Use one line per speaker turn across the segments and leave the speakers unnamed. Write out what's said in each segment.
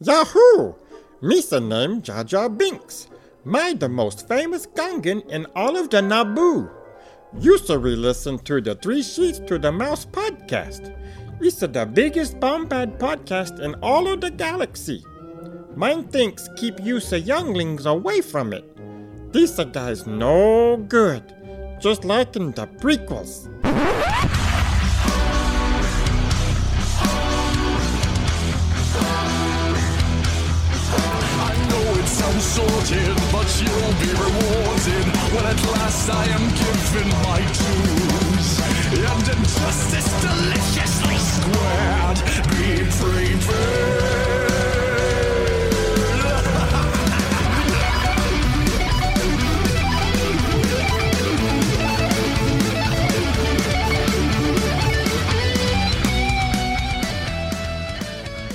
Yahoo! Misa named Jar Jar Binks. Made the most famous Gungan in all of the Naboo. Used to re-listen to the Three Sheets to the Mouse podcast. It's the biggest bombad podcast in all of the galaxy. Mine thinks keep you sa younglings away from it. This guy's no good. Just like in the prequels.
I know it sounds sorted, but you'll be rewarded when at last I am given my dues. And injustice deliciously squared, be prepared.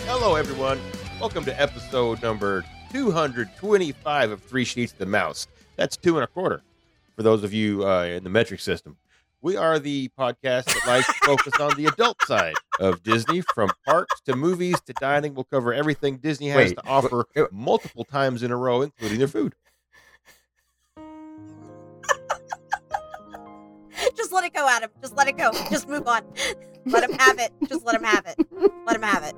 Hello, everyone. Welcome to episode number 225 of Three Sheets to the Mouse. That's two and a quarter for those of you uh, in the metric system. We are the podcast that likes to focus on the adult side of Disney, from parks to movies to dining. We'll cover everything Disney has
Wait,
to offer multiple times in a row, including their food.
Just let it go, Adam. Just let it go. Just move on. Let him have it. Just let him have it. Let him have it.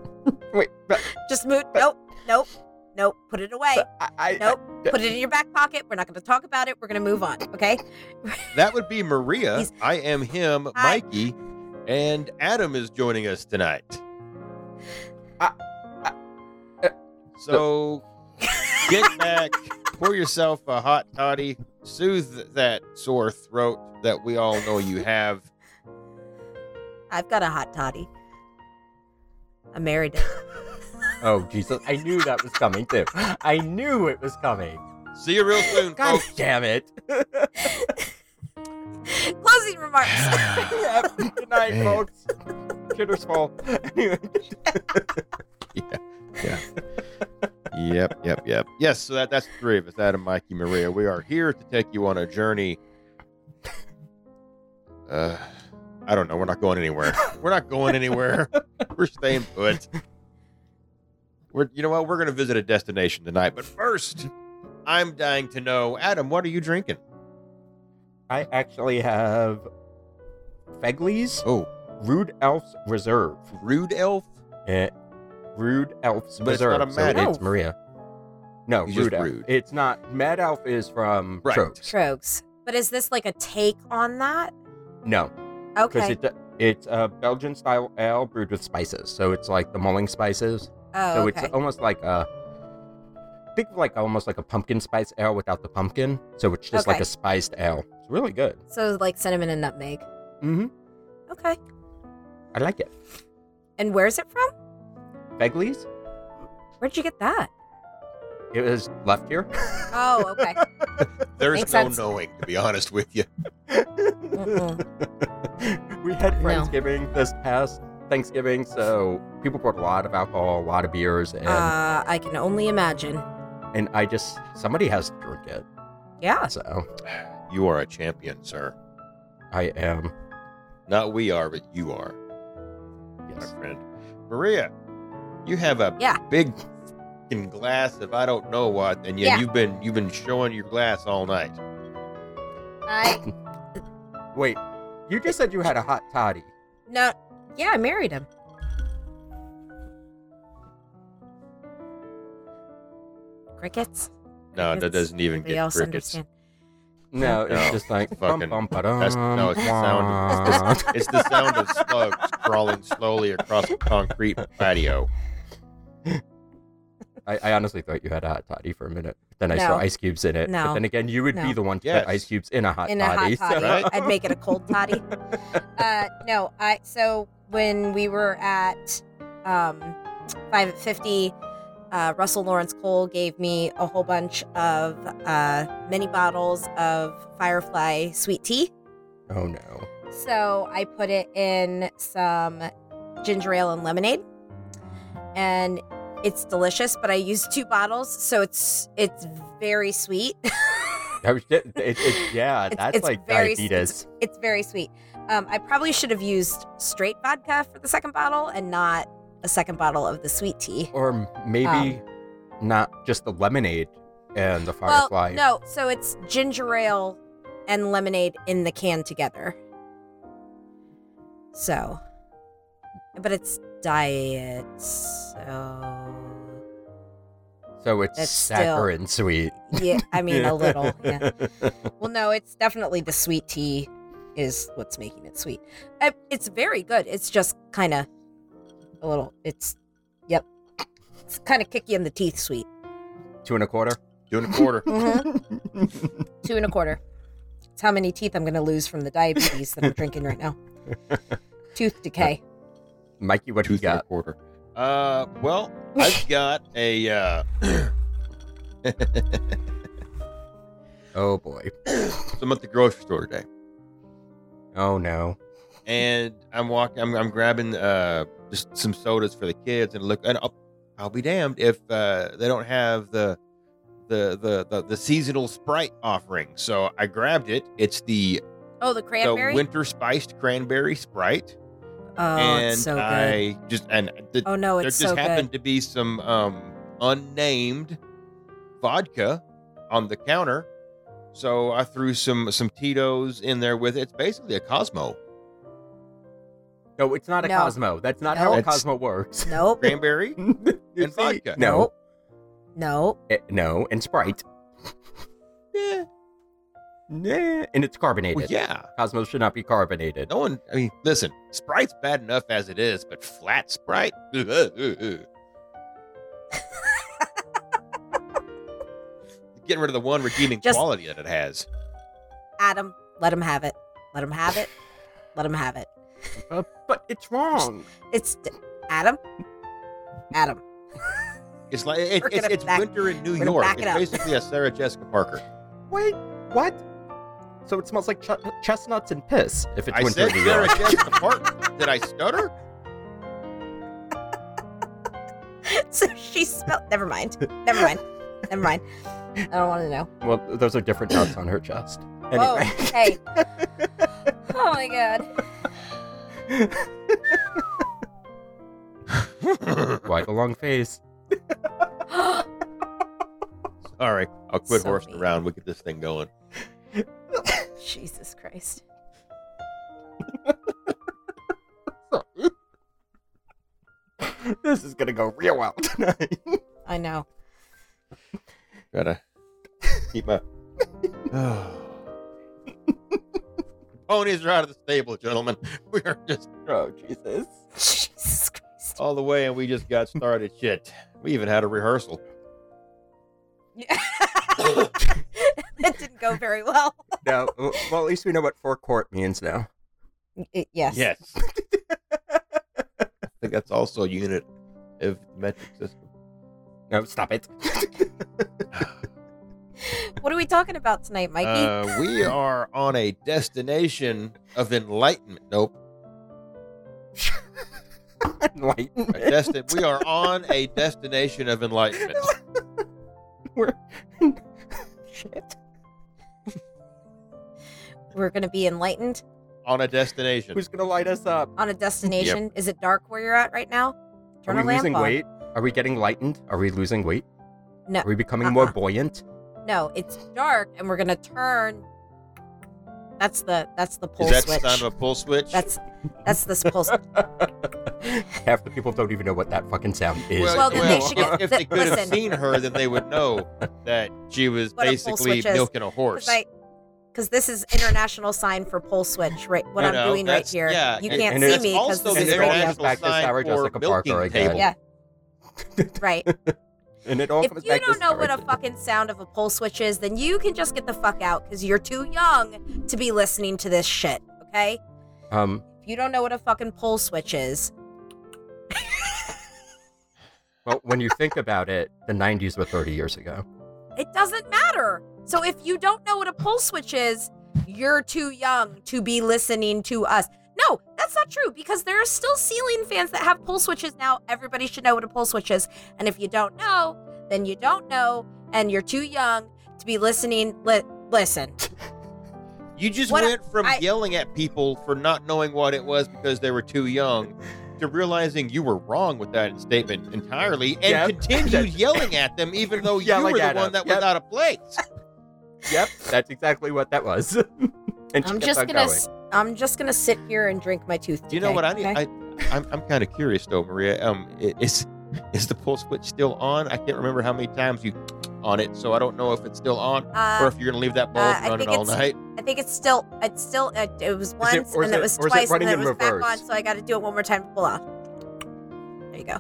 Wait, but,
Just move. Nope. Nope. Nope. Put it away.
but I, I
Nope. Put it in your back pocket. We're not going to talk about it. We're going to move on. Okay.
That would be Maria.
He's-
I am him,
Hi.
Mikey, and Adam is joining us tonight.
I- I- uh,
so get back, pour yourself a hot toddy, soothe that sore throat that we all know you have.
I've got a hot toddy. I'm married.
oh Jesus! I knew that was coming too. I knew it was coming.
See you real soon,
God
folks.
damn it!
Closing remarks.
Yeah, Good night,
Man.
folks. Shitter's fall. Anyway,
yep, yep, yep. Yes, so that, that's the three of us Adam, Mikey, Maria. We are here to take you on a journey. Uh, I don't know. We're not going anywhere. We're not going anywhere. We're staying put. We're, you know what? We're going to visit a destination tonight. But first, I'm dying to know, Adam, what are you drinking?
I actually have Fegley's
Oh,
Rude Elf's Reserve.
Rude Elf?
Eh, Rude Elf's
But it's
Reserve.
not a
so
mad
it's
elf.
Maria. No,
He's
Rude
just
Elf.
rude.
It's not. Mad Elf is from
Right.
Tropes.
Trogs. But is this like a take on that?
No, because
Okay.
it, it's a Belgian style ale brewed with spices. So it's like the mulling spices.
oh,
So
okay.
it's almost like a think of like almost like a pumpkin spice ale without the pumpkin. So it's just like
Okay.
a spiced ale. It's really good.
so like cinnamon and nutmeg.
Mm-hmm.
Okay.
I like it.
And where's it from?
Begley's.
Where'd you get that?
It was left here.
Oh, okay.
There's
Makes
no
sense.
knowing, to be honest with you.
Mm-mm.
we had
No.
Friendsgiving this past Thanksgiving, so people brought a lot of alcohol, a lot of beers, and
uh, I can only imagine.
and I just somebody has to drink it.
Yeah.
So
You are a champion, sir.
I am
Not we are, but you are. my
yes.
friend. Maria, you have a
Yeah.
big fucking glass of I don't know what, and yet
Yeah.
you've been you've been showing your glass all night.
I
Wait, you just said you had a hot toddy.
No. Yeah, I married him. Crickets.
No, that
Crickets.
doesn't even
We
get
else
crickets.
understand.
No,
No.
it's just like
Fucking-
bum, bum,
that's- no, it's the sound
of
It's the sound of slugs crawling slowly across a concrete patio.
I, I honestly thought you had a hot toddy for a minute. Then I
No.
saw ice cubes in it. But
No.
then again, you would be
No.
the one to
Yes.
put ice cubes in a hot
In a hot
toddy.
toddy.
so-
Right?
I'd make it a cold toddy. uh, no, I so when we were at um five at fifty, uh, Russell Lawrence Cole gave me a whole bunch of uh, mini bottles of Firefly sweet tea.
Oh no.
So I put it in some ginger ale and lemonade, and it's delicious. But I used two bottles, so it's it's very sweet.
That was just, it, it, yeah,
It's-
that's
it's
like
very s-
diabetes.
it's very sweet. Um, I probably should have used straight vodka for the second bottle and not a second bottle of the sweet tea.
Or
um,
maybe not just the lemonade and the
Well,
firefly.
no, so it's ginger ale and lemonade in the can together. So, but it's diet, so
So it's
That's still-
saccharine sweet.
yeah, I mean a little. Yeah. Well, no, it's definitely the sweet tea is what's making it sweet. Uh, It's very good. It's just kind of a little. It's yep. It's kind of kick you in the teeth, sweet.
Two and a quarter.
Doing a quarter. Mm-hmm.
Two and a quarter. It's how many teeth I'm going to lose from the diabetes that I'm drinking right now. Tooth decay.
Mikey, what do you
Tooth and a
got?
quarter. Uh, well, I've got a. Uh,
Oh boy.
so I'm at the grocery store today,
Oh no.
and I'm walking. I'm, I'm grabbing uh just some sodas for the kids, and look, and I'll, I'll be damned if uh they don't have the. The, the, the the seasonal sprite offering so i grabbed it it's the
Oh, the
the
cranberry.
winter spiced cranberry sprite
oh,
and
it's so good.
i just and the,
oh no,
there
it's
just
so
happened
good.
to be some um, unnamed vodka on the counter, so I threw some some Tito's in there with it. It's basically a Cosmo
No, it's not a
No.
Cosmo. That's not how a
Nope.
Cosmo works.
Nope.
cranberry.
and
vodka.
No.
Nope.
Eh, no, and Sprite.
yeah,
Nah. And it's carbonated.
well, yeah.
Cosmo should not be carbonated.
No one. I mean, listen, Sprite's bad enough as it is, but flat Sprite. Getting rid of the one redeeming
Just-
quality that it has.
Adam, let him have it. Let him have it. Let him have it.
Uh, but it's wrong.
It's Adam. Adam.
It's like it,
We're
it's,
gonna
it's
back-
winter in New
we're gonna
York.
back it
It's
up.
basically a Sarah Jessica Parker.
Wait, what? So it smells like ch- chestnuts and piss. If it's
I said
winter in New
Sarah
York.
Jessica Parker. Did I stutter?
so she smelled. Never mind. Never mind. Never mind. I don't want to know.
Well, those are different knots on her chest.
Whoa.
Anyway,
Hey. Oh my god.
why the long face?
Sorry, I'll quit
So
horsing
mean.
around. We'll get this thing going.
Jesus Christ.
This is gonna go real well tonight.
I know.
Gotta keep my. Ponies are out of the stable, gentlemen. We are just
oh Jesus!
Jesus Christ.
all the way, and we just got started. Shit, we even had a rehearsal.
that didn't go very well.
Now, well, at least we know what four quart means now.
Y- yes.
Yes, I think that's also a unit of metric system.
No, stop it.
What are we talking about tonight, Mikey?
Uh, we are on a destination of enlightenment. Nope.
Enlightenment.
A desti- we are on a destination of enlightenment.
We're shit.
We're gonna be enlightened
On a destination.
Who's gonna light us up?
on a destination. Is it dark where you're at right now? Turn
Are
a
we
lamp
losing
on.
weight? Are we getting lightened? Are we losing weight?
No.
Are we becoming
Uh-uh.
more buoyant?
No, it's dark, and we're gonna turn. That's the that's the pull
Is that
switch.
the sound of a pull switch?
that's that's this pull. s-
Half the people don't even know what that fucking sound is.
Well, then they should
if,
get-
if they could have
listen.
seen her, then they would know that she was
What a pull
basically
switch is.
milking a horse.
Because this is international sign for pole switch, right? What
You
I'm
know,
doing right
that's-
here.
yeah,
you
and-
can't
and
see
it's
me because
also
this
the
is
it all
radio.
comes
international
back to
sign
Sarah
for
Jessica
milking
Parker again.
table.
Yeah. Right.
and it all
If
comes
you
back to
don't know what a
starting.
fucking sound of a pole switch is, then you can just get the fuck out because you're too young to be listening to this shit. Okay.
Um,
If you don't know what a fucking pole switch is,
well, when you think about it, the 90s were 30 years ago.
It doesn't matter. So if you don't know what a pull switch is, you're too young to be listening to us. No, that's not true because there are still ceiling fans that have pull switches now. Everybody should know what a pull switch is. And if you don't know, then you don't know and you're too young to be listening. Li- listen.
You just
What I-
went from
I-
yelling at people for not knowing what it was because they were too young to realizing you were wrong with that statement entirely and
Yep.
continued yelling at them, even though you
Yelling
were the
at
one
them.
that was
Yep.
out of place.
Yep, that's exactly what that was. and she
I'm
kept
just
on
gonna.
going.
s- I'm just gonna sit here and drink my tooth.
Do you know what I need?
decay, okay?
I, I'm, I'm kind of curious though, Maria. Um, i- is is the pull switch still on? I can't remember how many times you on it, so I don't know if it's still on or
Uh,
if you're gonna leave that bulb
uh, I
running
think
all
it's-
night.
I think it's still. It's still. It, it was
or
once,
is
and then
it-
it was
or is it
twice, and
running
then it
in
was back on.
reverse?
So I got to do it one more time to pull off. There you go.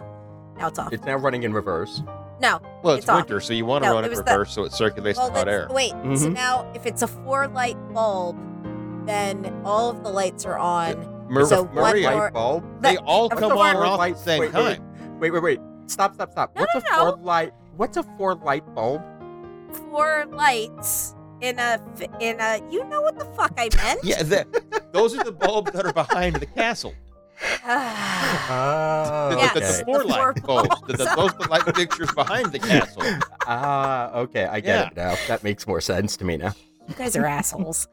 Now it's off.
It's now running in reverse.
no.
Well, it's,
it's off.
winter, so you want to
No,
run
it
it
was the-
reverse so it circulates
Well,
the hot
that's-
air. Mm-hmm.
wait. So
Mhm.
now, if it's a four light bulb, then all of the lights are on.
Mar-
so one
Maria,
more-
Light bulb.
they
But
all
of
come
course-
on or off at the same
Wait, wait,
time.
Wait, wait, wait. Stop, stop, stop.
No,
what's
no,
a
no.
four light? What's a four light bulb?
four lights in a f- in a. You know what the fuck I meant?
Yeah, the, those are the bulbs that are behind the castle.
Oh,
Yeah.
the, the,
okay.
the four
The four
light bulbs. Oh, The, the, those are the light fixtures behind the castle.
Ah, okay. I get it now. That makes more sense to me now.
you guys are assholes.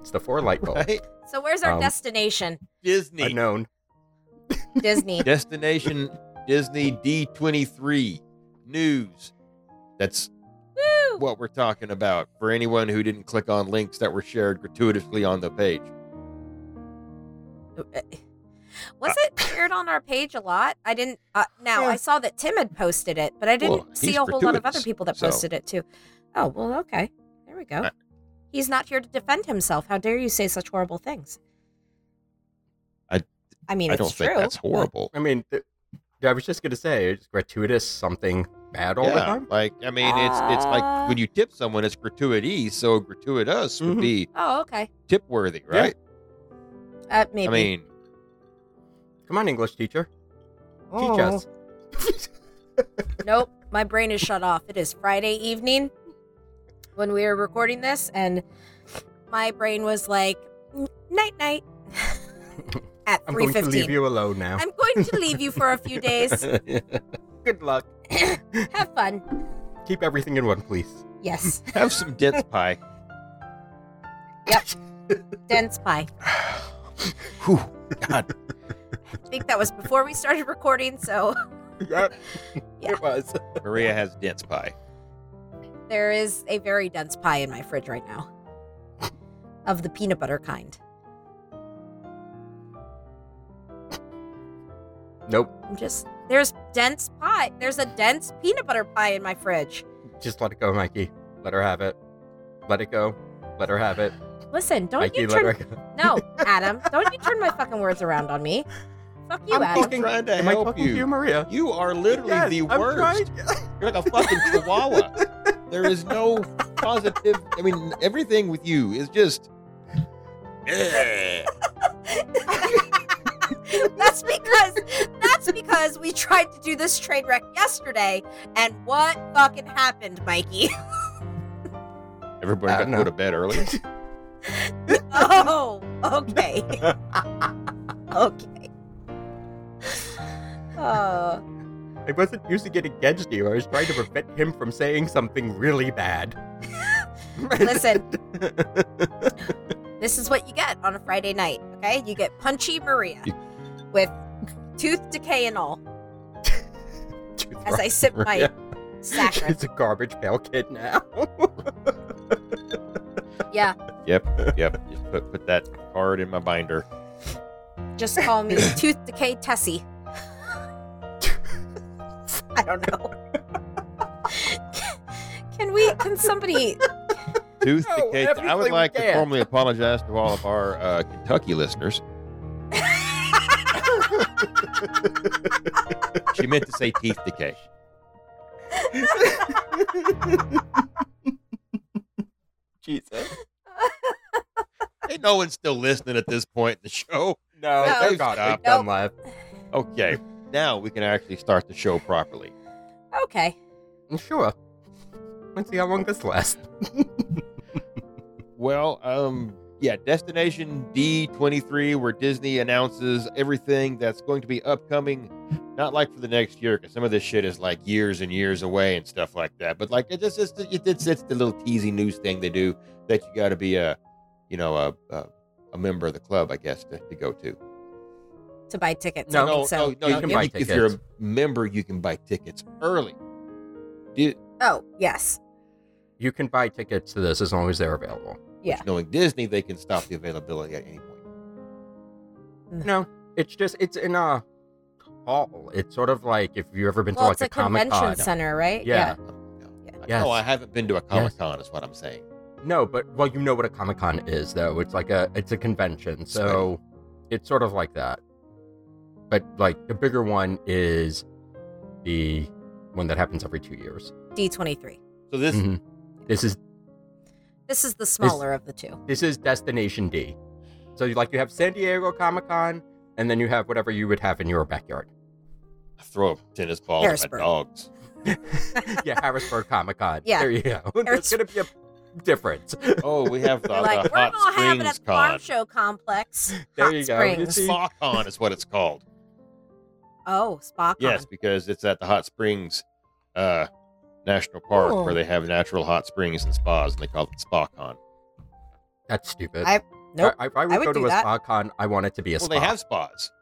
It's the four light bulb.
Right?
So where's our
Um,
destination?
Disney.
Unknown.
Disney.
Destination Disney D23 news. That's
Woo!
what we're talking about for anyone who didn't click on links that were shared gratuitously on the page.
Uh, eh, Was it shared on our page a lot? I didn't. Uh, now
Uh, Yeah.
I saw that Tim had posted it, but I didn't
Well,
see
he's
a whole lot of other
gratuitous,
people that
so-
posted it too. Oh well, okay. There we go.
Uh,
He's not here to defend himself. How dare you say such horrible things?
I-
I mean,
I
it's
don't
true.
think that's horrible.
I mean, th- I was just gonna say it's gratuitous something bad all the
Yeah,
time.
like I mean, it's it's like
Uh,
when you tip someone, it's gratuity. So gratuitous would
Mhm.
be
Oh, okay.
tip worthy,
Yeah,
right?
Uh, maybe.
I mean,
Come on, English teacher. Teach us.
Oh, nope. My brain is shut off. It is Friday evening when we were recording this, and my brain was like, "Night, night." At
I'm
three
going to leave
fifteen.
you alone now.
I'm going to leave you for a few days.
Good luck.
Have fun.
Keep everything in one, please.
Yes.
have some dense pie.
Dense pie.
Whew, God,
I think that was before we started recording, so
Yep.
Yeah.
It was.
Maria has dense pie.
there is a very dense pie in my fridge right now. Of the peanut butter kind.
Nope.
I'm just there's dense pie. There's a dense peanut butter pie in my fridge.
Just let it go, Mikey. Let her have it. Let it go. Let her have it.
Listen, don't
Mikey,
you
let her
turn
go.
No, Adam, don't you turn my fucking words around on me. Fuck you,
I'm
Adam.
talking-
trying to
Am I
help
talking
you.
to you, Maria?
You are literally
Yes,
the
I'm
worst.
trying-
You're like a fucking chihuahua. There is no positive. I mean, everything with you is just. Eh.
that's because that's because we tried to do this train wreck yesterday, and what fucking happened, Mikey?
Everybody
I
got
don't
to go
know.
to bed early.
Oh, okay. okay. Oh,
I wasn't using it against you. I was trying to prevent him from saying something really bad.
listen. this is what you get on a Friday night, okay? You get punchy Maria with tooth decay and all as I sip my
Maria.
saccharin.
It's a garbage pail kid now.
Yeah,
Yep, yep. Just put, put that card in my binder.
just call me Tooth Decay Tessie. I don't know. Can we, can somebody,
Tooth
No,
decay. I
obviously we
would like to
can't.
formally apologize to all of our uh, Kentucky listeners. she meant to say teeth decay.
Jesus.
Ain't no one's still listening at this point in the show.
No,
No.
they've got
Stop.
it. Done left.
Okay, now we can actually start the show properly.
okay.
Sure. Let's see how long this lasts.
Well, um, yeah, Destination D23, where Disney announces everything that's going to be upcoming. Not like for the next year, because some of this shit is like years and years away and stuff like that. But like, it just it's, it's, it's, it's the little teasy news thing they do that you got to be a, you know, a, a a member of the club, I guess, to, to go to.
to buy tickets.
No,
I think so.
no, no,
You
you
can
if,
buy
you- if
tickets.
you're a member, you can buy tickets early. Di-
Oh, yes.
You can buy tickets to this as long as they're available.
knowing Disney, they can stop the availability at any point.
No, it's just it's in a hall. It's sort of like if you've ever been
Well,
to
it's
like
a
a, comic
convention
con.
center, right?
Yeah. Yes.
No, "Oh, I haven't been to a Comic Con, is what I'm saying.
No, but well, you know what a comic con is though. It's like a it's a convention, so it's sort of like that. But like the bigger one is the one that happens every two years.
D twenty three.
So this
Mhm. This is
This is the smaller of the two.
this is Destination D. So you like you have San Diego Comic Con, and then you have whatever you would have in your backyard.
I throw a tennis ball at my
Harrisburg.
dogs.
yeah, Harrisburg Comic Con.
Yeah.
there you go. There's gonna be a difference.
Oh, we have the,
like,
the
we're
Hot
gonna have it at
Springs
the farm
Con.
show complex.
There
Hot
you go. You
Springs.
see-
Spa Con is what it's called.
Uh-huh.
Oh, Spock.
Yes, because it's at the Hot Springs uh, National Park
Oh.
where they have natural hot springs and spas, and they call it Spa Con.
That's stupid.
I- nope.
I, if I would,
I would
go to
do
a
that.
spa con, I want it to be a
well,
spa.
they have spas.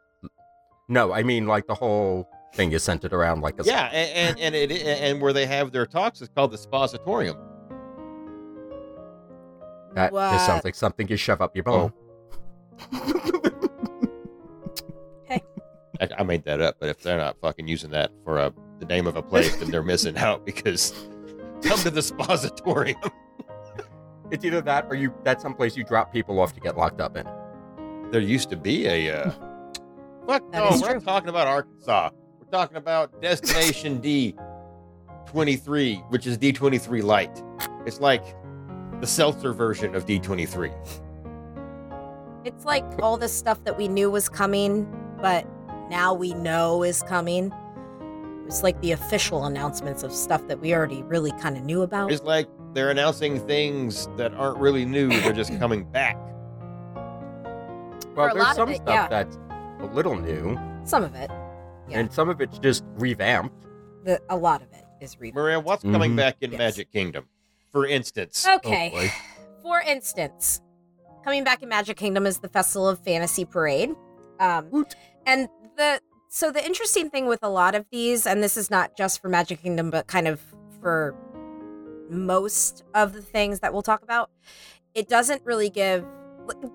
No, I mean like the whole thing is centered around like a
Yeah, and and, and, it, and where they have their talks is called the Spasitorium.
That
What?
just sounds like something you shove up your bum.
I, I made that up, but if they're not fucking using that for a, the name of a place, then they're missing out because come to the Spasitorium.
It's either that or you that's someplace you drop people off to get locked up in.
There used to be a. Uh, fuck
That
no,
is
we're
true.
talking about Arkansas. We're talking about Destination D. 23, which is D23 Light. It's like the seltzer version of D23.
It's like all this stuff that we knew was coming, but now we know is coming. It's like the official announcements of stuff that we already really kind of knew about.
It's like they're announcing things that aren't really new, they're just coming back.
a
Well,
lot
there's
of
some
it,
stuff
yeah.
that's a little new,
Some of it, Yeah.
and some of it's just revamped.
the, a lot of it is re.
Maria, what's coming
Mhm.
back in
Yes.
Magic Kingdom? For instance,
Okay.
hopefully.
For instance, coming back in Magic Kingdom is the Festival of Fantasy Parade. Um,
Woot.
and the so the interesting thing with a lot of these, and this is not just for Magic Kingdom, but kind of for most of the things that we'll talk about, it doesn't really give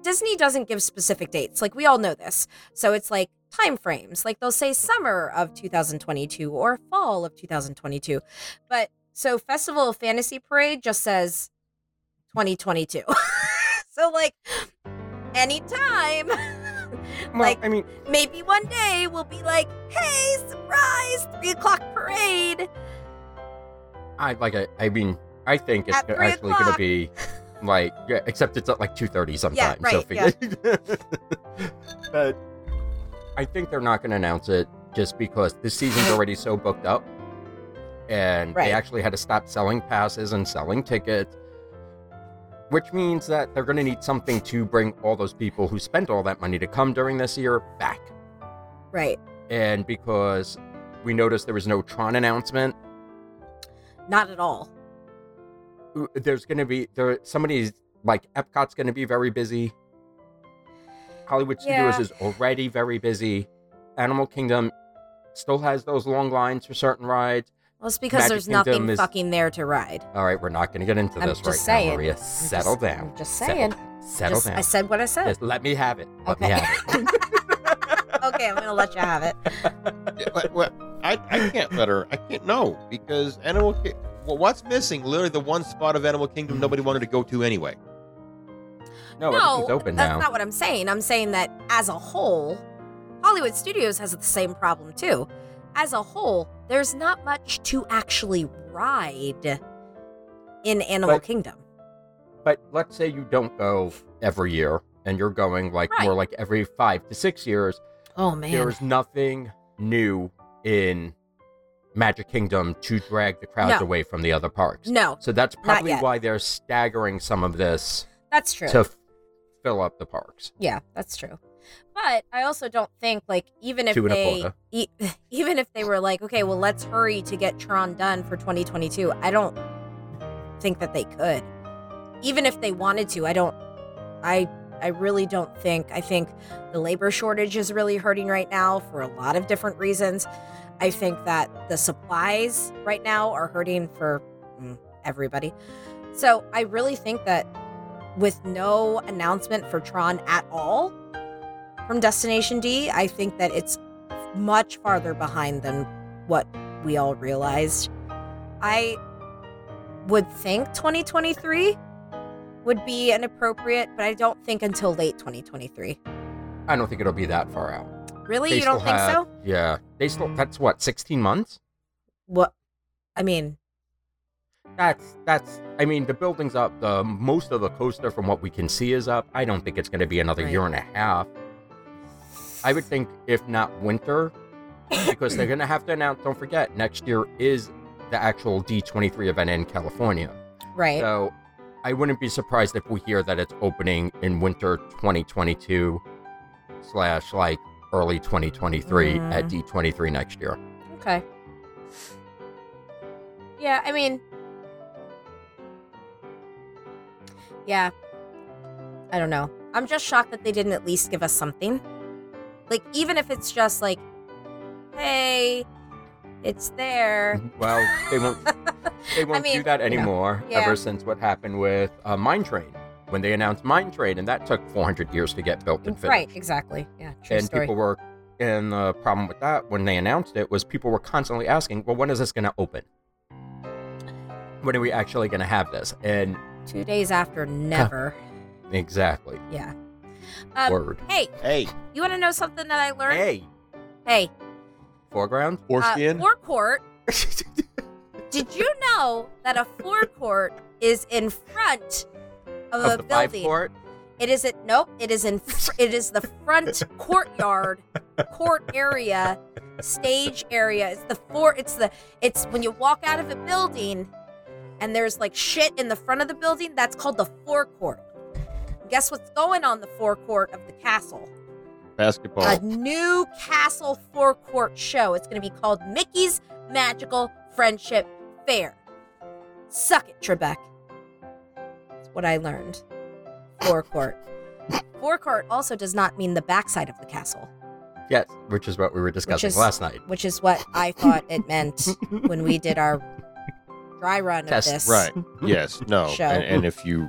Disney doesn't give specific dates. Like we all know this. So it's like time frames. Like they'll say summer of 2022 or fall of 2022. But so Festival of Fantasy Parade just says 2022. so like anytime
Well,
Like-
I mean,
maybe one day we'll be like hey surprise three o'clock parade
I like I, I mean, I think it's
At three
actually
o'clock.
gonna be like yeah, except it's at like two thirty sometimes. so
right, yeah.
figure- but I think they're not gonna announce it just because this season's already so booked up. And
Right.
they actually had to stop selling passes and selling tickets. Which means that they're gonna need something to bring all those people who spent all that money to come during this year back.
right
And because we noticed there was no Tron announcement.
not at all
there's going to be there somebody's like Epcot's going to be very busy. Hollywood Studios
Yeah.
is already very busy. Animal Kingdom still has those long lines for certain rides.
well it's because
Magic
there's
Kingdom
nothing
is-
fucking there to ride
All right, we're not going to get into
I'm
this
just
right
saying.
now, Maria.
I'm just-
Settle down.
I'm just
Settle
saying.
down. Settle
Just-
down.
i said what i said
Just let me have it. Let me
Okay.
have it.
okay i'm gonna let you have it
Yeah, but- but I, I can't let her. I can't know because Animal. Ki- well, what's missing? Literally, the one spot of Animal Kingdom nobody wanted to go to anyway.
No, Oh, everything's open
that's
now.
not what I'm saying. I'm saying that as a whole, Hollywood Studios has the same problem too. As a whole, there's not much to actually ride in Animal
But-
Kingdom.
But let's say you don't go every year and you're going like
Right.
more like every 5 to 6 years.
Oh man,
There's nothing new in Magic Kingdom to drag the crowds
No.
away from the other parks.
no,
So that's probably
yet.
why they're staggering some of this
that's true.
to f- fill up the parks.
Yeah, that's true. But I also don't think like even if
Two and a
they
quarter.
e- even if they were like, okay, well let's hurry to get Tron done for 2022. I don't think that they could. Even if they wanted to, I don't I I really don't think. I think the labor shortage is really hurting right now for a lot of different reasons. I think that the supplies right now are hurting for mm, everybody. So I really think that with no announcement for Tron at all from Destination D, I think that it's much farther behind than what we all realized. I would think 2023 would be an appropriate, but I don't think until late 2023.
I don't think it'll be that far out.
Really?
They
you don't
still
think
have-
so?
Yeah. They still that's what, sixteen months?
What? I mean,
That's that's I mean, the building's up, the most of the coaster from what we can see is up. I don't think it's gonna be another
Right.
year and a half. I would think if not winter, because they're gonna have to announce don't forget, next year is the actual D twenty three event in California.
right.
So I wouldn't be surprised if we hear that it's opening in winter 2022 slash like early 2023
Mm-hmm.
at D23 next year.
Okay. Yeah, I mean, yeah. I don't know. I'm just shocked that they didn't at least give us something. Like, even if it's just like, hey, it's there.
Well, Mm-hmm. they won't they won't
mean,
do that anymore
Yeah.
ever since what happened with uh, Mine Train when they announced Mine Train and that took 400 years to get built and finished.
right, exactly. Yeah, true
and
story.
people were and the problem with that when they announced it was people were constantly asking, "Well, when is this going to open? When are we actually going to have this?" And
Two days after, never.
exactly,
yeah. Um,
word.
hey,
Hey,
you want to know something that I learned?
Hey,
Hey,
foreground.
uh,
foreskin.
forecourt Did you know that a forecourt is in front of,
of
a
the five
building?
court.
It isn't. Nope. It is in. fr- It is the front courtyard, court area, stage area. It's the four. It's the. It's when you walk out of a building, and there's like shit in the front of the building. That's called the forecourt. Guess what's going on the forecourt of the castle?
basketball.
a new castle forecourt show. It's going to be called Mickey's Magical Friendship Fair. Suck it, Trebek. That's what I learned. Forecourt. forecourt also does not mean the backside of the castle,
Yes, which is what we were discussing
is-
last night.
which is what I thought it meant when we did our dry run
Test
of this.
right. Yes. No.
Show.
And, and if you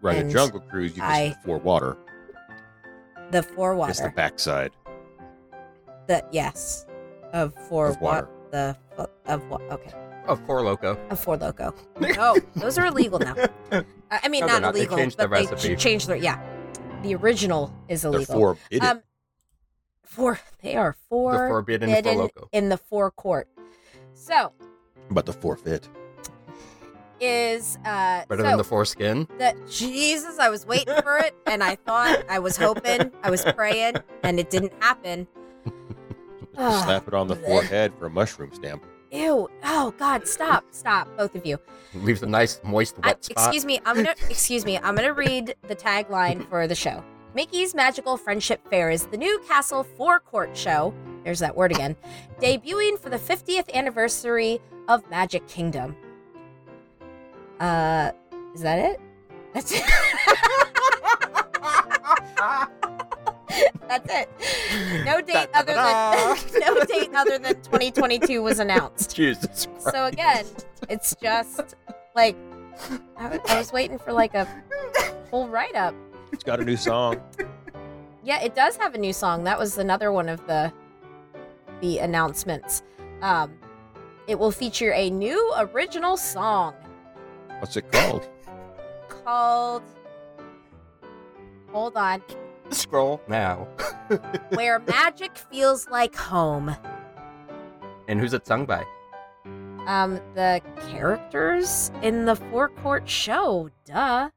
run
And
a jungle cruise, you
I-
can see the floor water.
The forewater.
It's the backside.
The yes, of four
Of water.
The of what? Okay.
Of Four Loco.
a four loco. No, those are illegal now. Uh, I mean,
No, they're
not,
not. They
illegal,
changed the
but they
recipe.
ch- changed their yeah. The original is
They're
illegal.
four. It is.
um, four. They are four.
the forbidden Four
hidden
Loco.
in the four court. So
but the forfeit.
is uh. so
Better than the foreskin.
the- Jesus, I was waiting for it, and I thought I was hoping, I was praying, and it didn't happen. Ah.
Slap it on the
bleh.
forehead for a mushroom stamp.
Ew! Oh God! Stop! Stop! Both of you.
Leaves a nice, moist,
I-
wet spot.
excuse me, I'm gonna excuse me, I'm gonna read the tagline for the show. Mickey's Magical Friendship Fair is the new Castle Forecourt show. There's that word again. Debuting for the 50th anniversary of Magic Kingdom. Uh, is that it? That's it. That's it. No date other than no date other than 2022 was announced.
Jesus Christ.
So again, it's just like I, w- I was waiting for like a full write up.
It's got a new song.
Yeah, it does have a new song. That was another one of the the announcements. Um, it will feature a new original song
What's it called?
called Hold on,
Scroll now.
Where Magic Feels Like Home.
And who's it sung by?
Um, the characters in the forecourt show, duh.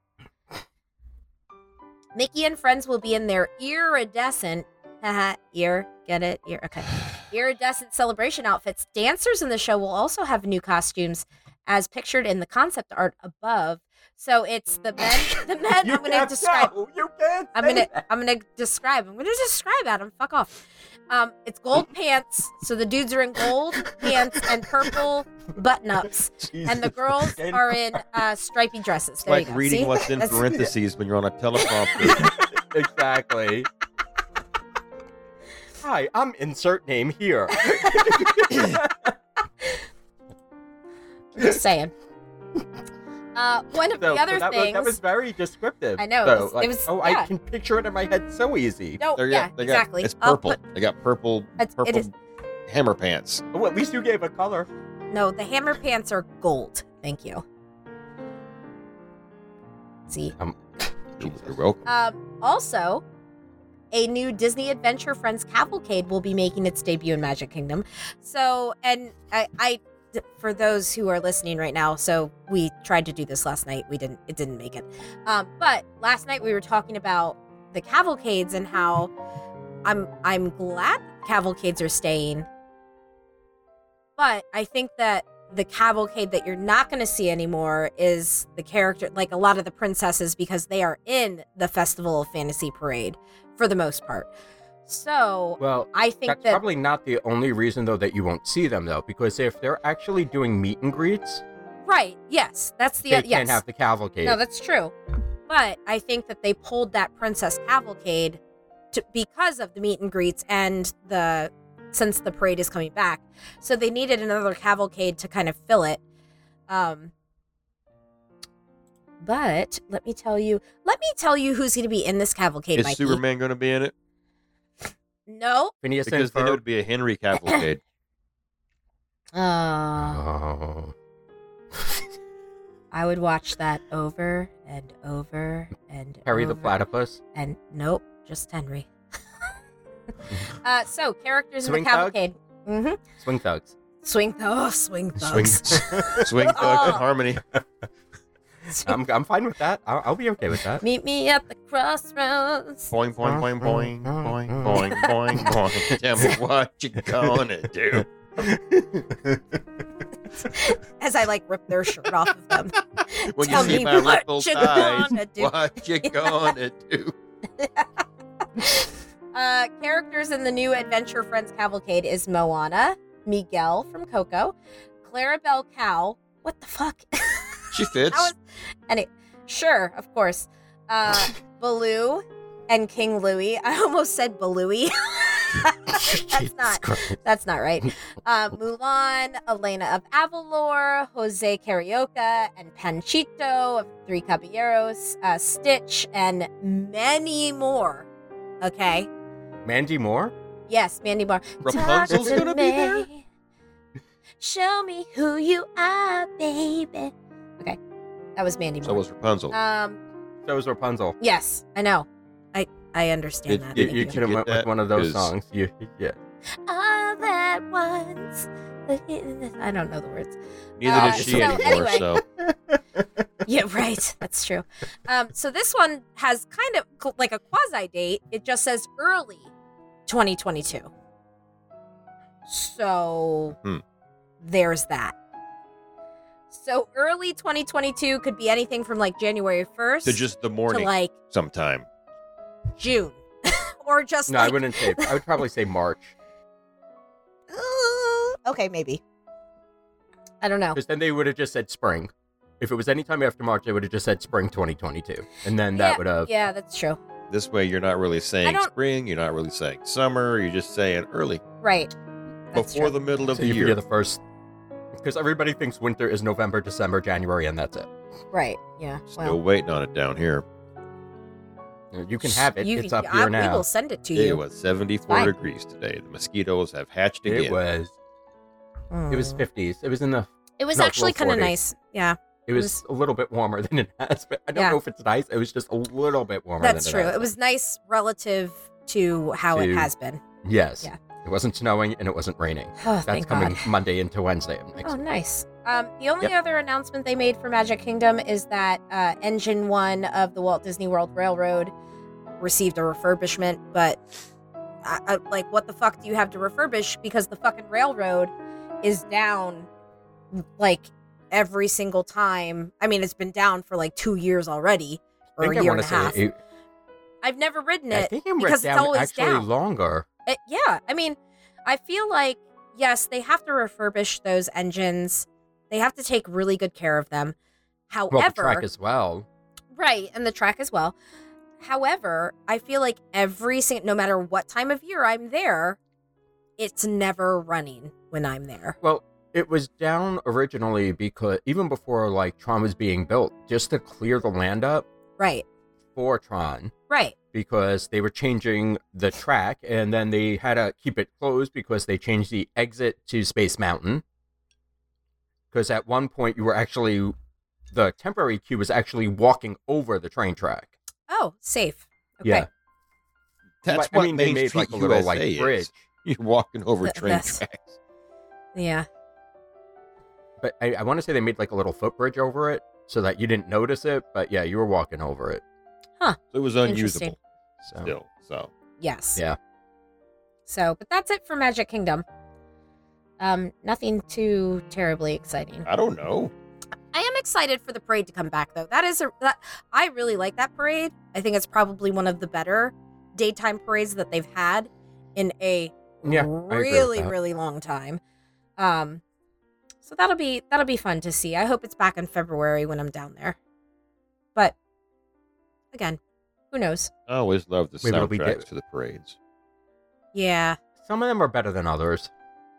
Mickey and friends will be in their iridescent, haha, ear, get it, ear, okay, iridescent celebration outfits. Dancers in the show will also have new costumes, as pictured in the concept art above. So it's the men, the men. I'm going to describe.
you can't.
I'm gonna I'm gonna describe. I'm gonna describe Adam. Fuck off. Um, it's gold pants. So the dudes are in gold pants and purple button ups, and the girls are in uh, stripy dresses.
It's
There
like
you go.
reading
See?
what's in
That's-
parentheses when you're on a teleprompter.
exactly. Hi, I'm insert name here.
Just saying. Uh, one of
So,
the other
so that, was,
things.
that was very descriptive.
I know, it
So,
was- it
like,
was-
oh,
yeah.
I can picture it in my head so easy.
no,
They're-
yeah,
they got-
exactly.
It's
I'll
purple.
put-
they got purple,
It's- it
purple
is-
hammer pants.
Oh, at least you gave a color.
no, the hammer pants are gold. Thank you. See.
Jesus, you're welcome.
Um, also, a new Disney Adventure Friends Cavalcade will be making its debut in Magic Kingdom. So, and I, I, for those who are listening right now, so we tried to do this last night. We didn't. It didn't make it. Um, but last night we were talking about the cavalcades and how I'm I'm glad cavalcades are staying, but I think that the cavalcade that you're not going to see anymore is the character like a lot of the princesses because they are in the festival of fantasy parade for the most part so
Well,
i think
that's
that
probably not the only reason though that you won't see them though, because if they're actually doing meet and greets,
right yes that's the
they
uh, yes
can't have the cavalcade.
No, that's true. But I think that they pulled that Princess Cavalcade to, because of the meet and greets and the since the parade is coming back. So they needed another cavalcade to kind of fill it. Um but let me tell you, let me tell you who's going to be in this cavalcade,
Is
Mikey.
Superman going to be in it?
No.
Phineas
Because
and
then it
Ferb.
would be a Henry cavalcade.
Uh,
Oh.
I would watch that over and over and
Harry the
over.
Platypus.
And nope, just Henry.
Mm-hmm.
uh, so characters
Swing
in the
thug?
cavalcade. hmm
Swing thugs.
Swing thug, swing
Swing,
thugs.
swing, thugs,
Oh.
and harmony. um,
Swing-
I'm, I'm fine with that. I'll, I'll be okay with that.
Meet me at the crossroads.
Boing, boing, boing, boing, boing, boing, boing, boing. Tell me what you gonna do.
As I like rip their shirt off of them.
When
Tell
you see
me
my
what
ripple
you
thighs,
gonna do.
what you gonna do?
Uh, characters in the new Adventure Friends Cavalcade is Moana, Miguel from Coco, Clarabelle Cow. What the fuck?
She fits.
How is- any sure, of course. Uh Baloo and King Louie. I almost said Balooey. That's not that's not right. Uh, Mulan, Elena of Avalor, Jose Carioca, and Panchito of Three Caballeros, uh, Stitch, and many more. Okay.
Mandy Moore?
Yes, Mandy Bar.
Rapunzel's
Talk to
gonna be there.
me. Show me who you are, baby. Okay. That was Mandy Moore.
So was Rapunzel.
Um.
So is Rapunzel.
Yes, I know. I I understand
It-
that.
it-
You,
Thank
you
you.
could have
Get
went
that?
with one of those
'Cause-
songs. You, yeah.
All at once. I don't know the words.
Neither
uh,
does she
so
anymore.
anyway.
So
Yeah, right. That's true. Um, so this one has kind of like a quasi date. It just says early 2022. So
Hmm.
there's that. So early 2022 could be anything from like January 1st
to just the
to
morning
like
sometime.
June, or just
No, I
like
wouldn't say. I would probably say March.
Ooh, Uh, okay, maybe. I don't know.
Because then they would have just said spring. If it was any time after March, they would have just said spring 2022. And then that would have.
Yeah, that's true.
This way, you're not really saying
don't-
spring. You're not really saying summer. You're just saying early
Right. That's
before
true.
the middle of
so
the
you
year.
figure the first. Because everybody thinks winter is November, December, January, and that's it.
Right. Yeah.
Still
Well,
waiting on it down here.
You can have it.
you-
it's up
I-
here
We
now.
will send it to
It
you.
was 74
fine.
degrees today. The mosquitoes have hatched again.
It was. It was
Mm.
50s. It was in the.
It was
no, it's
actually
low
kind of
40s.
nice. Yeah,
It was a little bit warmer than it has, but I don't
Yeah.
know if it's nice. It was just a little bit warmer.
that's
than
true.
It, has
It was nice relative to how it
To-
has been.
been. Yes.
Yeah.
It wasn't snowing and it wasn't raining.
Oh,
That's
thank
coming
God.
Monday into Wednesday of next
Oh,
week.
nice. Um, the only other announcement they made for Magic Kingdom is that uh, Engine One of the Walt Disney World Railroad received a refurbishment, but I, I, like, what the fuck do you have to refurbish? Because the fucking railroad is down, like every single time. I mean, it's been down for like two years already, or
I think
a
I
year
want
and
to
a
say
half.
it-
I've never ridden
I
it.
think it went
because it's
down
always
actually
down.
longer.
It- Eh, yeah, I mean, I feel like yes, they have to refurbish those engines. They have to take really good care of them.
Well, the
However,
track as well.
right, and the track as well. However, I feel like every single, no matter what time of year I'm there, it's never running when I'm there.
Well, it was down originally because even before like Tron was being built, just to clear the land up
Right,
for Tron
right,
because they were changing the track and then they had to keep it closed because they changed the exit to Space Mountain. Because at one point you were actually the temporary queue was actually walking over the train track.
oh, safe. Okay.
Yeah.
That's
Like,
what
I mean, they
Main
made like a
Street
little
USA
like
is.
bridge.
You're walking over
Th-
train
that's-
tracks.
Yeah.
But I, I want to say they made like a little footbridge over it so that you didn't notice it. But yeah, you were walking over it.
So it was
Interesting.
unusable
So
still. So
Yes.
Yeah.
So, but that's it for Magic Kingdom. Um, nothing too terribly exciting.
I don't know.
I am excited for the parade to come back though. That is a that I really like that parade. I think it's probably one of the better daytime parades that they've had in a
yeah, I agree with
really
that.
really long time. Um so that'll be that'll be fun to see. I hope it's back in February when I'm down there. But again, who knows?
I always love the
Maybe it'll be
soundtracks
di-
to the parades.
Yeah.
Some of them are better than others.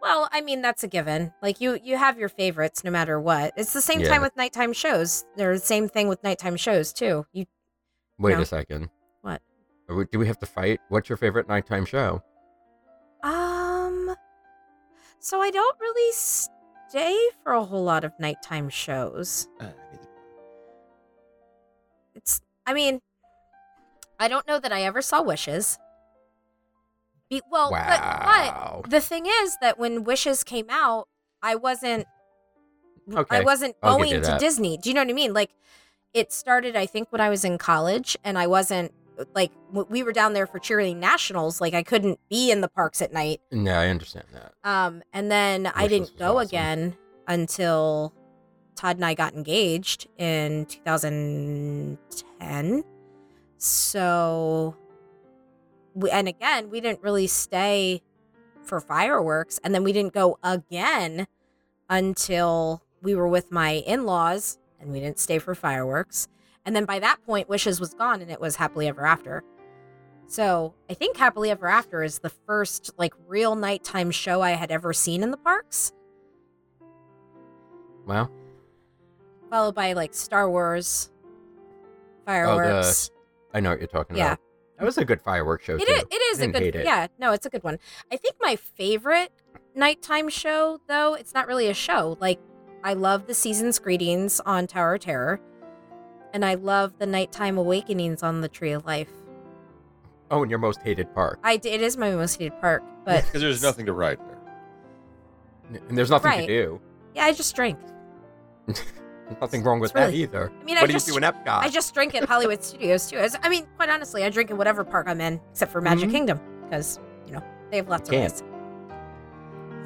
Well, I mean that's a given. Like you you have your favorites no matter what. It's the same
Yeah.
time with nighttime shows. They're the same thing with nighttime shows too. You
Wait
No.
a second.
What?
Are we- do we have to fight? What's your favorite nighttime show?
um so I don't really stay for a whole lot of nighttime shows.
Ah,
It's I mean I don't know that I ever saw Wishes. Be, well, but- but
wow.
The thing is that when Wishes came out, I wasn't
Okay,
I wasn't
I'll give you
going to
that.
Disney. Do you know what I mean? Like it started I think when I was in college and I wasn't like w- we were down there for cheerleading nationals, like I couldn't be in the parks at night.
no, I understand that.
Um and then I
Wishes
didn't
was
go
awesome.
again until Todd and I got engaged in 2010. So we, and again, we didn't really stay for fireworks and then we didn't go again until we were with my in-laws and we didn't stay for fireworks. And then by that point Wishes was gone and it was happily ever after. So, I think Happily Ever After is the first like real nighttime show I had ever seen in the parks,
Well,
followed by like Star Wars
Oh,
fireworks.
I know what you're talking
Yeah.
about. That was a good fireworks show
It
too.
is, it is a
Didn't
good
hate it.
yeah no it's a good one i think my favorite nighttime show though it's not really a show like i love the season's greetings on tower of terror and i love the nighttime awakenings on the tree of life
Oh, and your most hated park.
i it is my most hated park but
Because there's nothing to ride there.
and there's nothing
Right.
to do.
yeah i just drink
Nothing wrong with
It's really-
that either.
i mean
what
i
do
just
you do in Epcot?
i just drink at hollywood studios too As- i mean quite honestly i drink at whatever park i'm in except for magic
Mhm.
kingdom because you know they have lots of
Can't.
rice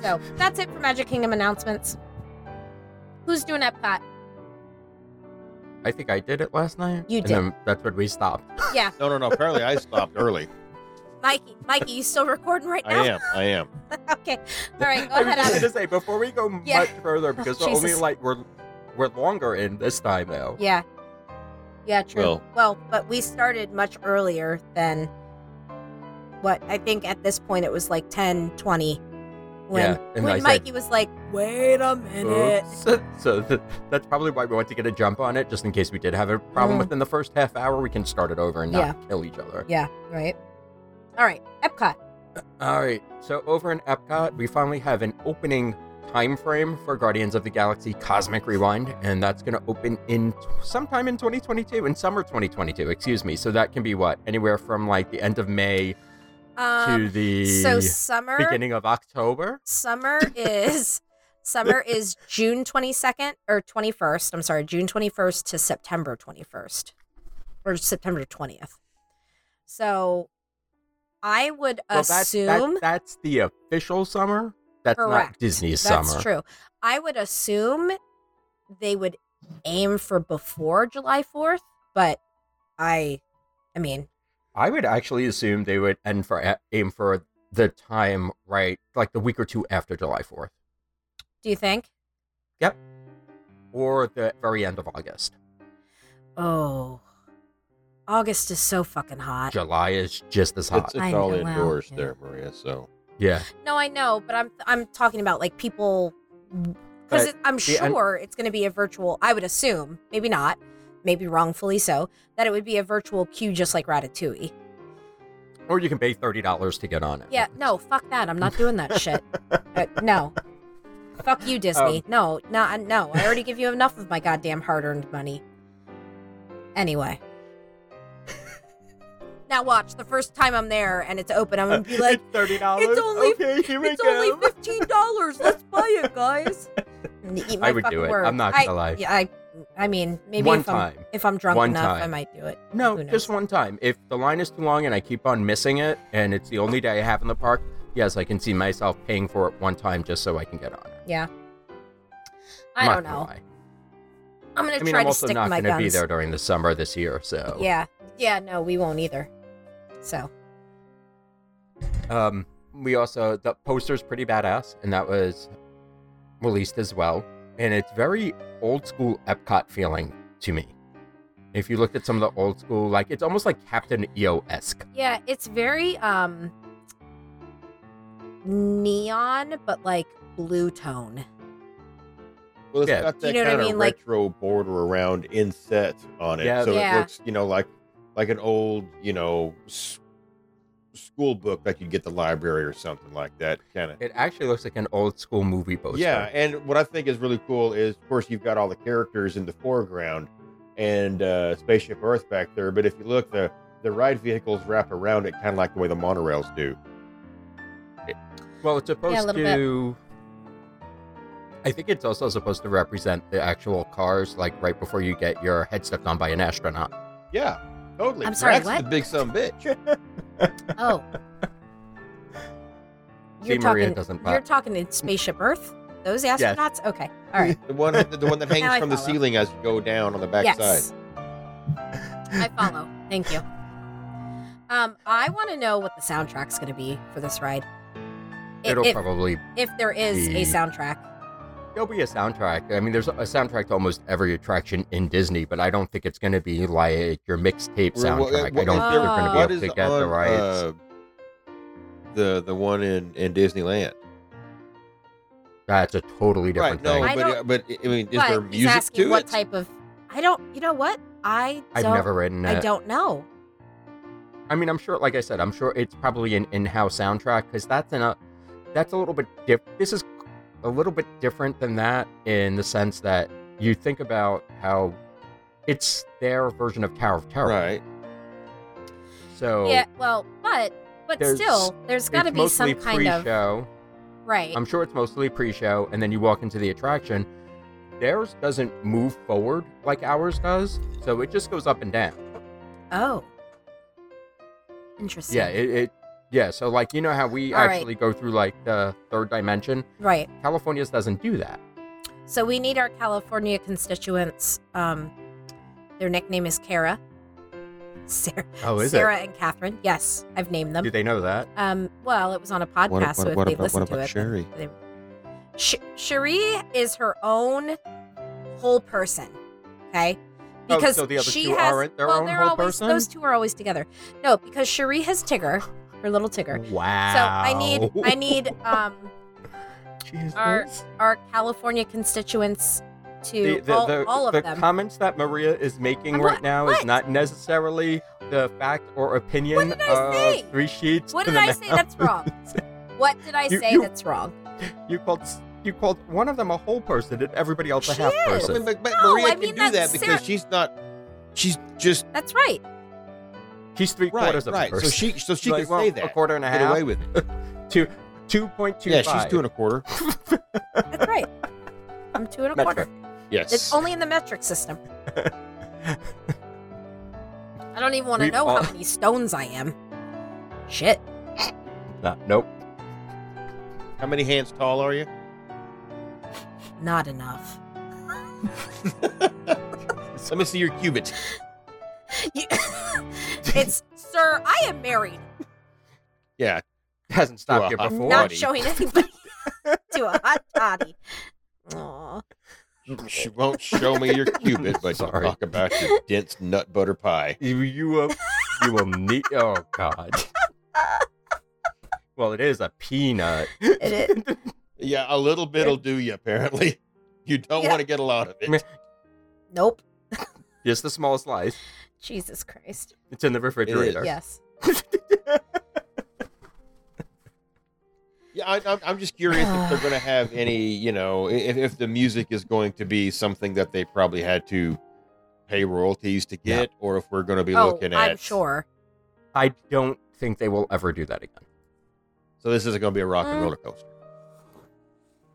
so that's it for magic kingdom announcements who's doing epcot
I think I did it last night.
You
and
did.
Then that's when we stopped.
No, no, no. Apparently, I stopped early.
Mikey, Mikey, you still recording right now?
I am. I am.
okay. All right, go
I was
ahead,
just
Adam.
gonna say before we go
Yeah. Oh,
much further because we're only
Jesus.
like we're we're longer in this time now.
Yeah. Yeah, true. Well,
Well-
but we started much earlier than what I think at this point it was like 10, 20 when,
Yeah, and I
when
said-
Mikey was like, wait a minute.
Oops. So th- that's probably why we want to get a jump on it, just in case we did have a problem
Mm.
within the first half hour. We can start it over and not kill each other.
Yeah, right. All right, Epcot.
All right. So over in Epcot, we finally have an opening time frame for Guardians of the Galaxy Cosmic Rewind, and that's going to open in t- sometime in 2022, in summer 2022. Excuse me. So that can be what anywhere from like the end of May to
Um,
the
so summer
beginning of October.
summer is summer is June 22nd or 21st. I'm sorry, June 21st to September 21st or September 20th. So I would
Well, that's, that-
assume
that's the official summer. That's
Correct.
not Disney's
that's
summer.
true. I would assume they would aim for before July 4th, but I I mean,
I would actually assume they would end for aim for the time right, like the week or two after July 4th,
do you think?
or the very end of August.
Oh. August is so fucking hot.
July is just as hot.
It's, it's
I
all
know, wow,
indoors
yeah.
there, Maria. So
yeah.
No, I know, but I'm I'm talking about like people
But
because I'm
the un-
sure it's going to be a virtual. I would assume, maybe not, maybe wrongfully so, that it would be a virtual queue just like Ratatouille.
Or you can pay thirty dollars to get on it.
Yeah, no, fuck that. I'm not doing that shit. But no, fuck you, Disney. no, no, I- no. I already give you enough of my goddamn hard-earned money. Anyway. Now watch the first time I'm there and it's open. I'm gonna be like,
thirty dollars.
It's only-
okay, here
It's only fifteen dollars. Let's buy it, guys. And eat my
I would do
fucking
it.
words.
I'm not
I-
gonna lie.
Yeah, I, I mean, maybe
One
if I'm
time.
if I'm drunk
One
enough, I
time.
might do it.
No,
Who knows?
just one time. If the line is too long and I keep on missing it, and it's the only day I have in the park, yes, I can see myself paying for it one time just so I can get on it.
Yeah.
I'm
I
not
don't
gonna
know.
lie.
I'm gonna
I mean,
try
I'm
to
also
stick
not
my
going to
guns.
be there during the summer this year, so
Yeah, yeah. No, we won't either. So
Um, we also the poster's pretty badass, and that was released as well. And it's very old school Epcot feeling to me. If you looked at some of the old school, like it's almost like Captain E EO esque.
yeah, it's very um neon, but like blue tone.
well, it's
Yeah.
got that
You know what I
kind of
mean? Like-
retro border around inset on it,
Yeah.
so
Yeah.
it looks you know like like an old you know s- school book like you'd get at the library or something like that kind of.
It actually looks like an old school movie poster.
Yeah, and what I think is really cool is, of course, you've got all the characters in the foreground and uh, Spaceship Earth back there. But if you look, the the ride vehicles wrap around it, kind of like the way the monorails do.
Well, it's supposed
little bit.
to. I think it's also supposed to represent the actual cars, like right before you get your head stepped on by an astronaut.
Yeah, totally.
I'm sorry,
That's
what?
the big son bitch.
Oh,
See,
you're
Maria
talking.
doesn't
You're
pop.
talking in spaceship Earth. Those astronauts. Okay. All right.
The one, the one that
Now
hangs
I
from the
follow.
ceiling as you go down on the back
Yes.
side.
I follow. Thank you. Um, I want to know what the soundtrack's going to be for this ride. I-
It'll
if,
probably
if there is a
be-
soundtrack.
There'll be a soundtrack. I mean, there's a soundtrack to almost every attraction in Disney, but I don't think it's going to be like your mixtape
Well, what-
soundtrack.
what
I don't
is
think
there-
they're going to
what
be
is
able to get the
on,
rights.
uh, the the one in in Disneyland.
That's a totally different
right? No,
thing.
I
but uh,
don't-
but I mean, is
but
there
he's
music
asking
to
what
it?
type of. I don't. You know what? I
I've
don't.
never written
I
it.
don't know.
I mean, I'm sure, like I said, I'm sure it's probably an in-house soundtrack because that's in a that's a little bit diff. This is a little bit different than that in the sense that you think about how it's their version of Tower of Terror.
Right.
So
Yeah. Well, but but
Oh. There's-
still, there's got to
it's
be some
mostly
kind
pre-show.
of right.
I'm sure it's mostly pre-show, and then you walk into the attraction. Theirs doesn't move forward like ours does, so it just goes up and down.
oh. Interesting.
Yeah, it, it yeah. So like you know how we
All right.
actually go through like the third dimension.
right.
California's doesn't do that.
So we need our California constituents. Um, their nickname is Kara. Sarah,
Oh,
Sarah and Catherine. Yes, I've named them.
Do they know that?
Um, well, it was on a podcast,
What- what-
so if
what
they
about-
listen
what
to
about
it,
Sherry?
They... Sh- Cherie is her own whole person, okay?
Oh,
Because
so the other
she
two
has,
aren't their
well,
own
they're
whole
always,
person?
Those two are always together. No, because Cherie has Tigger, her little Tigger.
Wow.
So I need, I need um, our our California constituents to all, all of
the
them.
comments that Maria is making
I'm
right
not-
now
what?
is not necessarily the fact or opinion
What did I
of
say?
three sheets.
what
to
did
the
I say
Mouse.
that's wrong? What did I
You-
say
you-
that's wrong?
You called you called one of them a whole person and everybody else a
She
half
is.
I mean,
person.
but, but
No,
Maria
I
can
mean,
do that
that's
because
Sarah-
she's not. She's just
That's right.
She's three
right,
quarters of
right.
a
So
person.
she so she
Like,
can
well,
say that.
a quarter and a
Get
half.
away with it.
Two two point two.
Yeah, she's two and a quarter.
That's right. I'm two and a quarter.
Yes.
It's only in the metric system. I don't even want to
We've
know
all-
how many stones I am. Shit.
Nah, nope.
How many hands tall are you?
Not enough.
Let me see your cubit.
You- it's, sir, I am married.
Yeah.
Hasn't stopped
Well,
you
I'm
before.
Not
Forty.
showing anybody to a hot toddy. Aw.
She won't show me your cubit, but she'll
Sorry.
talk about your dense nut butter pie.
You you will, you will need. Oh God. Well, it is a peanut.
It is.
Yeah, a little bit'll do you. Apparently, you don't
Yeah.
want to get a lot of it.
Nope.
Just the small slice.
Jesus Christ.
It's in the refrigerator.
Yes.
Yeah, I, I'm, I'm just curious if they're going to have any, you know, i- if, if the music is going to be something that they probably had to pay royalties to
Yeah.
get, or if we're going to be
oh,
looking at.
I'm sure.
I don't think they will ever do that again.
So this isn't going to be a rock and
Mm.
roller coaster.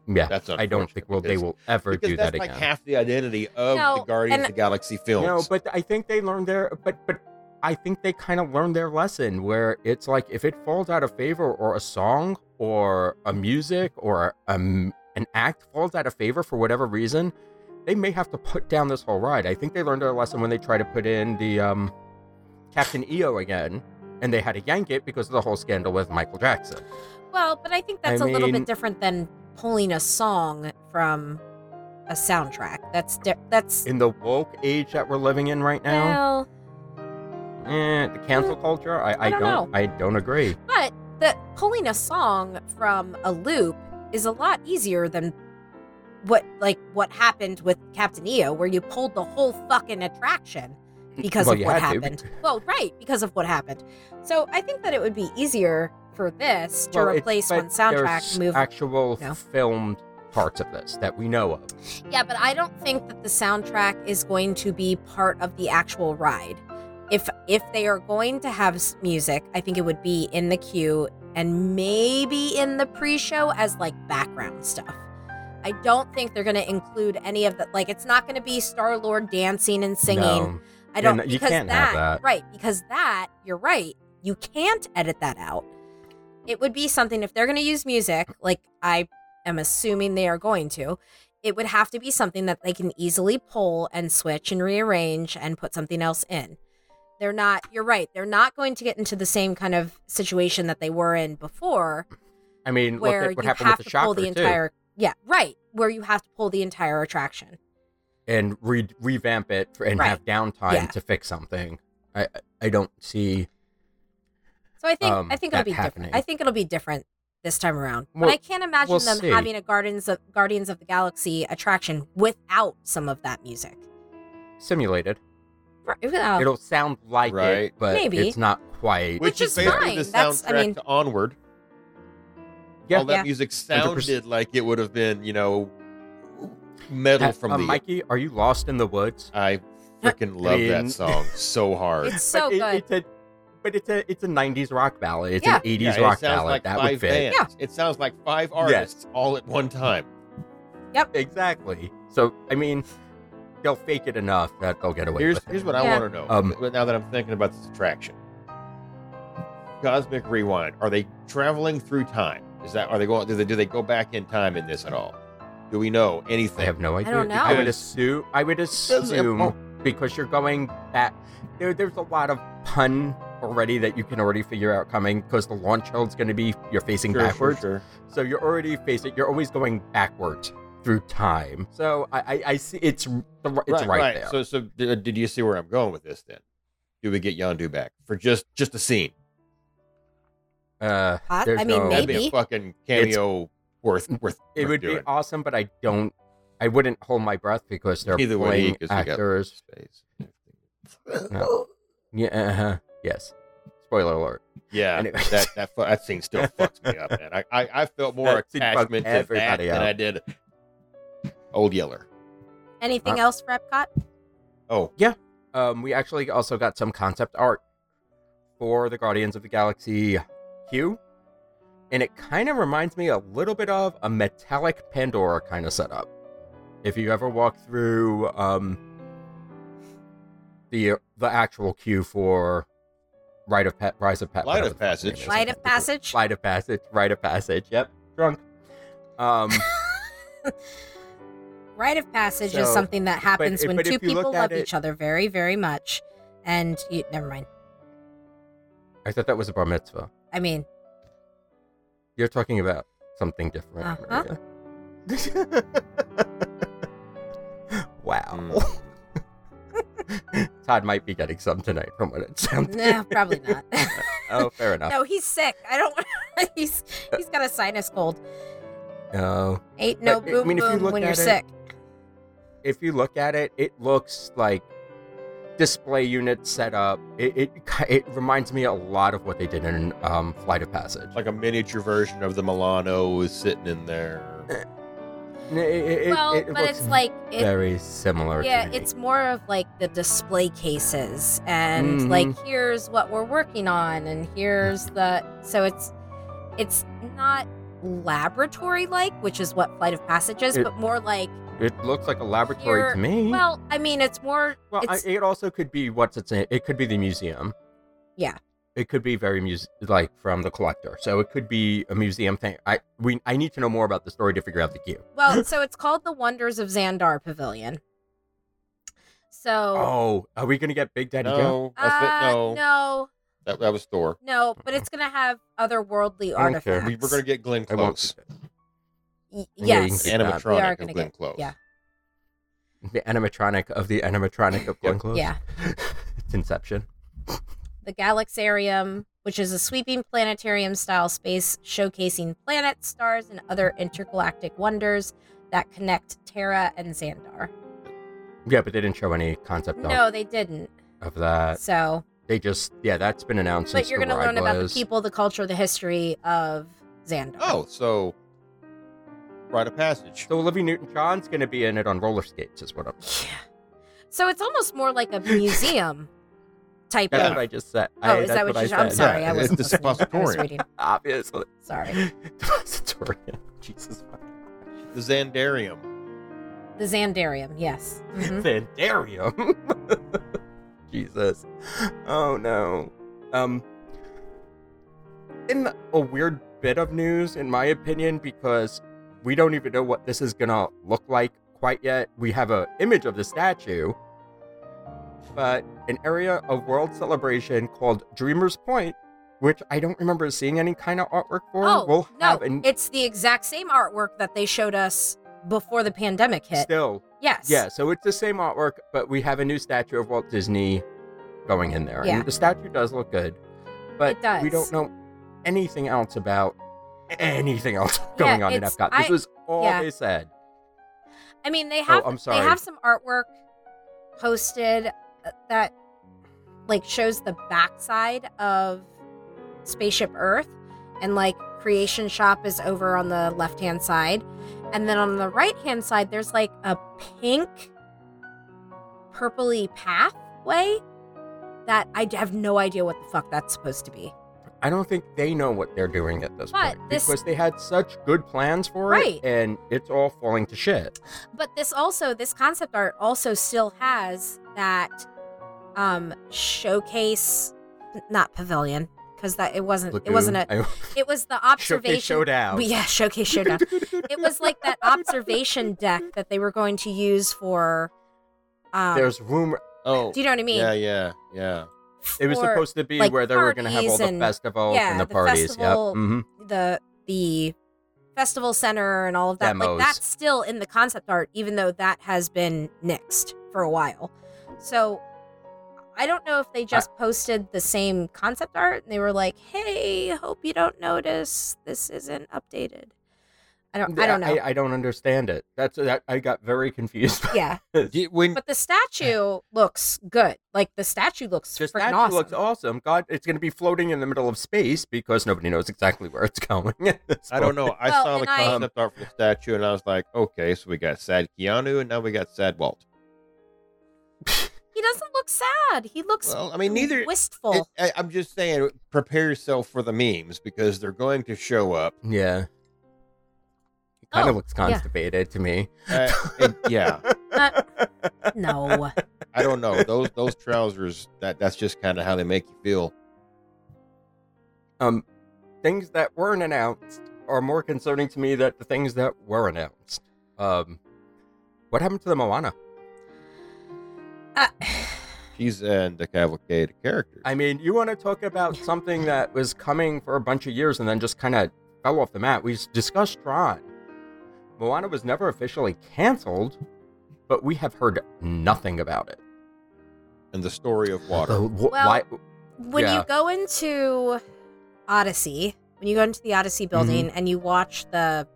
Yeah,
That's
I don't think will they
unfortunate
will ever
because
do
that's
that
like
again.
half the identity of the
No,
Guardians
and-
of the Galaxy films.
No, but I think they learned their but but I think they kind of learned their lesson where it's like if it falls out of favor or a song or a music or um an act falls out of favor for whatever reason, they may have to put down this whole ride. I think they learned their lesson when they tried to put in the um Captain EO again and they had to yank it because of the whole scandal with Michael Jackson.
Well, but I think that's
I
a little
mean-
bit different than pulling a song from a soundtrack. That's di- that's
In the woke age that we're living in right now,
well,
eh, the cancel culture, I, I,
I don't
don't I don't agree.
but the pulling a song from a loop is a lot easier than what like what happened with Captain EO, where you pulled the whole fucking attraction because
Mm, Well,
of
you
what
had to.
happened. Well, right, because of what happened. So I think that it would be easier for this to
Well, it-
replace
but
one soundtrack
there's
move.
actual
No.
filmed parts of this that we know of.
Yeah, but I don't think that the soundtrack is going to be part of the actual ride. If if they are going to have s- music, I think it would be in the queue and maybe in the pre-show as like background stuff. I don't think they're going to include any of that. Like, it's not going to be Star Lord dancing and singing.
No.
I don't
no, you
because
can't
that,
have that.
right because that you're right you can't edit that out. It would be something if they're going to use music like I am assuming they are going to. It would have to be something that they can easily pull and switch and rearrange and put something else in. They're not. You're right. They're not going to get into the same kind of situation that they were in before,
I mean, look
where
at Mm, what
you
happened
have
with the
to pull
shocker
the
too,
entire. Yeah, right. Where you have to pull the entire attraction.
and re- revamp it for, and
Right.
have downtime
Yeah.
to fix something. I I- I don't see.
So I think
um,
I think it'll
that
be
happening.
different. I think it'll be different this time around. but
Well,
I can't imagine
we'll
them
see.
having a Guardians of Guardians of the Galaxy attraction without some of that music.
Simulated.
Right, without-
It'll sound like
Right.
it, but
Oh. Maybe.
it's not quite.
Which
is
is
basically
fine.
the
That's-
soundtrack
I mean-
to Onward.
Yeah.
All that
Yeah.
music
100%.
sounded like it would have been, you know, metal
Uh,
from
um,
uh,
the.
Mikey, are you lost in the woods?
I freaking love that
mean-
song so hard.
Oh, it's so
but it-
good.
it's a, but it's a it's a '90s rock ballad. It's
Yeah.
an '80s
Yeah, it
rock
sounds
ballad.
like
that
five
would fit.
bands. It sounds like five artists all at one time.
Exactly. So I mean, they'll fake it enough that they'll get away
here's
with it.
here's what I
Yeah.
want to know.
Um,
but now that I'm thinking about this attraction, Cosmic Rewind. Are they traveling through time? Is that are they going? Do they do they go back in time in this at all? Do we know
I
anything?
have no idea.
don't know.
I would
Because-
assume. I would
doesn't- well-
assume because you're going back. There, there's a lot of pun already that you can already figure out coming because the launch hill's going to be you're facing
Sure, sure,
backwards.
sure.
So you're already facing. You're always going backwards through time. So I, I, I see it's r- the r- it's right, there.
So, so d- uh, did you see where I'm going with this? Then, do we get Yondu back for just just a scene?
uh,
Pot-
there's
I mean,
no-
That'd be a
Maybe.
fucking cameo worth worth.
it
worth
would
doing.
be awesome, but I don't. I wouldn't hold my breath because they're
Either way,
playing
'cause we got-
actors. No. Yeah. Uh-huh. Yes. Spoiler alert.
Yeah,
Anyway.
that that fu- that scene still fucks me up, man. I I, I felt more
That scene fucked
attachment to that
everybody
than
up.
I did Old Yeller.
Anything
uh,
else for Epcot?
Oh,
Um, we actually also got some concept art for the Guardians of the Galaxy Q, and it kind of reminds me a little bit of a metallic Pandora kind of setup. If you ever walk through um, the uh, the actual queue for Rite of pa- Rise of Pa-
Light
whatever
of
the fuck the name
Passage.
is.
Light of Passage.
Rite of Passage, Rite of Passage. Yep, drunk. Um,
Rite of passage is
So,
something that happens
if-
when
but
two
if you
people
look at
love each other very, very much, and you, never mind.
I thought that was a bar mitzvah.
I mean,
You're talking about something different.
Uh-huh.
Maria. Wow.
Mm.
Todd might be getting some tonight from what it sounds.
no, probably not.
Oh, fair enough.
no, he's sick. I don't. he's he's got a sinus cold.
No.
Ain't no
But, I
boom
mean, if you
boom
look
when you're
at it-
sick.
If you look at it, it looks like display unit setup. It it, ki- it reminds me a lot of what they did in um, Flight of Passage.
like a miniature version of the Milano is sitting in there.
It- it- it-
well,
it
but
looks
it's like it,
very similar. to
yeah,
me.
it's more of like the display cases and
Mm-hmm.
Mhm.
like here's what we're working on and here's the so it's it's not laboratory like, which is what Flight of Passage is,
It- Hmm?
but more like
it looks like a laboratory
Here-
to me.
well, I mean, it's more
Well, I,
it's-
it also could be what's its name. It could be the museum.
Yeah.
It could be very muse like from the collector. So it could be a museum thing. I we I need to know more about the story to figure out the cue.
well, so it's called the Wonders of Xandar Pavilion. So
Oh, are we gonna get Big Daddy Joe?
No, that's
uh,
it. No,
no,
That, that was Thor.
no, but it's gonna have otherworldly
I don't care.
artifacts.
We, we're gonna get Glenn
I won't.
Close,
Y-
Yeah, you
yes.
can
animatronic
We are
of
gonna
Glenn
get-
Close.
yeah.
The animatronic of the animatronic of Glenn Close.
Yeah.
it's Inception.
the Galaxarium, which is a sweeping planetarium style space showcasing planets, stars, and other intergalactic wonders that connect Terra and Xandar.
Yeah, but they didn't show any concept art
No, they didn't.
of that.
So,
They just yeah, that's been announced.
but
Uh, since
you're
the
going to
ride
learn about the
was.
people, the culture, the history of Xandar.
Oh, so rite of passage.
So Olivia Newton-John's gonna be in it on roller skates, is what I'm.
Yeah. So it's almost more like a museum type
That's
Yeah.
of.
what I just said.
Oh,
I,
is
that's
that what you
I
said? I'm
said.
sorry.
Yeah,
I wasn't
it's a
listening. I was
suppositorium.
reading.
Obviously.
Sorry.
Depositoria. Jesus fucking
The Xandarium.
The Xandarium, yes. Mhm.
Sandarium. Jesus. Oh no. Um in a weird bit of news, in my opinion, because we don't even know what this is gonna look like quite yet. We have a image of the statue, but an area of world celebration called Dreamer's Point, which I don't remember seeing any kind of artwork for.
Oh,
will
no.
have an
It's the exact same artwork that they showed us before the pandemic hit.
still
Yes.
Yeah, so it's the same artwork, but we have a new statue of Walt Disney going in there.
Yeah.
And the statue does look good, but
It does.
we don't know anything else about anything else going on in
it's-
Epcot. This
I-
was all
yeah.
they said.
I mean, they
Oh,
have.
I'm sorry.
They have some artwork posted uh, that like shows the backside of Spaceship Earth, and like Creation Shop is over on the left hand side, and then on the right hand side there's like a pink, purpley pathway that I d- have no idea what the fuck that's supposed to be.
I don't think they know what they're doing at this
But
point
this-
because they had such good plans for
Right.
it, and it's all falling to shit.
But this also, this concept art also still has that um showcase, not pavilion, because that it wasn't, it wasn't a,
Lagoon. I-
it was the
Showcase
observation.
showdown.
yeah, showcase showdown. it was like that observation deck that they were going to use for. Um,
There's room.
Oh,
do you know what I mean?
yeah, yeah, yeah.
It was
For
supposed to be
like,
where they were going to have all
parties
the
and-
festivals
yeah,
and the,
the
parties.
festival-
Yep. hmm
the the festival center and all of that.
Demos.
Like that's still in the concept art, even though that has been nixed for a while. So I don't know if they just posted the same concept art and they were like, "Hey, hope you don't notice this isn't updated." I don't. I don't know.
I, don't understand it. That's that. I got very confused. by
yeah,
this.
Did- when
but the statue looks good. Like the statue looks
The
freaking
statue
awesome.
looks awesome. God, it's going to be floating in the middle of space because nobody knows exactly where it's going. at this
I don't
point.
know. I
Well,
saw the
and I-
concept art for the statue, and I was like, okay, so we got sad Keanu, and now we got sad Walt.
he doesn't look sad. He looks.
Well, I mean, neither.
wistful.
it- I, I'm just saying, prepare yourself for the memes because they're going to show up.
Yeah. It kind of
Oh,
looks constipated to me.
Uh, and yeah,
no.
I don't know those those trousers. That that's just kind of how they make you feel.
Um, things that weren't announced are more concerning to me than the things that were announced. Um, what happened to the Moana?
Uh,
She's in the cavalcade of characters.
I mean, you want to talk about something that was coming for a bunch of years and then just kind of fell off the map. We discussed Tron. Moana was never officially canceled, but we have heard nothing about it.
and the story of
Uh,
water.
wh-
Well-
why?
when
Yeah.
you go into Odyssey, when you go into the
Mm-hmm.
Odyssey building and you watch the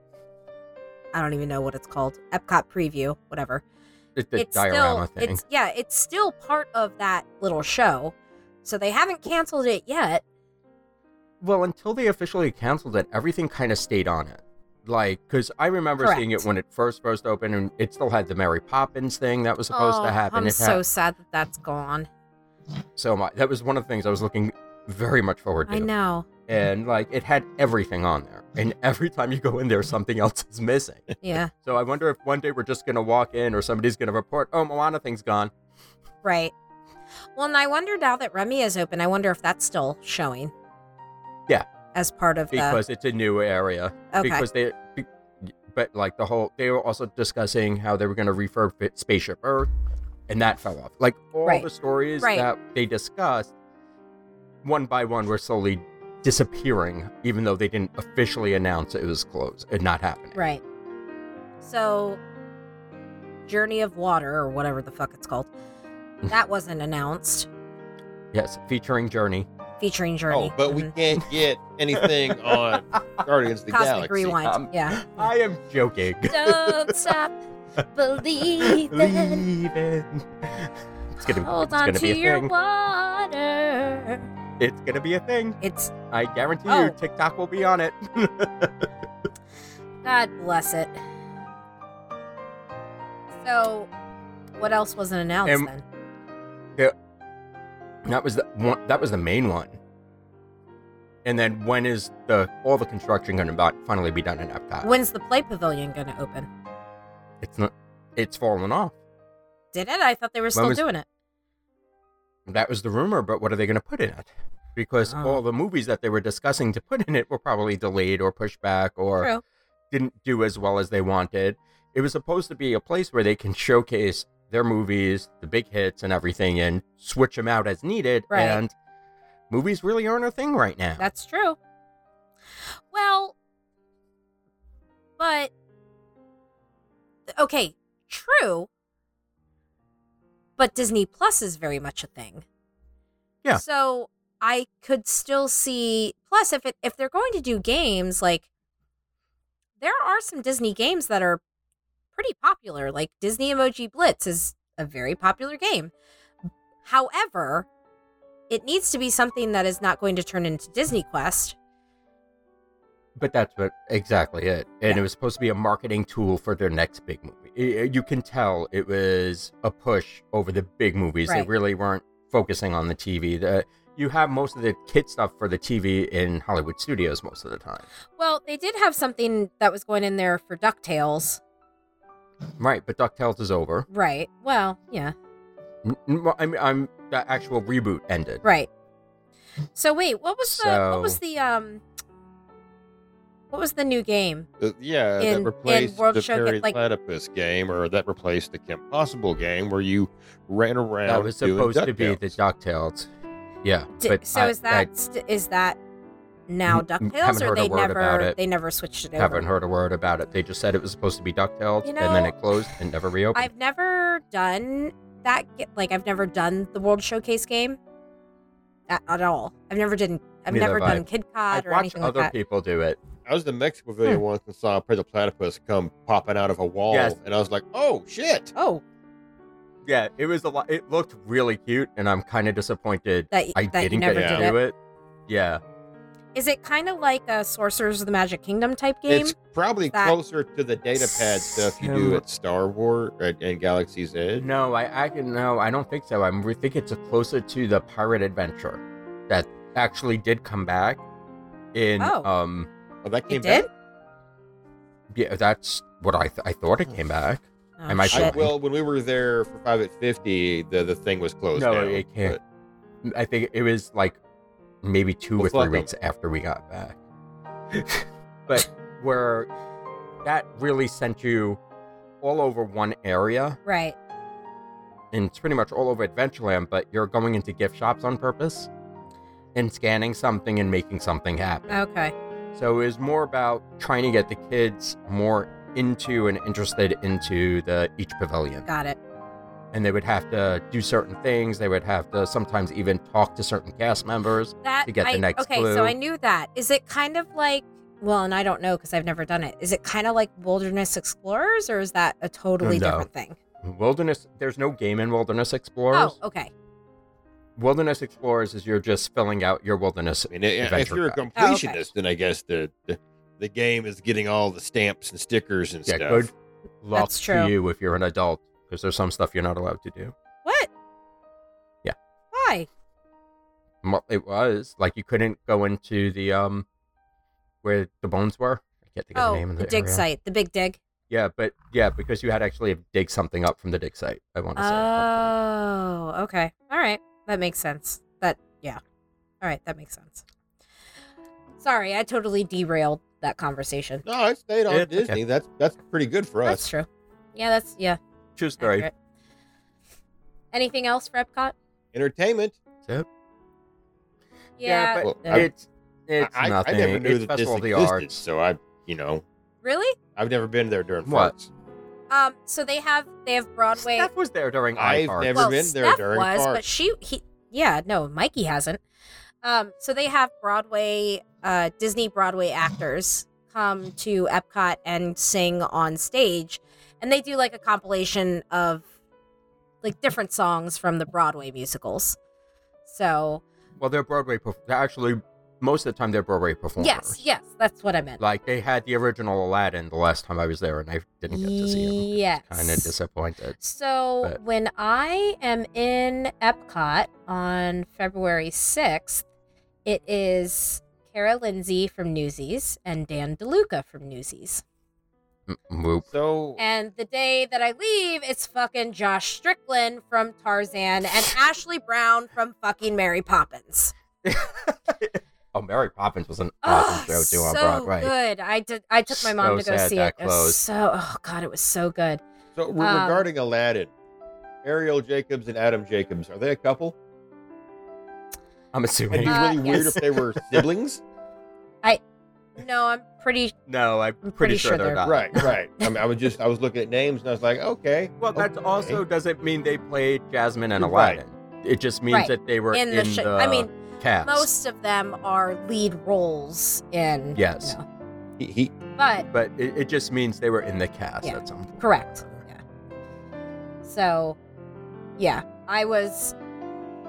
I don't even know what it's called, Epcot preview, whatever.
It's the
it's
diorama
still
thing.
it's yeah, it's still part of that little show. So they haven't canceled it yet.
Well, until they officially canceled it, everything kind of stayed on it. Like, because I remember seeing
Correct.
it when it first first opened, and it still had the Mary Poppins thing that was supposed
Oh,
to happen.
I'm
it
so
had,
sad that that's gone.
so my, that was one of the things I was looking very much forward to.
I know.
And like, it had everything on there, and every time you go in there, something else is missing.
Yeah.
So I wonder if one day we're just gonna walk in, or somebody's gonna report, "Oh, Moana thing's gone."
right. Well, and I wonder now that Remy is open, I wonder if that's still showing.
Yeah.
As part of
because it's a new area.
Okay.
Because they, be- but like the whole, they were also discussing how they were going to refurbish Spaceship Earth, and that fell off. Like all
Right.
the stories
Right.
that they discussed, one by one, were slowly disappearing, even though they didn't officially announce it was closed and not happening.
the Right. So Journey of Water or whatever the fuck it's called. That wasn't announced
Yes, featuring Journey.
featuring Journey.
Oh, but we
Mhm.
can't get anything on Guardians of the
Cosmic
Galaxy.
Rewind.
Um,
yeah.
I am joking.
Don't stop believing.
Leaving. It's gonna,
Hold
it's
on
gonna
to
be a
your
thing.
water.
It's gonna be a thing.
It's
I guarantee
Oh.
you, TikTok will be on it.
God bless it. So, what else wasn't announced
And-
then?
That was the one, that was the main one. And then when is the all the construction going to finally be done in Epcot?
When's the play pavilion going to open?
it's not. It's fallen off.
Did it? I thought they were still
was-
doing it.
That was the rumor. But what are they going to put in it? Because
Oh.
all the movies that they were discussing to put in it were probably delayed or pushed back or
True.
didn't do as well as they wanted. It was supposed to be a place where they can showcase their movies, the big hits, and everything, and switch them out as needed.
Right.
And movies really aren't a thing right now.
That's true. Well, but okay, true. But Disney Plus is very much a thing.
Yeah.
So I could still see plus if it if they're going to do games like there are some Disney games that are pretty popular like Disney Emoji Blitz is a very popular game. However, it needs to be something that is not going to turn into Disney Quest.
But that's what exactly it. And it was supposed to be a marketing tool for their next big movie. I- I- You can tell it was a push over the big movies. They
Right.
really weren't focusing on the TV. The, you have most of the kid stuff for the TV in Hollywood studios most of the time.
Well, they did have something that was going in there for DuckTales.
Right, but DuckTales is over.
Right. Well, yeah.
N- n- well, I'm, I'm the actual reboot ended.
Right. So wait, what was the what was
So-
the um what was the new game?
Uh, yeah,
In- in
that replaced
World
the
Showcase,
Perry
like-
Platypus game, or that replaced the Camp Possible game, where you ran around.
That was
doing
supposed to be
DuckTales.
the DuckTales. Yeah,
Di-
but
so
I-
is
I
that st- is that now
Mm, mm,
DuckTales
haven't
or
heard a
they
word about
never
it.
they never switched it over?
haven't heard a word about it. They just said it was supposed to be DuckTales,
You
and then
know,
it closed and never reopened.
I've never done that ge- like I've never done the World Showcase game at, at all. I've never did I've
Neither
never
have I.
done Kid
I
Cod or
watched
anything like
other
that.
people do it.
I was in the Mexico Pavilion
Hmm.
once and saw Perry the Platypus come popping out of a wall,
Yes.
and I was like, "Oh shit!"
Oh,
Yeah, it was a lot. It looked really cute, and I'm kind of disappointed
that
I
that you
didn't
never
get
did
to
it.
do it. Yeah,
Is it kind of like a Sorcerers of the Magic Kingdom type game?
It's probably
that-
closer to the data pad stuff you do
Sim-
at Star Wars and, and Galaxy's Edge.
no, I, I can no, I don't think so. I'm, I think it's closer to the Pirate Adventure that actually did come back in.
Oh.
Um,
Oh, that came
it did?
back.
yeah, that's what I th- I thought it came back.
Oh,
Am I
shit.
I,
Sure.
well, when we were there for five at fifty, the the thing was closed.
No,
down,
it can't. I think it was like maybe two
Well,
or
fuck
three
'em.
weeks after we got back. but where that really sent you all over one area.
Right.
and it's pretty much all over Adventureland, but you're going into gift shops on purpose and scanning something and making something happen.
Okay.
So it was more about trying to get the kids more into and interested into the each pavilion.
Got it.
And they would have to do certain things. They would have to sometimes even talk to certain cast members.
That
To get the
I-
next
Okay,
clue.
so I knew that. Is it kind of like well, and I don't know because I've never done it. Is it kind of like Wilderness Explorers, or is that a totally
No.
different thing?
Wilderness, there's no game in Wilderness Explorers.
Oh, okay.
Wilderness Explorers is you're just filling out your wilderness.
I mean, i- if
Adventure
you're a
guide.
Oh,
completionist,
okay.
then I guess the, the the game is getting all the stamps and stickers and
Yeah,
stuff.
good luck
That's true.
to you if you're an adult, because there's some stuff you're not allowed to do.
What?
Yeah.
Why?
Mo- It was like you couldn't go into the um where the bones were. I can't think of the
Oh,
name
the,
of the
dig
area.
site, the big dig.
Yeah, but yeah, because you had to actually dig something up from the dig site. I want to say.
Oh, okay. All right. That makes sense. That, yeah. All right. That makes sense. Sorry, I totally derailed that conversation.
No, I stayed on
It's okay.
Disney. That's that's pretty good for us.
That's true. Yeah, that's, yeah.
True story.
accurate. Anything else for Epcot?
Entertainment.
So,
Yeah.
but
Well, I-
it's it's
I, I-
nothing.
I never knew
it's
that this
Festival of the
existed,
Arts.
so I, you know,
really?
I've never been there during
What?
farts.
Um, so they have, they have Broadway.
Steph was there during
I've
iHeart.
never
well,
been there
Steph
during
was,
park.
but she, he, yeah, no, Mikey hasn't. Um, so they have Broadway, uh, Disney Broadway actors come to Epcot and sing on stage, and they do like a compilation of like different songs from the Broadway musicals. So
Well, they're Broadway. perf- They're actually most of the time they're Broadway performers.
yes, yes, that's what I meant.
Like they had the original Aladdin the last time I was there, and I didn't get to see him.
Yes,
Kind of disappointed.
So
But-
when I am in Epcot on February 6th, it is Kara Lindsay from Newsies and Dan DeLuca from Newsies.
Mm, Whoop.
So
And the day that I leave, it's fucking Josh Strickland from Tarzan and Ashley Brown from fucking Mary Poppins.
Oh, Mary Poppins was an
Oh,
awesome show too on
so
Broadway.
good. I did. I took my mom
So
to go
sad
see
that
it. It was
closed.
so. Oh god, it was so good.
So re-
Um,
regarding Aladdin, Ariel Jacobs and Adam Jacobs, are they a couple?
I'm
It'd
assuming.
be
Uh,
really weird
yes.
if they were siblings.
No, I'm pretty.
no, I'm pretty, sure, they're, not.
right, right. I mean, I was just I was looking at names and I was like, okay. Oh,
Well, that
okay.
also doesn't mean they played Jasmine and
Right.
Aladdin. It just means
Right.
that they were
In the sh- I mean,
cast.
Most of them are lead roles in.
Yes.
you know,
he, he
but
but it, it just means they were in the cast
Yeah,
at some point.
Correct. Yeah. So, yeah, I was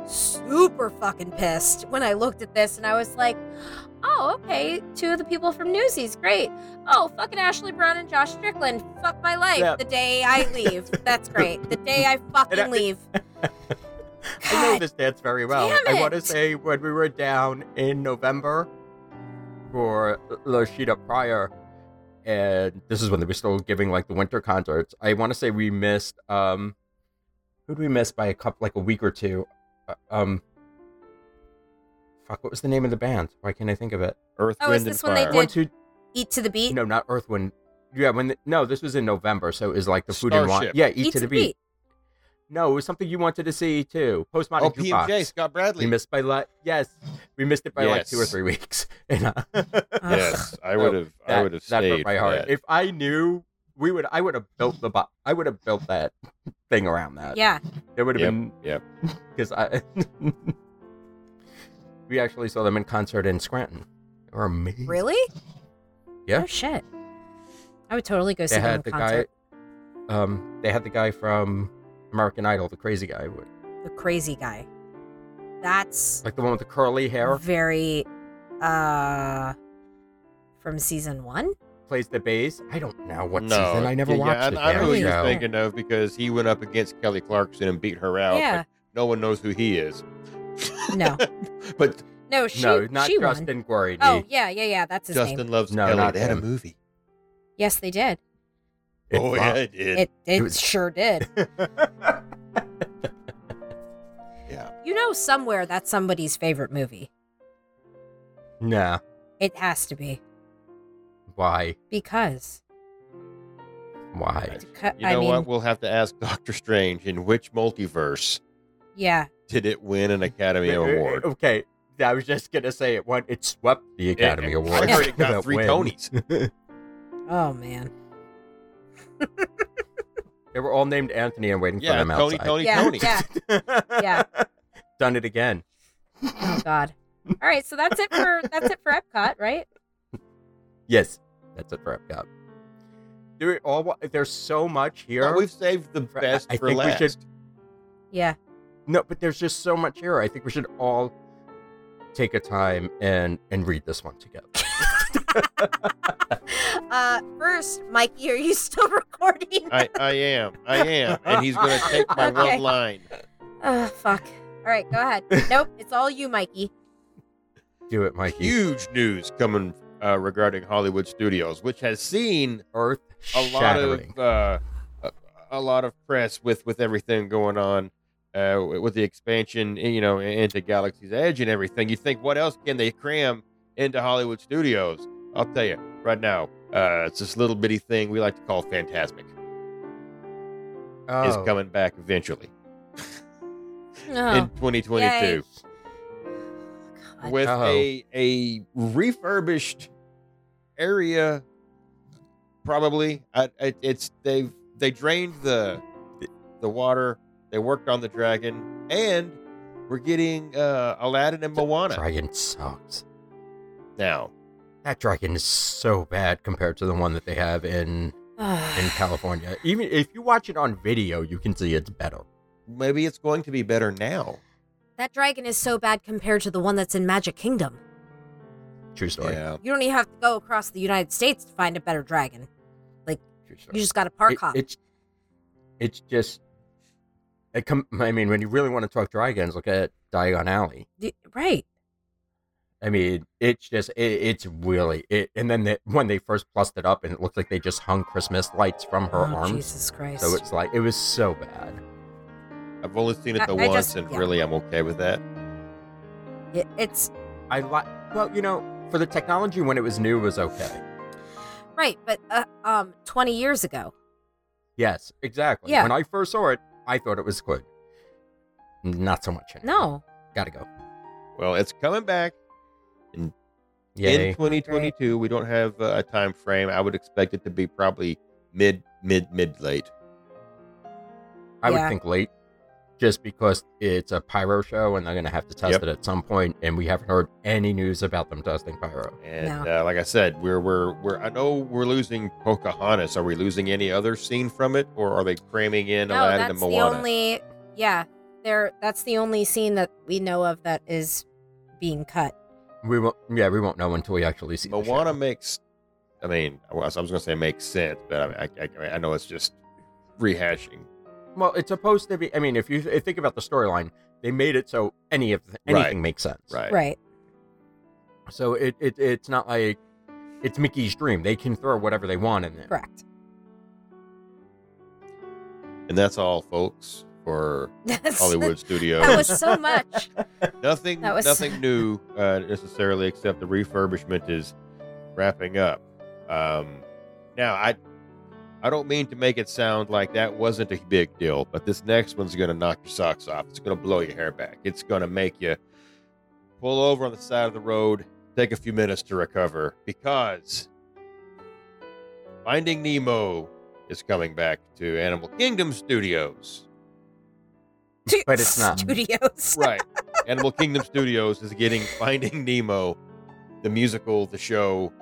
super fucking pissed when I looked at this and I was like, oh, okay, two of the people from Newsies, great. Oh, fucking Ashley Brown and Josh Strickland, fuck my life
Yeah.
the day I leave. That's great. The day I fucking
And I-
leave.
I know
God
this dance very well.
damn
I want to
it.
say when we were down in November for Loshita Prior, and this is when they were still giving like the winter concerts. I want to say we missed um, who'd we miss by a couple like a week or two? Uh, um, fuck, what was the name of the band? Why can't I think of it?
Earth,
Oh, is
Wind, and
this when they
Fire.
One
did-
two
Eat to the beat.
no, not Earth Wind. Yeah, when the, no, this was in November, so it was like the food and wine.
Starship.
Yeah, eat,
E
to, the, beat. No, it was something you wanted to see too. Postmodern
Oh,
jukebox.
PMJ, Scott
We
Bradley.
missed by like yes, we missed it by like two or
Yes.
three weeks. And uh,
Ugh.
yes, I would have. I
that-
would have
that
stayed.
broke my
for
heart.
that.
If I knew, we would. I would have built the. Bo- I would have built that thing around that.
Yeah.
It would have
Yep,
been.
yep.
Because I. we actually saw them in concert in Scranton. They were amazing.
Really?
Yeah.
Oh, shit. I would totally go see
They
them in
had the
concert.
guy. Um, they had the guy from American Idol, the crazy guy, with-
The crazy guy. That's
like the one with the curly hair,
very uh from season one
plays the bass. I don't know what
no,
season. I never
yeah,
watched
yeah,
the
I, I know
damn
who
you
show.
you're
show.
thinking of because he went up against Kelly Clarkson and beat her out.
yeah
But no one knows who he is.
no
But
no she
no, not
she won
Justin Guarini.
oh yeah yeah yeah that's his
Justin
name
loves
No,
Kelly.
not
They had a
him.
movie.
yes they did
It's
oh yeah,
not-
it did.
it it,
was-
sure did
Yeah.
you know somewhere that's somebody's favorite movie
Nah.
it has to be
Why?
because
Why?
Beca-
You know
i mean
what? We'll have to ask Doctor Strange in which multiverse
yeah
did it win an Academy
Uh, uh,
Award?
Okay. I was just gonna say it won. It swept the Academy
It-
Award.
I heard it
That
got three
win.
Tonys.
oh man
They were all named Anthony and waiting for
Yeah,
them
Tony,
outside.
Tony,
Yeah,
Tony.
yeah. yeah.
Done it again.
Oh God. All right, so that's it for that's it for Epcot, right?
Yes, that's it for Epcot. There, all wa- there's so much here.
No, we've saved the
For-
best
I
for
think we
last.
should-
Yeah.
No, but there's just so much here. I think we should all take a time and and read this one together.
Uh, first, Mikey, are you still recording?
I, I am. I am. And he's going to take my
Okay.
one line.
Oh fuck. All right, go ahead. Nope, it's all you, Mikey.
Do it, Mikey.
Huge news coming uh, regarding Hollywood Studios, which has seen
Earth
a lot of
shattering.
uh, a, a lot of press with with everything going on uh, with the expansion, eh, you know, into Galaxy's Edge and everything. You think what else can they cram into Hollywood Studios? I'll tell you right now. Uh, it's this little bitty thing we like to call Fantasmic is
Oh,
coming back eventually in
No.
2022
Yay. God.
with
Oh.
a a refurbished area. Probably, I, I, it's they've they drained the the water. They worked on the dragon, and we're getting uh, Aladdin and Moana
Dragon sucks.
now.
That dragon is so bad compared to the one that they have in in California. Even if you watch it on video, you can see it's better.
Maybe it's going to be better now.
that dragon is so bad compared to the one that's in Magic Kingdom.
True story.
Yeah,
You don't even have to go across the United States to find a better dragon.
True story.
You just got to park
It-
hop.
it's it's just. It com- I mean, when you really want to talk dragons, look at Diagon Alley.
D- right.
I mean, it's just it, it's really it. And then the, when they first plussed it up, and it looked like they just hung Christmas lights from her
oh,
arms.
Jesus Christ.
So it's like it was so bad.
I've only seen it the
I- I
once,
just-
and
yeah.
really, I'm okay with that.
It- it's
I like. Well, you know, for the technology when it was new was okay.
right, but uh, um, 20 years ago.
Yes, exactly.
Yeah.
When I first saw it, I thought it was good. Not so much. anymore.
No.
gotta go.
Well, it's coming back in
Yay.
2022. We don't have uh, a time frame. I would expect it to be probably mid, mid, mid late.
I
Yeah.
would think late, just because it's a pyro show and they're gonna have to test
Yep.
it at some point, and we haven't heard any news about them testing pyro.
And uh, like I said, we're we're we're I know we're losing Pocahontas. Are we losing any other scene from it, or are they cramming in
No,
Aladdin
that's
and
the
Moana?
only. Yeah, there. That's the only scene that we know of that is being cut.
We won't. Yeah, we won't know until we actually see. the show.
Moana makes, I mean, I was, I was gonna say makes sense, but I, I, I, I know it's just rehashing.
Well, it's supposed to be. I mean, if you th- think about the storyline, they made it so any of anything
Right.
makes sense.
Right.
Right.
So it, it it's not like it's Mickey's dream. They can throw whatever they want in there.
Correct.
And that's all, folks, for
That's,
Hollywood Studios.
That was so much.
nothing,
that was-
nothing new uh, necessarily, except the refurbishment is wrapping up. Um, now, I, I don't mean to make it sound like that wasn't a big deal, but this next one's going to knock your socks off. It's going to blow your hair back. It's going to make you pull over on the side of the road, take a few minutes to recover, because Finding Nemo is coming back to Animal Kingdom Studios.
But it's not.
studios.
Right. Animal Kingdom Studios is getting Finding Nemo, the musical, the show,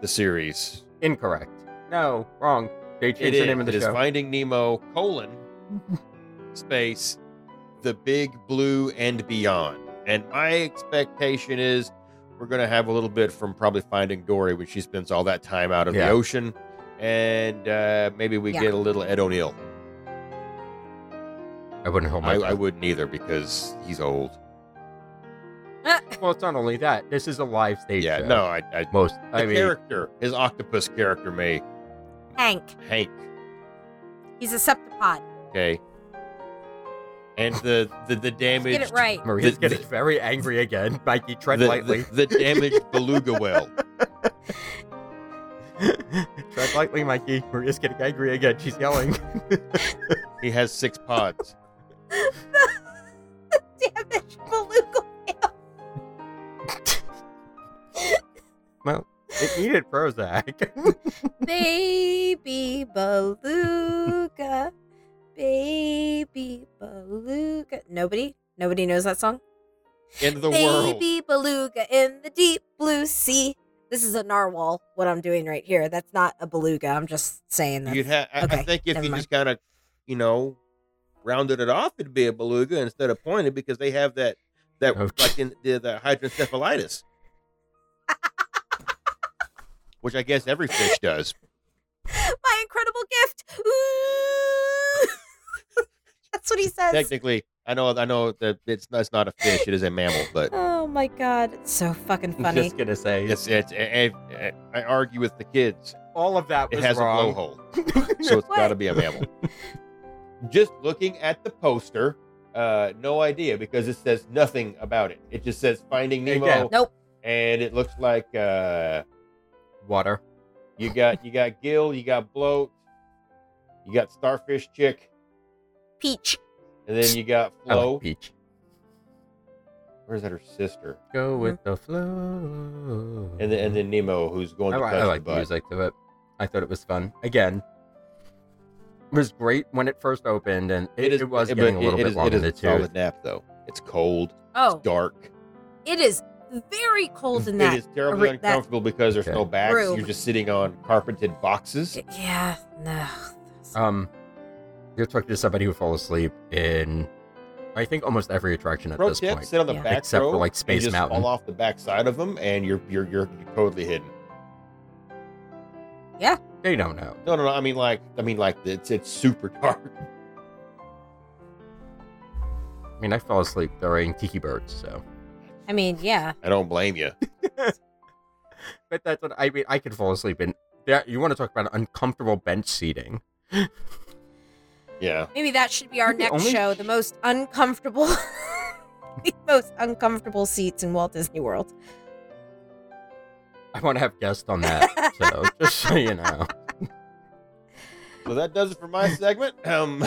the series.
Incorrect. No, wrong. They
It
changed
is,
the name of
it
the
is
show.
Finding Nemo colon space the big blue and beyond. And my expectation is we're gonna have a little bit from probably Finding Dory when she spends all that time out of
Yeah.
the ocean, and uh, maybe we
Yeah.
get a little Ed O'Neill.
I wouldn't hold Oh my.
I, I
breath.
wouldn't either because he's old.
Well, it's not only that. This is a live stage.
yeah,
show.
no, I, I
Most.
the
I mean,
character, his octopus character, may
Hank.
Hank.
He's a septipod.
Okay. And the the, the
Get
damaged
it right.
Maria's
The-
getting
the-
very angry again. Mikey,
the,
tread lightly.
the, the damaged beluga whale.
tread lightly, Mikey. Maria's getting angry again. She's yelling.
He has six pods.
Damaged beluga whale.
Well, It needed Prozac.
baby beluga, baby beluga. Nobody, nobody knows that song.
in the world.
baby beluga in the deep blue sea. This is a narwhal. What I'm doing right here. That's not a beluga. I'm just saying that.
You'd have. I, I
okay,
think if
never
you
mind.
just kind of, you know, rounded it off, it'd be a beluga instead of pointed because they have that that
Oh,
like in the, the hydrocephalitis, which I guess every fish does.
My incredible gift. Ooh. That's what he says.
Technically, I know. I know that it's not, it's not a fish; it is a mammal. But
Oh my god, it's so fucking funny.
Just gonna say
it's it's. I, I- I argue with the kids.
all of that
It
was
has
wrong.
a blowhole, so it's got to
What?
be a mammal. just looking at the poster, uh, no idea because it says nothing about it. It just says Finding
Yeah.
Nemo.
Nope.
And it looks like uh,
Water.
you got you got gill, you got bloat, you got starfish chick,
Peach.
and then you got
I like
flow.
peach.
Where's that her sister?
Go with the flow.
Mm-hmm. And then and then Nemo, who's going
I,
to
li-
touch
I like
the
the
butt.
music to it. I thought it was fun. Again, it was great when it first opened, and it, it, was
but
getting a little
it
bit
is-
long
It
in
is
the
a
tooth.
solid nap though. It's cold.
Oh,
It's dark.
it is very cold in that.
Mm, It is terribly
ori- that-
uncomfortable because there's
Okay.
no bags.
Room.
You're just sitting on carpeted boxes.
yeah, no.
Um, you're talking to somebody who fell asleep in, I think, almost every attraction at
Pro
this
tip:
point.
sit on the
Yeah.
back
Except for,
row
like,
and
Space
just
Mountain.
fall off the back side of them, and you're you're you're, you're totally hidden.
They don't know.
No, no, no. I mean, like, I mean, like, it's it's super dark.
I mean, I fell asleep during Tiki Birds, so.
I mean, yeah.
I don't blame you.
But that's what I mean. I could fall asleep in. Yeah, you want to talk about uncomfortable bench seating?
Yeah.
Maybe that should be our
You're the
next
only-
show. The most uncomfortable, the most uncomfortable seats in Walt Disney World.
I want to have guests on that, so just so you know.
So that does it for my segment. Um,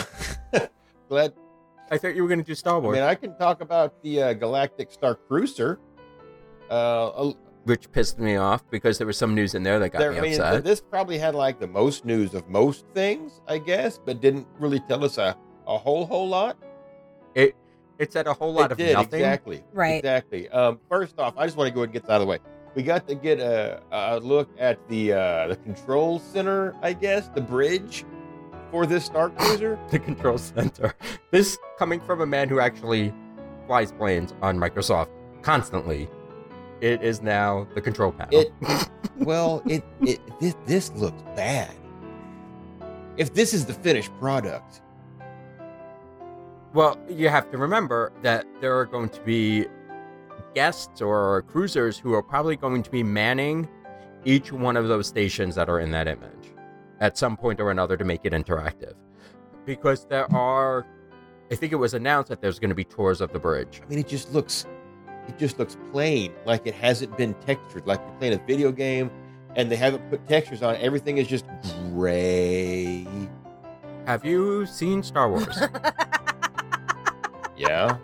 glad.
I thought you were gonna do Star
I
Wars,
mean, I can talk about the uh, Galactic Star Cruiser. Uh,
which pissed me off because there was some news in there that got
there,
me
I mean,
upset.
this probably had like the most news of most things, I guess, but didn't really tell us a, a whole whole lot.
It it said a whole lot
it
of
did,
nothing.
Exactly.
Right.
Exactly. Um, first off, I just want to go ahead and get this out of the way. We got to get a, a look at the uh, the control center, I guess, the bridge for this Star Cruiser.
The control center. This coming from a man who actually flies planes on Microsoft constantly. It is now the control panel.
It well, it it this, this looks bad. If this is the finished product,
well, you have to remember that there are going to be guests or cruisers who are probably going to be manning each one of those stations that are in that image at some point or another to make it interactive. Because there are I think it was announced that there's going to be tours of the bridge.
I mean, it just looks it just looks plain, like it hasn't been textured, like you're playing a video game and they haven't put textures on. it. Everything is just gray.
Have you seen Star Wars?
Yeah.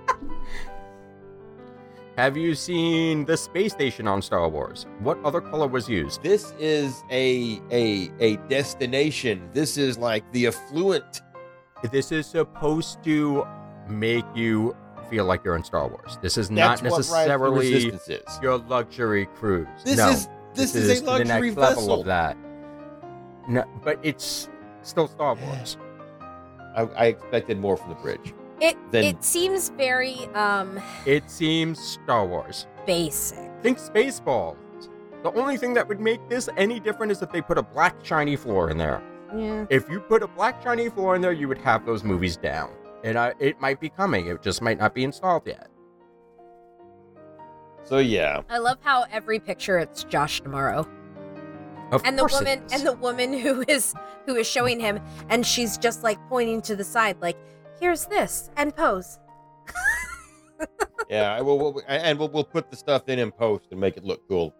Have you seen the space station on Star Wars? What other color was used?
This is a a a destination. This is like the affluent.
This is supposed to make you feel like you're in Star Wars. This is
That's
not
what Rise of the
necessarily
resistance is.
your luxury cruise.
This
no,
is this, is, a luxury
the next
vessel.
level of that. No, but it's still Star Wars.
I, I expected more from the bridge.
It
Then-
it seems very um
It seems Star Wars.
basic.
Think Spaceballs. The only thing that would make this any different is if they put a black shiny floor in there.
Yeah.
if you put a black shiny floor in there, you would have those movies down. And I, it might be coming. It just might not be installed yet.
So yeah,
I love how every picture it's Josh tomorrow.
Of
And the
course it
woman
is.
and the woman who is who is showing him and she's just like pointing to the side like here's this and pose.
yeah. I will- will- and we'll, we'll put the stuff in in post and make it look cool.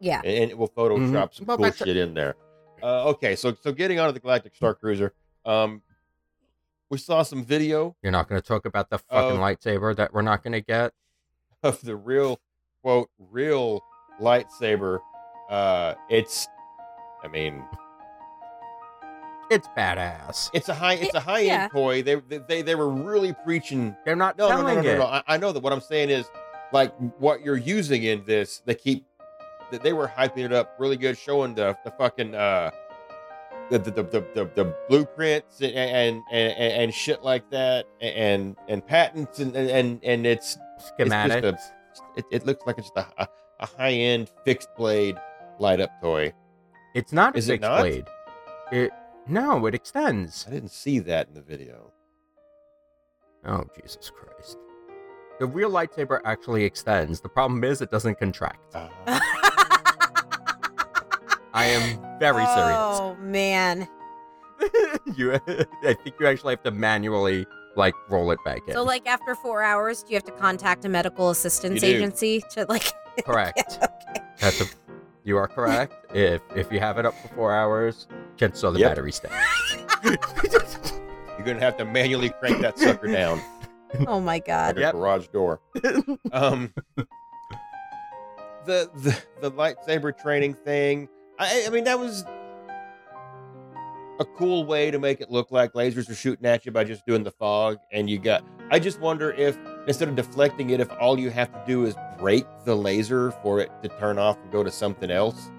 Yeah.
and and we'll Photoshop some
Well,
cool
that's-
shit in there. Uh, okay, so so getting onto the Galactic Star Cruiser, um, we saw some video
you're not going to talk about the fucking
Oh.
lightsaber that we're not going to get.
of the real quote real lightsaber Uh, it's, I mean,
It's badass.
it's a high, it's a high
yeah.
end toy. They, they- they, they were really preaching.
They're not
No, no,
selling
no, no, no,
it.
no. I, I know that what I'm saying is, like, what you're using in this, they keep, that they were hyping it up really good, showing the the fucking uh, the the the the, the, the blueprints and and, and and shit like that, and and patents and and and it's
Schematic.
It's just a, it, it looks like it's just a, a high end fixed blade light up toy.
It's not a
Is it
six
not?
blade. It no, it extends.
I didn't see that in the video.
Oh Jesus Christ! The real lightsaber actually extends. The problem is it doesn't contract.
Uh,
I am very
Oh man.
serious. you, I think you actually have to manually like roll it back in.
So like after four hours, do you have to contact a medical
You
assistance
do.
agency to like?
correct. That's a, you are correct. if if you have it up for four hours, chances are the
Yep.
battery's dead.
you're gonna have to manually crank that sucker down
Oh my
at
god.
your
Yep.
garage door. Um, the, the the lightsaber training thing. I I mean that was a cool way to make it look like lasers are shooting at you by just doing the fog, and you got. I just wonder if instead of deflecting it, if all you have to do is break the laser for it to turn off and go to something else.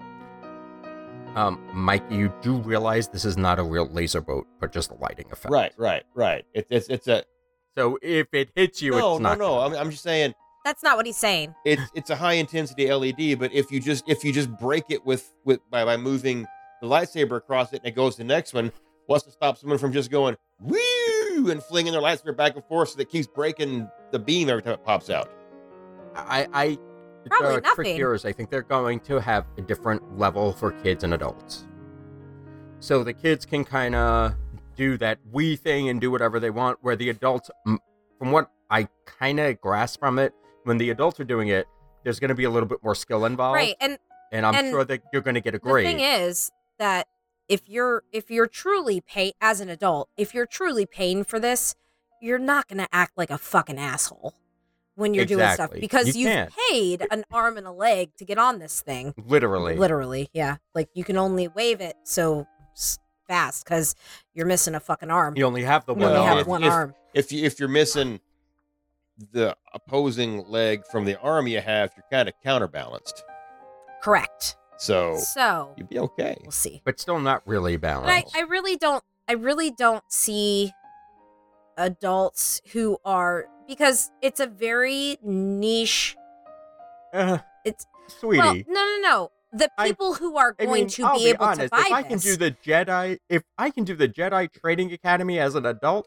Um, Mike, you do realize this is not a real laser boat, but just a lighting effect.
Right, right, right. It, it's it's a
So if it hits you,
no,
it's
no,
not.
no.
gonna-
I'm, I'm just saying
That's not what he's saying.
it's it's a high intensity LED, but if you just if you just break it with with by, by moving the lightsaber across it and it goes to the next one, what's to stop someone from just going woo and flinging their lightsaber back and forth so that it keeps breaking the beam every time it pops out?
I, I
Probably
the trick
nothing.
here is I think they're going to have a different level for kids and adults. So the kids can kind of do that wee thing and do whatever they want, where the adults, m- from what I kind of grasp from it, when the adults are doing it, there's going to be a little bit more skill involved,
Right. And
and I'm
and
sure that you're going to get a
the
grade.
thing is that if you're if you're truly pay as an adult, if you're truly paying for this, you're not going to act like a fucking asshole when you're doing stuff
Exactly.
because
You
have
can't.
paid an arm and a leg to get on this thing.
Literally,
Literally, yeah. Like you can only wave it so s- fast because you're missing a fucking arm.
you only have the
You
one
only
arm.
have one
If-
arm.
If you if you're missing the opposing leg from the arm you have, you're kind of counterbalanced,
Correct.
Oh.
so
So
you'd be okay.
we'll see.
but still not really
But I,
balanced.
I really don't I really don't see adults who are because it's a very niche
Uh,
It's-
sweetie.
well no no no the
I-
people who are
I
going
mean,
to
I'll
be,
be
able
honest,
to buy
if I can
this
do the Jedi, if I can do the Jedi Training Academy as an adult,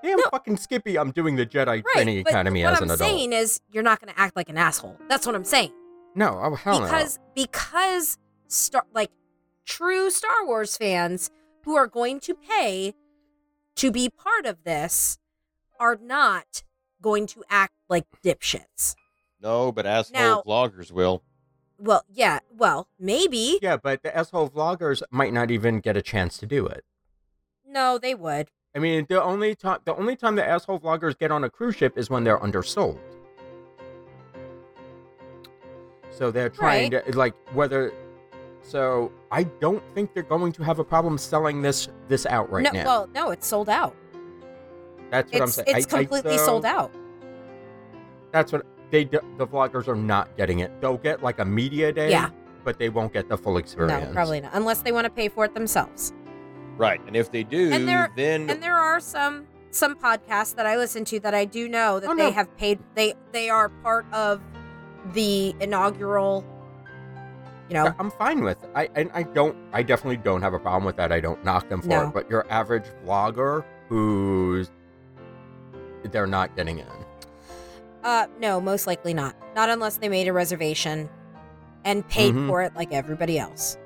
damn
No.
fucking Skippy, I'm doing the Jedi Training
right but
Academy
what
as
I'm
an adult.
saying is you're not going to act like an asshole that's what I'm saying
no, oh hell
because because star like true Star Wars fans who are going to pay to be part of this are not going to act like dipshits.
No, but asshole
Now-
vloggers will.
Well, yeah, well, maybe.
no. Yeah, but the asshole vloggers might not even get a chance to do it.
No, they would.
I mean, the only time the only time the asshole vloggers get on a cruise ship is when they're undersold. So they're trying to like whether. So I don't think they're going to have a problem selling this this out right
no,
now.
well, no, it's sold out.
That's what I'm
It's,
saying.
it's
I- I-
completely
so-
sold out.
That's what they d- the vloggers are not getting it. They'll get like a media day,
Yeah.
but they won't get the full experience.
No, probably not. Unless they want to pay for it themselves.
Right, and if they do,
And they're-
then
And there are some some podcasts that I listen to that I do know that
Oh,
they
no.
have paid they they are part of the inaugural you know,
I- I'm fine with. It. I and I don't. I definitely don't have a problem with that. I don't knock them for
No.
it. But your average vlogger, who's they're not getting in.
Uh, no, most likely not. Not unless they made a reservation and paid
Mhm.
for it like everybody else.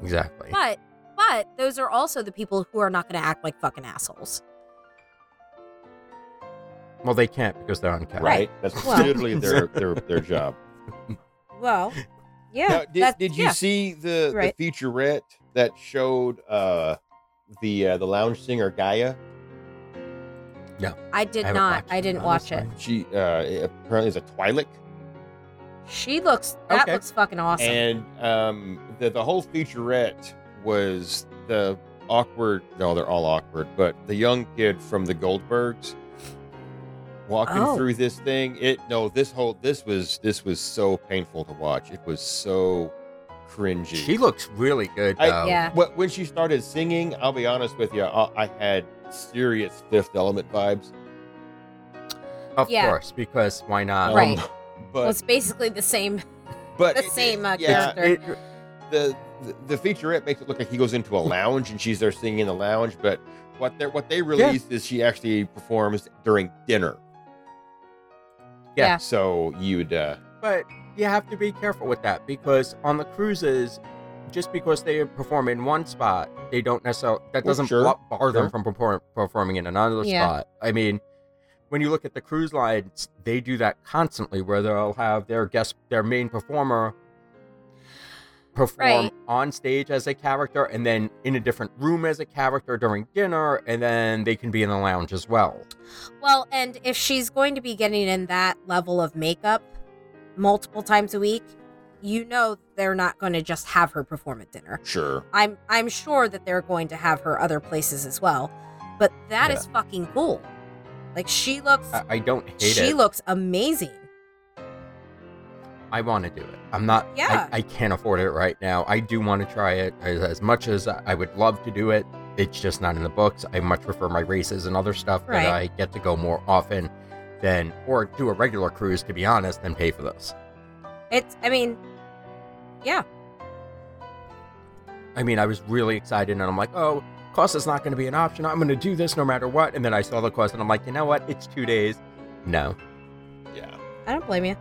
Exactly.
But, but those are also the people who are not going to act like fucking assholes.
Well, they can't because they're on camera.
right,
Right.
that's
Well.
literally their their their job.
Well, yeah.
Now, did,
that's-
did you
yeah.
see the,
Right.
the featurette that showed uh, the uh, the lounge singer Gaia?
I did
haven't
not.
watched
I
it,
didn't watch it.
honestly.
She uh, apparently is a Twi'lek,
She looks. That
Okay.
looks fucking awesome.
And um, the the whole featurette was the awkward. No, they're all awkward. But the young kid from the Goldbergs walking
Oh.
through this thing. It no, this whole this was this was so painful to watch. It was so cringy.
She looks really good.
I-
though.
Yeah.
Wh- when she started singing, I'll be honest with you, I, I had serious Fifth Element vibes.
Of
Yeah.
course, because why not?
Um,
Right. well,
But
it's basically the same.
but
the
it-
same, uh,
yeah,
character.
Um, It-
the the featurette makes it look like he goes into a lounge and she's there singing in the lounge, but what they what they released is she actually performs during dinner.
Yeah.
So you'd uh,
but you have to be careful with that because on the cruises, just because they perform in one spot, they don't necessarily that
Well,
doesn't
sure,
blo- bar
sure.
them from perform, performing in another
Yeah.
spot. I mean, when you look at the cruise lines, they do that constantly, where they'll have their guest, their main performer, perform
Right.
on stage as a character, and then in a different room as a character during dinner, and then they can be in the lounge as well.
Well, and if she's going to be getting in that level of makeup multiple times a week, you know they're not going to just have her perform at dinner.
sure.
I'm I'm sure that they're going to have her other places as well. But that
Yeah.
is fucking cool. Like she looks
I, I don't hate it.
she looks amazing.
I want to do it. I'm not.
Yeah.
I, I can't afford it right now. I do want to try it as, as much as I would love to do it. It's just not in the books. I much prefer my races and other stuff
Right.
that I get to go more often than or do a regular cruise. To be honest, than pay for this.
It's I mean
I mean, I was really excited, and I'm like, oh, cost is not going to be an option. I'm going to do this no matter what. And then I saw the cost, and I'm like, you know what? It's two days. No.
Yeah.
I don't blame you.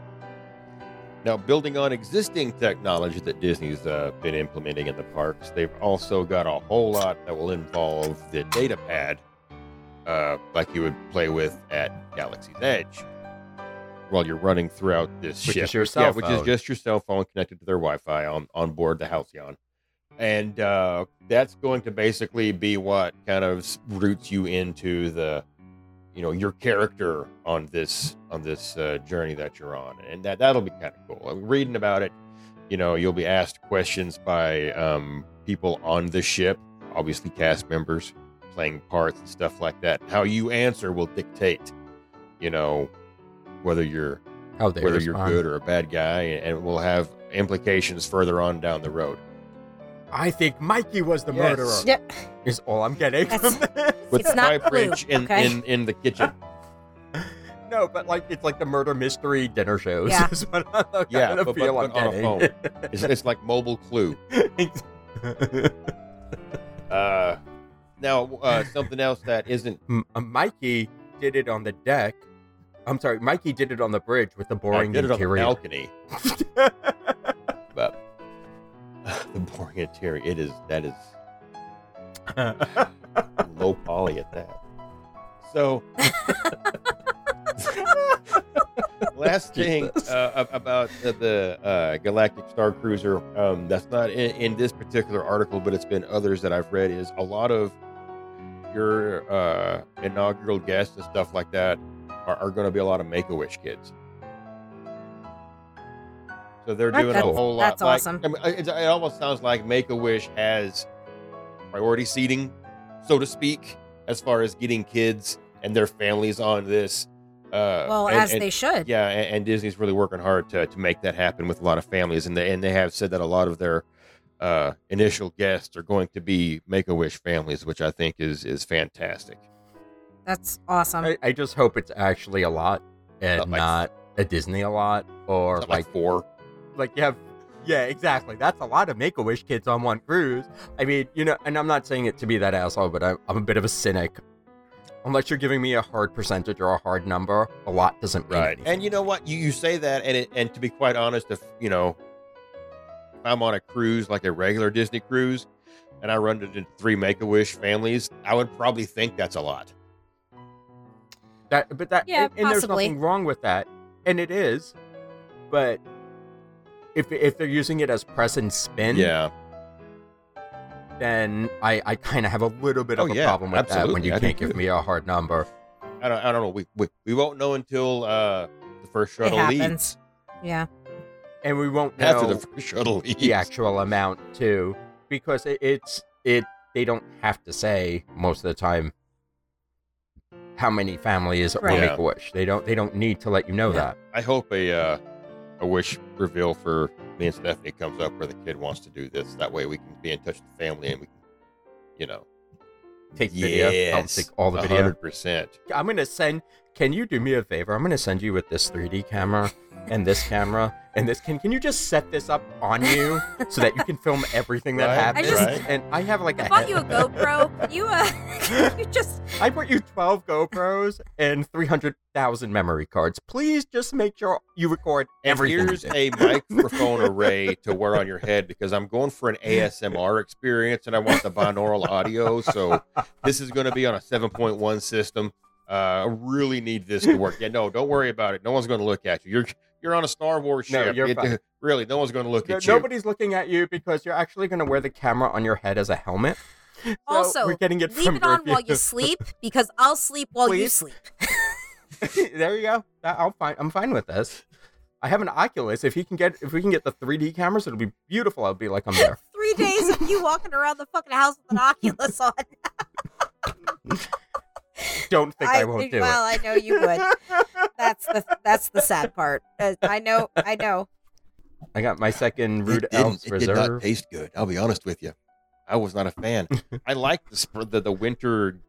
Now, building on existing technology that Disney's uh, been implementing in the parks, they've also got a whole lot that will involve the data pad, uh, like you would play with at Galaxy's Edge while you're running throughout this
Which
ship.
is your
yeah,
cell
which is
phone.
just your cell phone connected to their Wi-Fi on on board the Halcyon, and uh, that's going to basically be what kind of s- roots you into the you know your character on this on this uh, journey that you're on and that that'll be kind of cool I'm reading about it you know you'll be asked questions by um, people on the ship obviously cast members playing parts and stuff like that how you answer will dictate you know whether you're
How Oh, they
whether
respond.
you're good or a bad guy and it will have implications further on down the road
I think Mikey was the
Yes.
murderer.
Yeah,
Is all I'm getting
That's-
from this.
with
It's
the
not
pipe
Clue,
wrench in,
okay?
in in the kitchen
No, but like it's like the murder mystery dinner shows.
Yeah.
is what I kind
Yeah, but-
of
but-
feel
but
I'm
on a it's, it's like mobile clue
getting.
uh now uh something else that isn't
M- uh, Mikey did it on the deck. I'm sorry, Mikey did it on the bridge with the
I
boring
did it on the
interior.
balcony but the boring interior it is that is low poly at that so last thing uh, ab- about the, the uh, galactic star cruiser um, that's not in, in this particular article but it's been others that i've read is a lot of your uh, inaugural guests and stuff like that are, are going to be a lot of make-a-wish kids so they're
That-
doing a
that's-
whole lot
that's
like-
awesome.
I mean, it, it almost sounds like make-a-wish has priority seating so to speak as far as getting kids and their families on this uh,
well,
and-
as
and-
they should.
yeah, and, and Disney's really working hard to, to make that happen with a lot of families, and they and they have said that a lot of their uh, initial guests are going to be Make a Wish families, which I think is is fantastic.
That's awesome.
I, I just hope it's actually a lot and
Not like-
not a Disney a lot or
Something
like
like four,
like you have yeah exactly that's a lot of make-a-wish kids on one cruise i mean you know and i'm not saying it to be that asshole but i'm, I'm a bit of a cynic unless you're giving me a hard percentage or a hard number a lot doesn't mean
right?
anything.
And you know what? You you say that, and it, and to be quite honest, if you know, if I'm on a cruise like a regular Disney cruise, and I run into three Make a Wish families, I would probably think that's a lot.
that but that
Yeah,
and, and there's
possibly.
nothing wrong with that and it is but if if they're using it as press and spin
Yeah,
then i i kind of have a little bit of
Oh,
a
yeah,
problem with that when
absolutely.
you
I do
can't give
too.
me a hard number
I don't I don't know. We we, we won't know until uh, the first
it
shuttle leaves.
happens. Yeah.
and we won't know
after the first shuttle leaves.
the actual amount too, because it, it's it they don't have to say most of the time how many families will
Right.
make a wish. They don't they don't need to let you know that.
I hope a uh, a wish reveal for me and Stephanie comes up where the kid wants to do this. That way we can be in touch with the family and we can, you know,
Take video. I'll take all the video.
hundred percent.
I'm gonna send. Can you do me a favor? I'm gonna send you with this 3D camera and this camera and this. Can can you just set this up on you so that you can film everything that
Right,
happens?
I
just-
and I have like a
I bought
head-
you a GoPro. Could you, uh, could you just
I bought you 12 GoPros and 300,000 memory cards. Please just make sure you record
And
everything.
here's a microphone array to wear on your head because I'm going for an ASMR experience and I want the binaural audio. So this is going to be on a 7.1 system. Uh, I really need this to work. Yeah, no, don't worry about it. No one's going to look at you. You're you're on a Star Wars
No,
ship.
you're
It-
fine.
Really, no one's going to look
No-
at you.
Nobody's looking at you because you're actually going to wear the camera on your head as a helmet. So
Also,
we're getting it
leave
from
it on
your
while you
view.
sleep? Because I'll sleep while you
Please?
sleep.
there you go. I- I'll find. I'm fine with this. I have an Oculus. If he can get, if we can get the 3D cameras, it'll be beautiful. I'll be like, I'm there.
Three days of you walking around the fucking house with an Oculus on.
Don't think I, won't do
well,
it.
I know you would. That's the that's the sad part. Uh, I know, I know.
I got my second Rude Elves Reserve.
taste good. I'll be honest with you. I was not a fan. I like the, sp- the the winter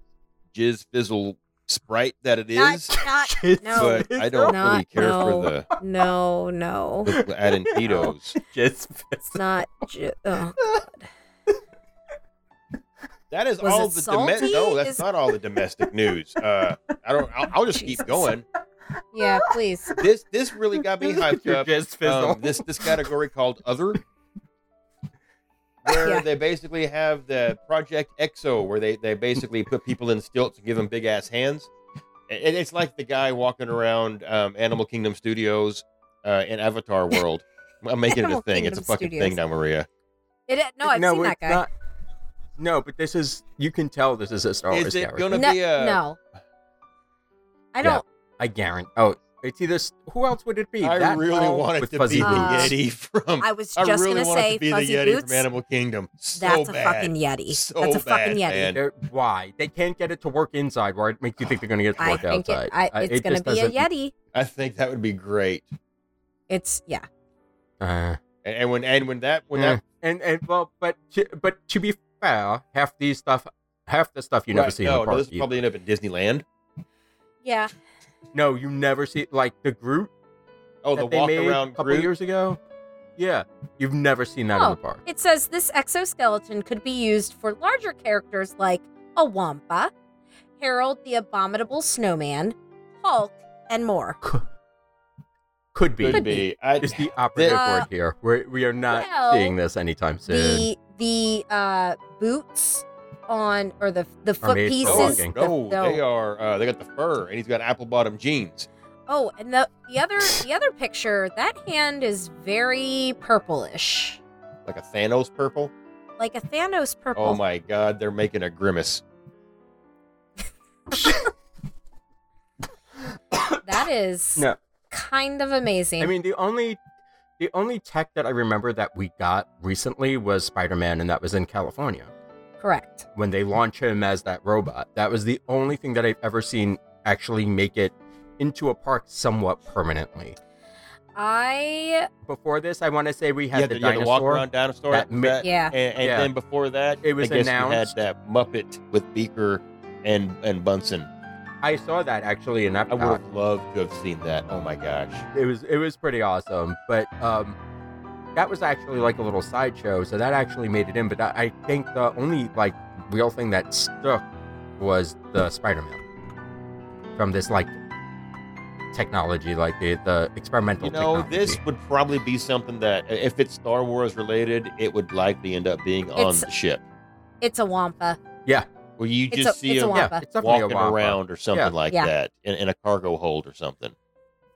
jizz fizzle sprite that it is,
Not, not,
Jizz
no,
but I don't
Not-
really care
no.
for the
no, no.
the Adenditos.
Just
It's not. Ju- oh.
That is
Was
all
it
the domestic.
salty?
No, that's
Is-
not all the domestic news. Uh, I don't. I'll, I'll just
Jesus.
keep going.
Yeah, please.
This this really got me hyped
Your
up.
jizz fizzle.
Um, this this category called other, where
Yeah.
they basically have the Project EXO, where they they basically put people in stilts and give them big ass hands. And it's like the guy walking around um, Animal Kingdom Studios uh, in Avatar World. I'm making it
Animal
a thing. it's a
Kingdom
fucking
Studios.
thing now, Maria.
It, no, Oh, I've seen that
it's
guy.
not- no, but this is you can tell this is a Star Wars
Is it
character.
gonna
no,
be a
no. I
Yeah,
don't.
I guarantee. Oh, it's either s- who else would it be?
I
That
really
girl
want it
with
to
fuzzy
be the
boots.
boots.
Uh,
Yeti from.
I was
I
just
really
gonna
want
say
it to be the
fuzzy
Yeti
boots.
from Animal Kingdom. So
that's a
bad.
fucking yeti.
So
that's a fucking
bad,
yeti.
man.
They're- why they can't get it to work inside? Why it makes you think they're gonna get it to
I
work
think
outside?
it, I,
Uh,
it's
it
gonna
just
be a
doesn't-
yeti.
I think that would be great.
It's yeah.
Uh,
And, and when and when that when
yeah.
that
and and well, but to, but to be fair, half these stuff, half the stuff you never
right,
see in
no, no,
the park.
this will
either.
probably end up in Disneyland.
Yeah.
No, you never see like the Groot
Oh, the
that they
walk
made a
around
couple
group.
years ago. Yeah, you've never seen that in
Oh,
the park.
It says this exoskeleton could be used for larger characters like a Wampa, Harold the Abominable Snowman, Hulk, and more.
Could be.
could be. I,
It's the operative
Uh,
word here. We're, we are not
well,
seeing this anytime soon.
The the uh, boots on or the the foot
made for
pieces.
walking.
the-
no,
no.
they are. Uh, they got the fur, and he's got apple bottom jeans.
Oh, and the the other the other picture, that hand is very purplish,
Like a Thanos purple.
like a Thanos purple.
Oh my god, they're making a grimace.
That is
No.
kind of amazing.
I mean, the only the only tech that I remember that we got recently was Spider-Man, and that was in California
correct.
when they launch him as that robot. That was the only thing that I've ever seen actually make it into a park somewhat permanently.
I
Before this, I want to say we had
yeah,
the
yeah, the walk
dinosaur.
around dinosaur.
That
after
mi-
that.
yeah.
And, and
Yeah.
then before that,
It was
I guess we
announced-
had that Muppet with Beaker and and Bunsen.
I saw that actually in
I
Epcot.
would have loved to have seen that. Oh my gosh.
it was it was pretty awesome. But um, that was actually like a little sideshow, so that actually made it in. But I, I think the only like real thing that stuck was the Spider-Man from this like technology, like the the experimental.
You know,
technology.
this would probably be something that, if it's Star Wars related, it would likely end up being on
It's-
the ship.
it's a Wampa.
Where you
it's
just
a-
see
it's a
them
wampa.
yeah, it's definitely a
walking
wampa.
around or something
Yeah.
like
Yeah.
that in, in a cargo hold or something.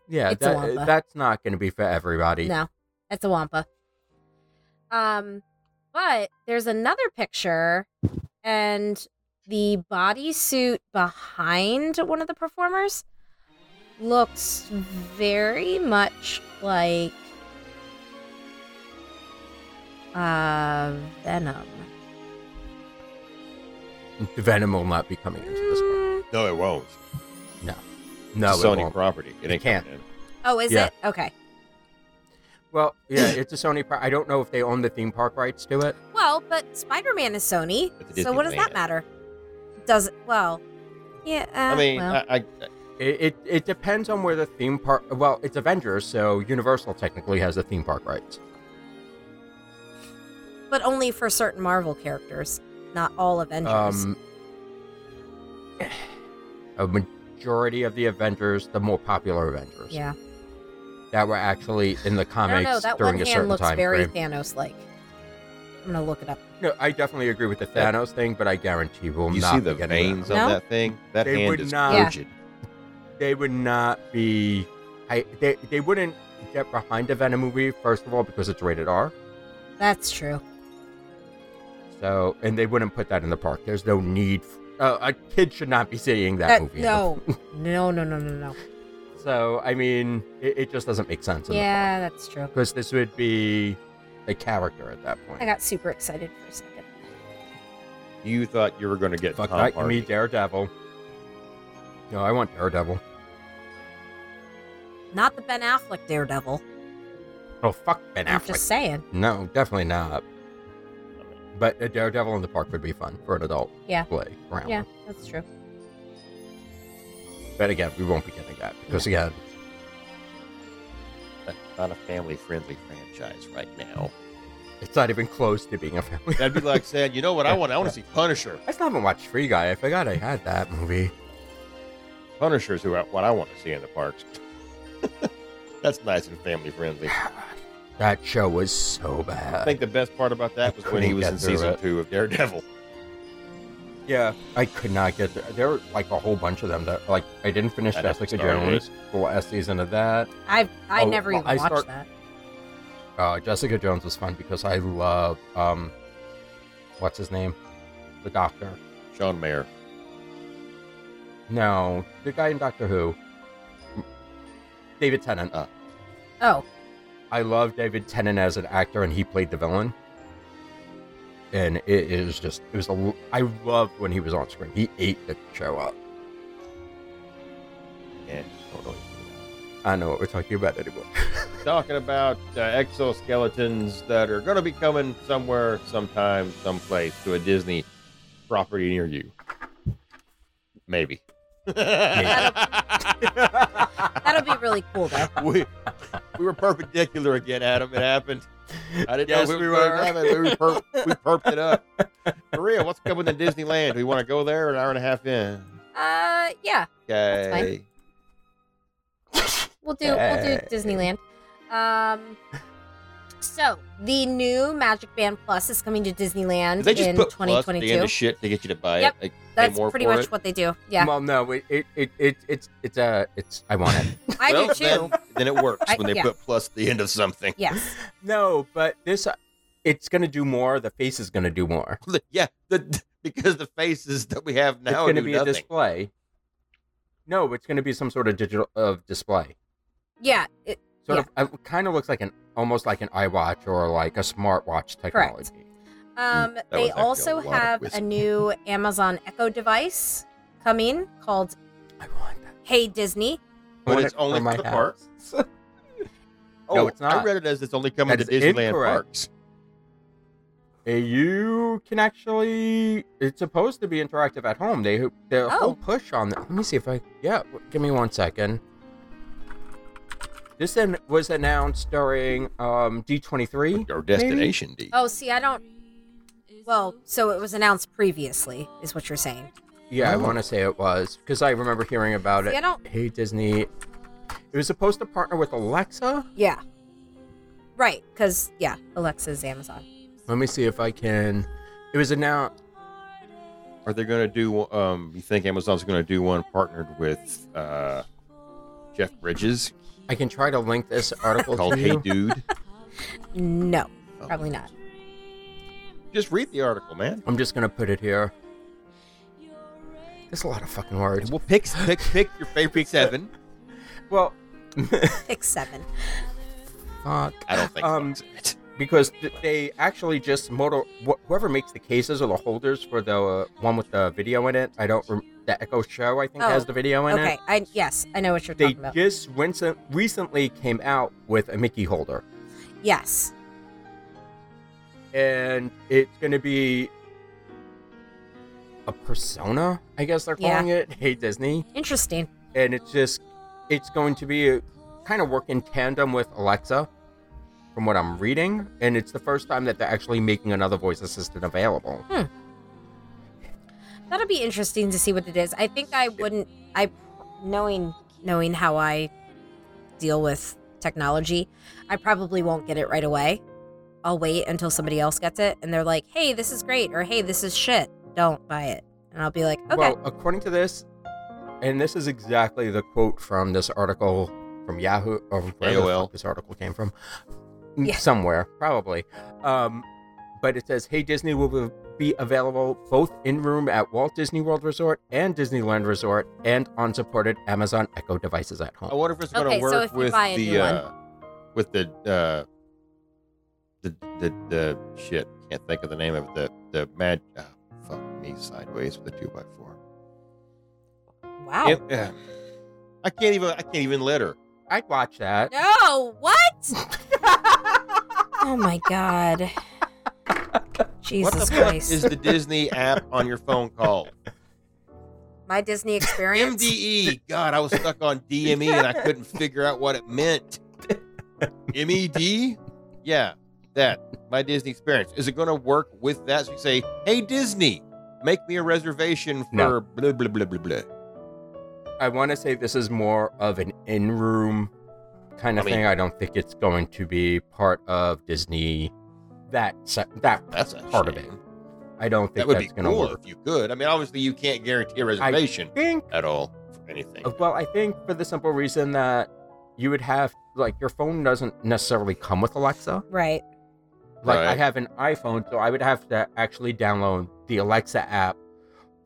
Yeah,
It's a
that,
wampa.
that's not going to be for everybody.
No, that's a Wampa. Um, but there's another picture, and the bodysuit behind one of the performers looks very much like Uh, Venom.
Venom will not be coming into this one.
Mm.
No, it won't.
No,
it's
it
a Sony
won't.
property. It ain't
can't.
coming in.
Oh, is
Yeah.
it? Okay.
Well, yeah, it's a Sony. Pro- I don't know if they own the theme park rights to it.
Well, but Spider Man is Sony,
It's a
so what does that
Disneyland.
matter? Does well, yeah. Uh,
I mean,
well.
I, I,
It, it it depends on where the theme park. Well, it's Avengers, so Universal technically has the theme park rights.
but only for certain Marvel characters, not all Avengers.
Um, a majority of the Avengers, the more popular Avengers,
yeah,
that were actually in the
I don't
comics
know. That
during
one
a
hand
certain
looks
time
very
frame.
Thanos-like. I'm gonna look it up.
No, I definitely agree with the
Yeah.
Thanos thing, but I guarantee we'll
you
not
see
be
the
getting
veins
that.
No?
on that thing? That
They
hand
would
is
not-
Yeah.
rigid.
They would not be. I they they wouldn't get behind a Venom movie first of all because it's rated R.
That's true.
So and they wouldn't put that in the park. There's no need. f uh, a kid should not be seeing that
Uh,
movie. in the-
no, no, no, no, no, no.
So I mean, it, it just doesn't make sense.
Yeah, that's true.
Because this would be a character at that point.
I got super excited for a second.
You thought you were going to get
Fuck
Tom
that, give
Hardy.
me Daredevil. No, I want Daredevil.
Not the Ben Affleck Daredevil.
Oh fuck Ben
I'm
Affleck.
just saying.
No, definitely not. But a Daredevil in the park would be fun for an adult
Yeah.
play around.
Yeah, that's true.
But again, we won't be getting that because again,
That's not a family-friendly franchise right now.
it's not even close to being a family.
That'd be like saying, you know what I want? I want to see Punisher.
I still haven't watched Free Guy. I forgot I had that movie.
Punisher's who I, what I want to see in the parks. That's nice and family-friendly.
That show was so bad.
I think the best part about that was when he was in season two of Daredevil.
yeah, I could not get there. There were like a whole bunch of them that like I didn't finish
I
Jessica
started
Jones. The last season of that.
I've I
Oh,
never
well,
even
I
watched
start-
that.
Uh, Jessica Jones was fun because I love um, what's his name, the Doctor.
Sean Mayer.
No, the guy in Doctor Who, David Tennant.
Ah.
Oh,
I love David Tennant as an actor, and he played the villain. And it is just, it was, a, I loved when he was on screen. He ate the show up.
Yeah, totally.
I don't know what we're talking about anymore.
Talking about uh, exoskeletons that are going to be coming somewhere, sometime, someplace to a Disney property near you. Maybe.
that'll be really cool though.
we, we were perpendicular again, Adam. It happened. I didn't
Yes,
know if
we
we were going
were.
to have it. but We, perp, we perped it up. Maria, what's coming to Disneyland? Do we want to go there an hour and a half in?
Uh, yeah,
Okay.
fine. we'll do we'll do
Yay.
Disneyland. Um, so the new Magic Band Plus is coming to Disneyland
Did they just
in
put plus at the end
2022.
of shit to get you to buy
Yep.
it? Like, pay
That's
more
pretty
for
much
it?
what they do. Yeah,
Well, no, it, it, it, it, it's, it's, uh, it's, I want it.
I
Well,
do too.
Then, then it works
I-
when they
yeah.
put plus at the end of something.
Yes,
no, but this, uh, it's going to do more. The face is going to do more.
yeah, the, because the faces that we have
it's
now
going
do
to be
nothing.
a display. No, it's going to be some sort of digital of display.
yeah, it,
Sort of, it kind of looks like an, almost like an iWatch or like a smartwatch technology.
Um,
that was actually
they
a
also
lot of
have a
whiskey.
new Amazon Echo device coming called
I want that.
Hey Disney.
But
want
it's
it
only
for my
for the parks. Oh,
No, it's
I
not.
read it as it's only coming
That
to
is
Disneyland
incorrect.
parks.
Uh, You can actually. It's supposed to be interactive at home. They the
Oh.
whole push on. The, let me see if I. Yeah, w- give me one second. This then was announced during um, D23.
Or destination D.
Oh, see, I don't. Well, so it was announced previously, is what you're saying.
Yeah,
Oh.
I want to say it was because I remember hearing about
See,
it.
I don't.
Hey Disney, it was supposed to partner with Alexa.
Yeah. Right, because yeah, Alexa's Amazon.
Let me see if I can. It was announced.
Are they going to do? Um, you think Amazon's going to do one partnered with uh, Jeff Bridges
I can try to link this article
called
to
"Hey
you.
Dude"?
No,
Oh.
probably not.
Just read the article, man.
I'm just gonna put it here. There's a lot of fucking words.
Well, pick pick pick your favorite seven.
Well,
Pick seven.
fuck.
I don't think.
Um,
so.
because th- they actually just motor wh- whoever makes the cases or the holders for the uh, one with the video in it. I don't rem- the Echo Show. I think
Oh,
has the video in
Okay,
it.
I yes, I know what you're
They
talking about.
just recent- recently came out with a Mickey holder,
Yes.
and it's going to be a persona. I guess they're
Yeah.
calling it. Hey Disney.
Interesting.
and it's just it's going to be a, kind of work in tandem with Alexa from what I'm reading and it's the first time that they're actually making another voice assistant available.
That'll be interesting to see what it is. I think I wouldn't I knowing knowing how I deal with technology, I probably won't get it right away. I'll wait until somebody else gets it and they're like, "Hey, this is great," or "Hey, this is shit. Don't buy it." And I'll be like, "Okay."
Well, according to this and this is exactly the quote from this article from Yahoo or wherever the
AOL.
fuck this article came from
Yeah.
somewhere probably. Um but it says hey Disney will be available both in room at Walt Disney World Resort and Disneyland Resort and on supported Amazon Echo devices at home.
I wonder if it's going
Okay,
to
so
work
if you
with
buy a
the
new one.
uh, with the uh, the the the shit. Can't think of the name of it. The the mad. ah, fuck me sideways with a two by four.
wow.
It- ah. I can't even. I can't even let her.
I'd watch that.
No, what? oh my god. Jesus
what the
Christ.
fuck is the Disney app on your phone called?
My Disney experience.
MDE. E. God, I was stuck on DME and I couldn't figure out what it meant. MED? Yeah, that. My Disney experience. Is it going to work with that? So you say, hey, Disney, make me a reservation for
No.
blah, blah, blah, blah, blah.
I want to say this is more of an in room kind of
I mean-
thing. I don't think it's going to be part of Disney. That se- that
That's a
Part of
shame.
I don't think
That would be
that's going to
cool
work.
if you could. I mean, obviously, you can't guarantee a reservation
think uh,
at all for anything.
well, I think for the simple reason that you would have like your phone doesn't necessarily come with Alexa.
right.
Like I
Right.
have an iPhone, so I would have to actually download the Alexa app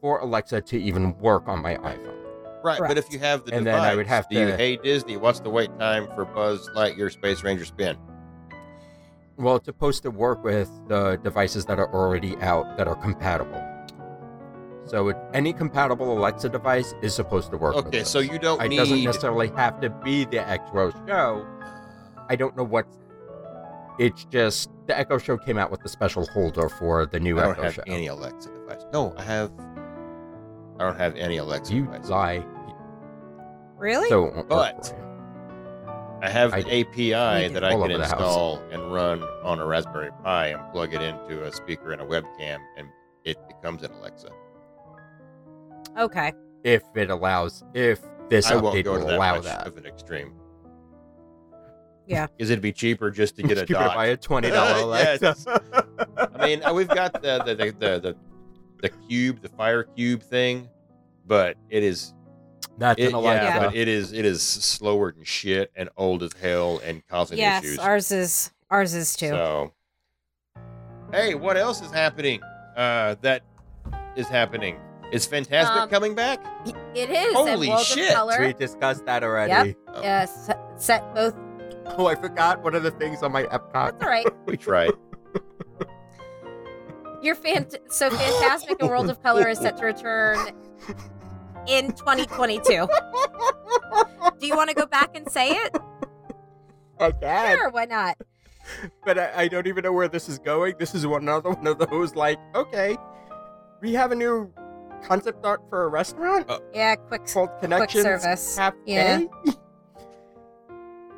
for Alexa to even work on my iPhone.
Right, but if
Correct.
you have the
And then
device,
I would have
do you,
to-
hey, Disney, what's the wait time for Buzz Lightyear Space Ranger Spin?
Well, it's supposed to work with the devices that are already out that are compatible. So it, any compatible Alexa device is supposed to work. with
Okay,
this.
so you don't
it
need...
doesn't necessarily have to be the Echo Show. I don't know what. It's just the Echo Show came out with the special holder for the new
I don't
Echo
have
Show.
any Alexa device. No, I have. I don't have any Alexa
you
device.
lie,
Really?
so it won't work
But-
for you.
I have
I
an
do.
You
API
do.
that I
All
can
over the house.
install and run on a Raspberry Pi and plug it into a speaker and a webcam, and it becomes an Alexa.
Okay.
if it allows, if this
I won't
update
go to
will
that
allow
much
that.
of an extreme.
Yeah.
Because it'd be cheaper just to get a
Just keep it
dot.
by a twenty dollar Alexa.
Yes. I mean, uh, we've got the the, the the the the cube, the fire cube thing, but it is
That's
It-
an Alexa.
yeah, but it is it is slower than shit and old as hell and causing
yes,
issues.
ours is ours is too.
So, hey, what else is happening? Uh, that is happening. Is Fantastic
Um,
coming back?
It is.
Holy
and World
shit.
Of Color,
we discussed that already.
Oh,
yes, set both.
Oh, I forgot one of the things on my Epcot.
That's all right.
We tried.
You're fant- so fantastic. and World of Color is set to return in 2022. Do you want to go back and say it?
I can,
Sure, why not?
but I, I don't even know where this is going. This is one another one of those like, okay, we have a new concept art for a restaurant
Uh,
Yeah, quick, s-
called
quick
Connections
service.
Cafe.
Yeah.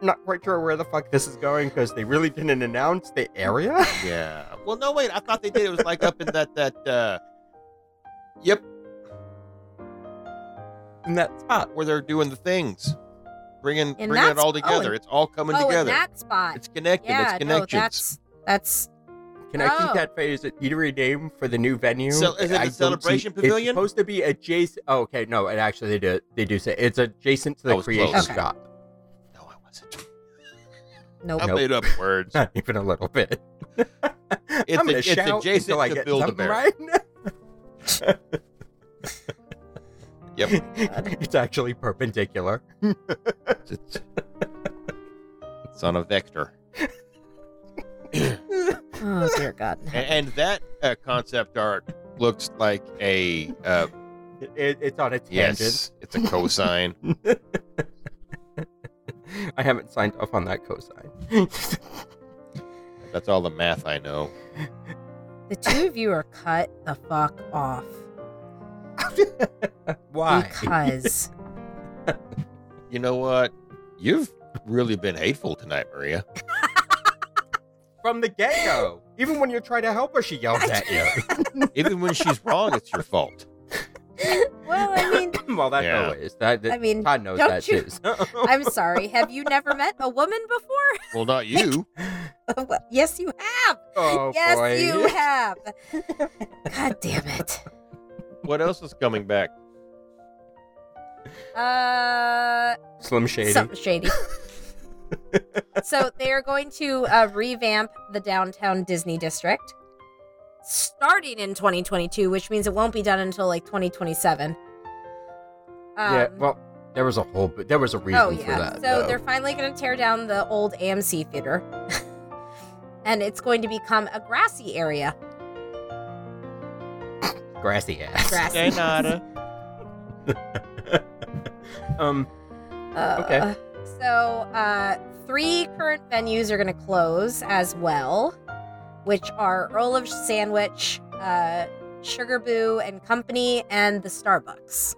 Not quite sure where the fuck this is going because they really didn't announce the area.
yeah. Well, no, wait. I thought they did. It was like up in that that. Uh, yep,
in that spot.
where they're doing the things, bringing
And
bringing it
that's-
all together.
oh, and-
it's all coming
Oh, in
together.
that spot.
It's connected.
yeah,
it's
no,
connections.
that's that's
Connection
Oh.
Cafe is an eatery name for the new venue.
So, is it the
I don't see-
Celebration Pavilion?
It's supposed to be adjacent. Oh, okay, no, and actually they do. They do say it's adjacent to
I
the
was
creation
close. Okay.
shop.
no, I wasn't.
nope.
I
Nope.
made up words.
Not even a little bit.
It's
I'm
a-
gonna
it's
shout
adjacent
until I
to
get
Build-A-Bear.
something right.
Yep.
it's actually perpendicular.
It's- Son of Vector.
Oh dear God. in
A-
heaven.
And, that uh, concept art looks like a uh,
It, it's on its
yes. It's a cosine.
tangent. I haven't signed off on that cosine.
That's all the math I know.
The two of you are cut the fuck off
Why?
because
You know what? You've really been hateful tonight, Maria.
From the get go. Even when you're trying to help her, she yells at you.
Even when she's wrong, it's your fault.
well, I mean,
well, that's
Yeah.
always. That, that-
I mean,
Todd knows
don't
that
you-
too.
I'm sorry. Have you never met a woman before?
Well, not you.
Well, yes, you have.
oh,
yes,
boy.
you have. God damn it.
What else is coming back?
Uh,
Slim Shady.
something shady. so they are going to uh, revamp the downtown Disney district starting in 2022, which means it won't be done until like 2027. Um,
yeah, well, there was a whole, but there was a reason
oh
for
yeah.
that.
so
though.
they're finally going to tear down the old AMC theater, and it's going to become a grassy area.
grassy ass.
Grassy.
um,
Uh,
Okay.
So, uh, three current venues are going to close as well, which are Earl of Sandwich, uh, Sugar Boo and Company, and the Starbucks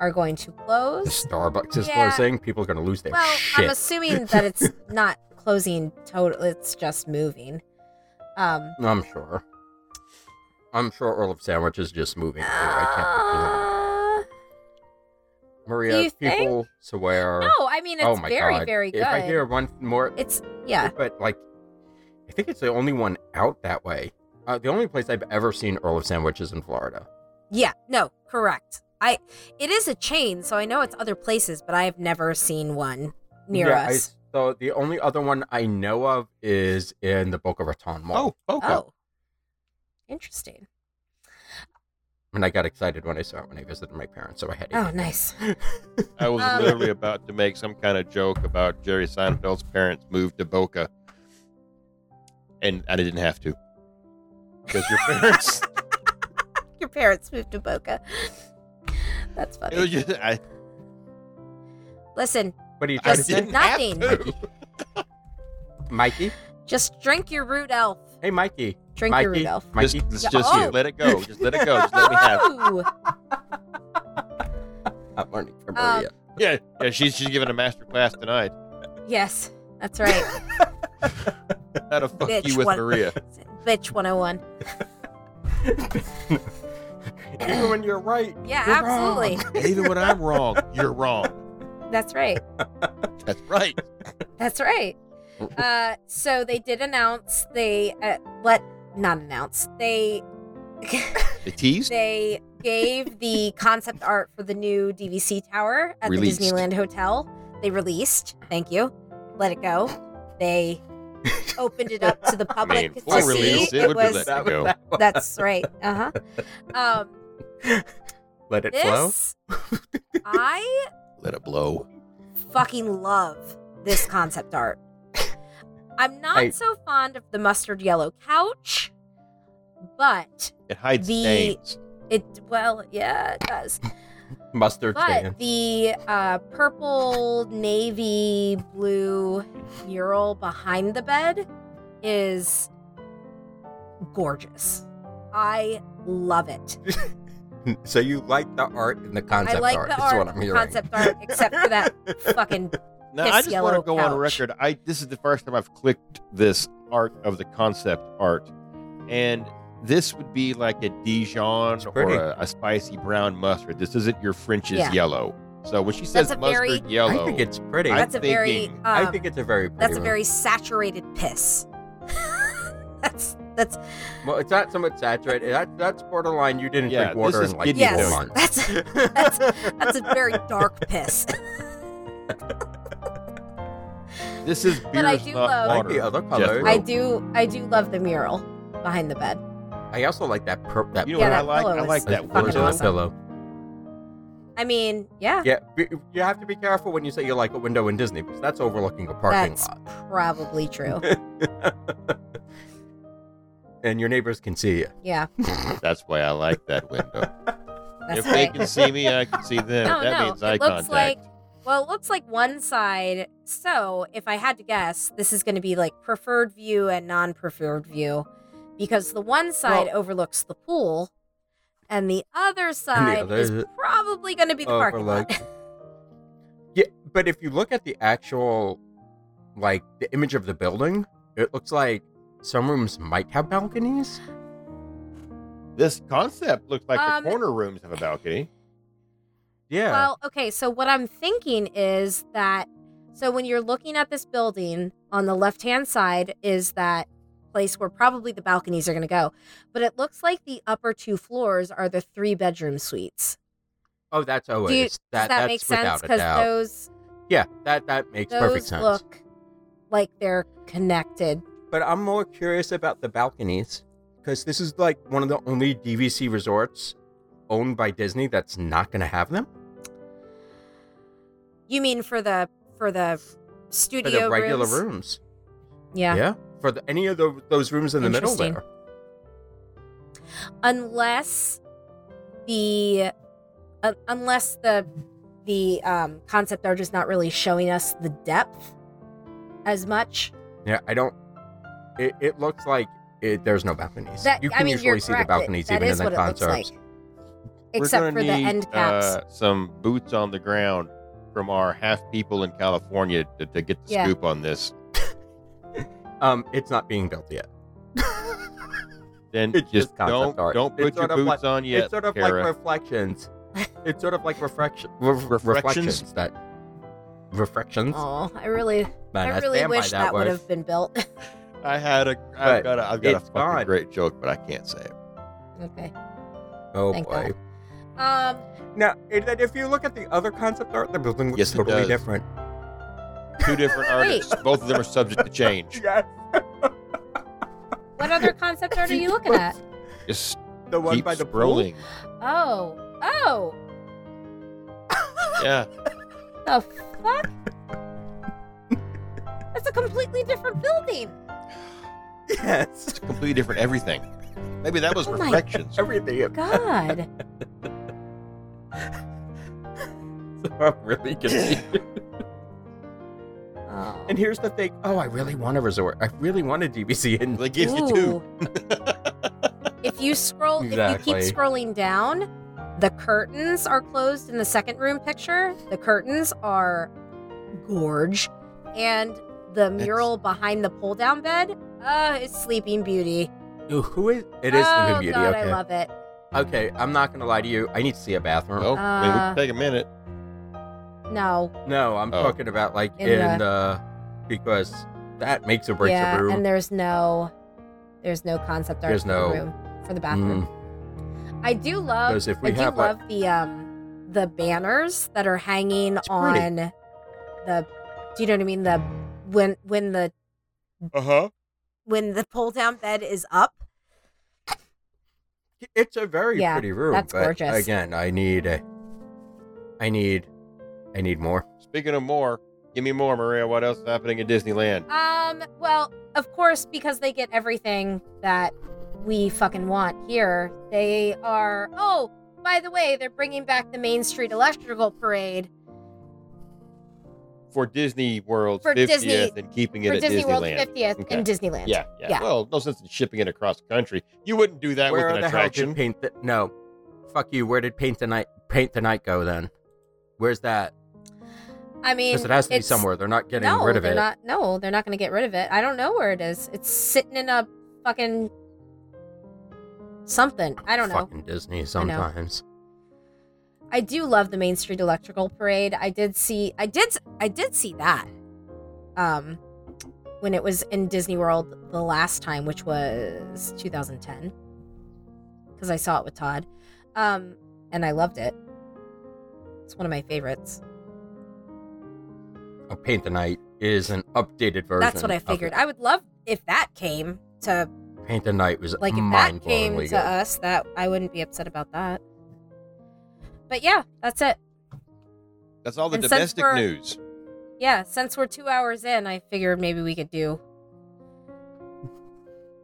are going to
the
close.
Starbucks is
Yeah.
closing. People are gonna lose their
Well,
shit.
I'm assuming that it's not closing total; it's just moving. Um,
I'm sure. I'm sure Earl of Sandwich is just moving. over. I can't.
uh,
Maria,
do you think?
people swear.
uh, no, I mean it's
oh my
very,
god!
very good.
If I hear one more,
it's yeah,
but like, I think it's the only one out that way. Uh, the only place I've ever seen Earl of Sandwich is in Florida.
yeah, no, correct. I it is a chain, so I know it's other places, but I have never seen one near
yeah, I,
us.
so the only other one I know of is in the Boca Raton Mall.
Oh, okay.
Oh, interesting.
And I got excited when I saw it when I visited my parents, so I had to.
Oh, nice.
Oh, I was
Um,
literally about to make some kind of joke about Jerry Seinfeld's parents moved to Boca, and I didn't have to because your parents.
Your parents moved to Boca. That's
it was
funny.
just, I,
Listen,
What are you
I
trying to
Just
do?
didn't
nothing.
have to.
Mikey?
just drink your root elf.
Hey, Mikey.
Drink
Mikey.
your root elf.
Mikey.
Just, just,
Yeah,
just
oh.
let it go. Just let it go. Just let me have. it.
Ooh.
I'm learning from
Um,
Maria.
Yeah, yeah. She's she's giving a master class tonight.
yes, that's right.
How to fuck
Bitch,
you with
what-
Maria?
Bitch 101.
Even when you're right.
Yeah,
You're
absolutely.
Even when I'm wrong, you're wrong.
That's right.
That's right.
That's right. Uh, so they did announce they uh, let not announce they
The teased.
they gave the concept art for the new DVC tower at
Released.
the Disneyland Hotel. They released. Thank you. Let it go. They opened it up to the
I
public
mean,
to
full
see.
release. It,
It
would
was.
be let it go.
That's right. Uh huh. Um,
Let it flow.
this I
Let it blow.
fucking love this concept art. I'm not
I-
so fond of the mustard yellow couch, but
It hides
The-
stains.
it well, yeah, it does.
Mustard
But
stand.
the uh, purple navy blue mural behind the bed is gorgeous. I love it.
So you like the art and the concept
I like
art.
the
is
art,
what I'm
the
hearing.
concept art, except for that fucking
Now
piss
I just want
yellow
to go on
couch.
record. I this is the first time I've clicked this art of the concept art, and this would be like a Dijon
It's
or
pretty.
a, a spicy brown mustard. This isn't your French's
Yeah.
yellow. So when she
That's
says
a
mustard
very-
yellow,
I think it's pretty.
I'm
that's a very
thinking-
um,
I think it's a very pretty
That's a
one.
very saturated piss. that's that's
Well, it's not so much saturated. That, that's borderline. You didn't
Yeah,
drink water
this is
in like
kidney
four
yes.
months.
That's that's that's a very dark piss.
this is beer,
I
not
do love-
I like
water.
the other
Jethro.
colors.
I do I do love the mural behind the bed.
I also like that purple. That
you know
Yeah,
what I
that
like?
pillow
I
is
like that
fucking
word.
original
awesome.
pillow.
I mean, yeah,
Yeah, b- you have to be careful when you say you like a window in Disney because that's overlooking a parking
that's
lot.
probably true.
and your neighbors can see you.
Yeah,
That's why I like that window.
that's
if
right.
they can see me, I can see them.
No,
that
Oh, no,
means
it
eye
looks
contact.
like- Well, it looks like one side. So, if I had to guess, this is going to be like preferred view and non preferred view because the one side overlooks the pool and the other side is
other-
probably going to be the
Oh,
parking lot.
Overlook. Yeah, but if you look at the actual, like the image of the building, it looks like some rooms might have balconies.
this concept looks like
Um,
the corner rooms have a balcony.
Yeah.
Well, okay. So, what I'm thinking is that so when you're looking at this building on the left hand side is that place where probably the balconies are going to go. But it looks like the upper two floors are the three bedroom suites.
oh, that's always
you-
that.
Does that
that's
make sense?
without a
Because
doubt.
those
yeah, that that makes perfect
those
sense.
look like they're connected.
But I'm more curious about the balconies because this is like one of the only DVC resorts owned by Disney that's not going to have them
You mean for the for the
for
studio
the regular
rooms?
rooms.
Yeah.
for the, any of tho- those rooms in the middle
Interesting.
there.
Unless the uh, unless the the um, concept art is not really showing us the depth as much.
Yeah, I don't. It, it looks like it, there's no balconies.
That
you
I
can
mean,
usually
you're
see the
correct.
balconies
That
even in
is
the
what it looks
concerts.
like. Except
We're
for
gonna
the
need,
end caps.
Uh, some boots on the ground from our half people in California to, to get the
Yeah.
scoop on this.
Um, it's not being built yet.
Then
It's
just
just
don't
concept art.
don't
It's
put your
sort of
boots
like-
on yet.
it's sort of
Kara.
like reflections. it's sort of like reflection, re-
Reflections?
reflections that reflections.
oh, I really,
Man,
I really
stand by
wish that would
word.
have been built.
I had a I've
But
got a I've got a
it's
fucking
gone.
great joke, but I can't say it.
okay.
Oh
Thank
boy.
Um.
Now, it- that if you look at the other concept art, the building looks
Yes, it
totally
does.
different.
Two different artists, both of them are subject to change.
Yes.
What other concept art are you looking at?
Just
The one
keep
by the pool.
scrolling.
Oh, oh,
Yeah,
the fuck? That's a completely different building.
Yes.
it's completely different everything. Maybe that was
Oh my-
reflections.
Everything.
God.
I'm really confused.
Oh.
and here's the thing. Oh, I really want a resort. I really want a DVC. And
They gives you two.
Ooh. if you scroll, if you
Exactly.
keep scrolling down, the curtains are closed in the second room picture. The curtains are gorge, and the mural behind the pull down bed. Uh, it's Sleeping Beauty.
Ooh, who is? It is
oh,
the Beauty.
God,
okay.
I love it.
okay, I'm not gonna lie to you. I need to see a bathroom.
Oh, I mean, we
Uh,
can take a minute.
No,
No, I'm
Oh.
talking about like
In
in, the... because that makes or breaks
yeah,
a room.
and there's no, there's no concept art
There's
for
no-
the room for the bathroom.
Mm,
I do love.
'Cause if we
I do
have, like-
love the um the banners that are hanging
pretty.
on the. Do you know what I mean? The when when the
Uh huh.
Uh-huh.
when the pull down bed is up.
It's a very
Yeah,
pretty room.
that's
but
gorgeous.
Again, I need a, I need, I need more.
Speaking of more, give me more, Maria. What else is happening in Disneyland?
Um. Well, of course, because they get everything that we fucking want here. They are. Oh, by the way, they're bringing back the Main Street Electrical Parade
for Disney World's
For
50th
Disney-
and keeping it
for
at
Disney World's
Disneyland.
50th
Okay.
in Disneyland.
yeah, yeah,
Yeah.
Well, no sense in shipping it across the country. You wouldn't do that
where
with an
the hell
attraction.
did paint the, no fuck you where did paint the night paint the night go then where's that
I mean,
because it has to be
it's-
somewhere they're not getting
no,
rid of
they're
it
Not, no, they're not going to get rid of it. I don't know where it is. It's sitting in a fucking something. I don't know.
fucking disney sometimes
I do love the Main Street Electrical Parade. I did see. I did. I did see that. Um, when it was in Disney World the last time, which was 2010, because I saw it with Todd, um, and I loved it. It's one of my favorites.
oh, paint the night is an updated version
That's what I
of
figured.
it.
I would love if that came to
paint the night was
like if that came
mind-blowingly
to
good
us that i wouldn't be upset about that but yeah that's it
That's all the
And since
domestic
we're-
news.
yeah since we're two hours in i figured maybe we could do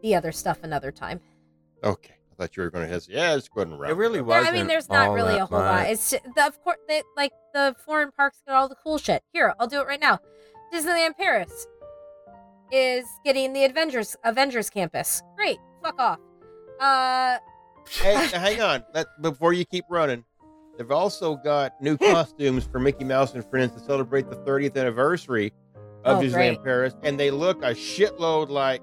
the other stuff another time.
Okay. I thought you were going to say, yeah, let's go ahead and wrap
It really
Yeah,
was.
I mean, there's not really a whole lot. It's ju- the, of course, they, like the foreign parks get all the cool shit. Here, I'll do it right now. Disneyland Paris is getting the Avengers Avengers campus. Great, fuck off. Uh,
hey, now, hang on. Let, before you keep running, they've also got new costumes for Mickey Mouse and friends to celebrate the 30th anniversary of
Oh,
Disneyland
great.
Paris, and they look a shitload like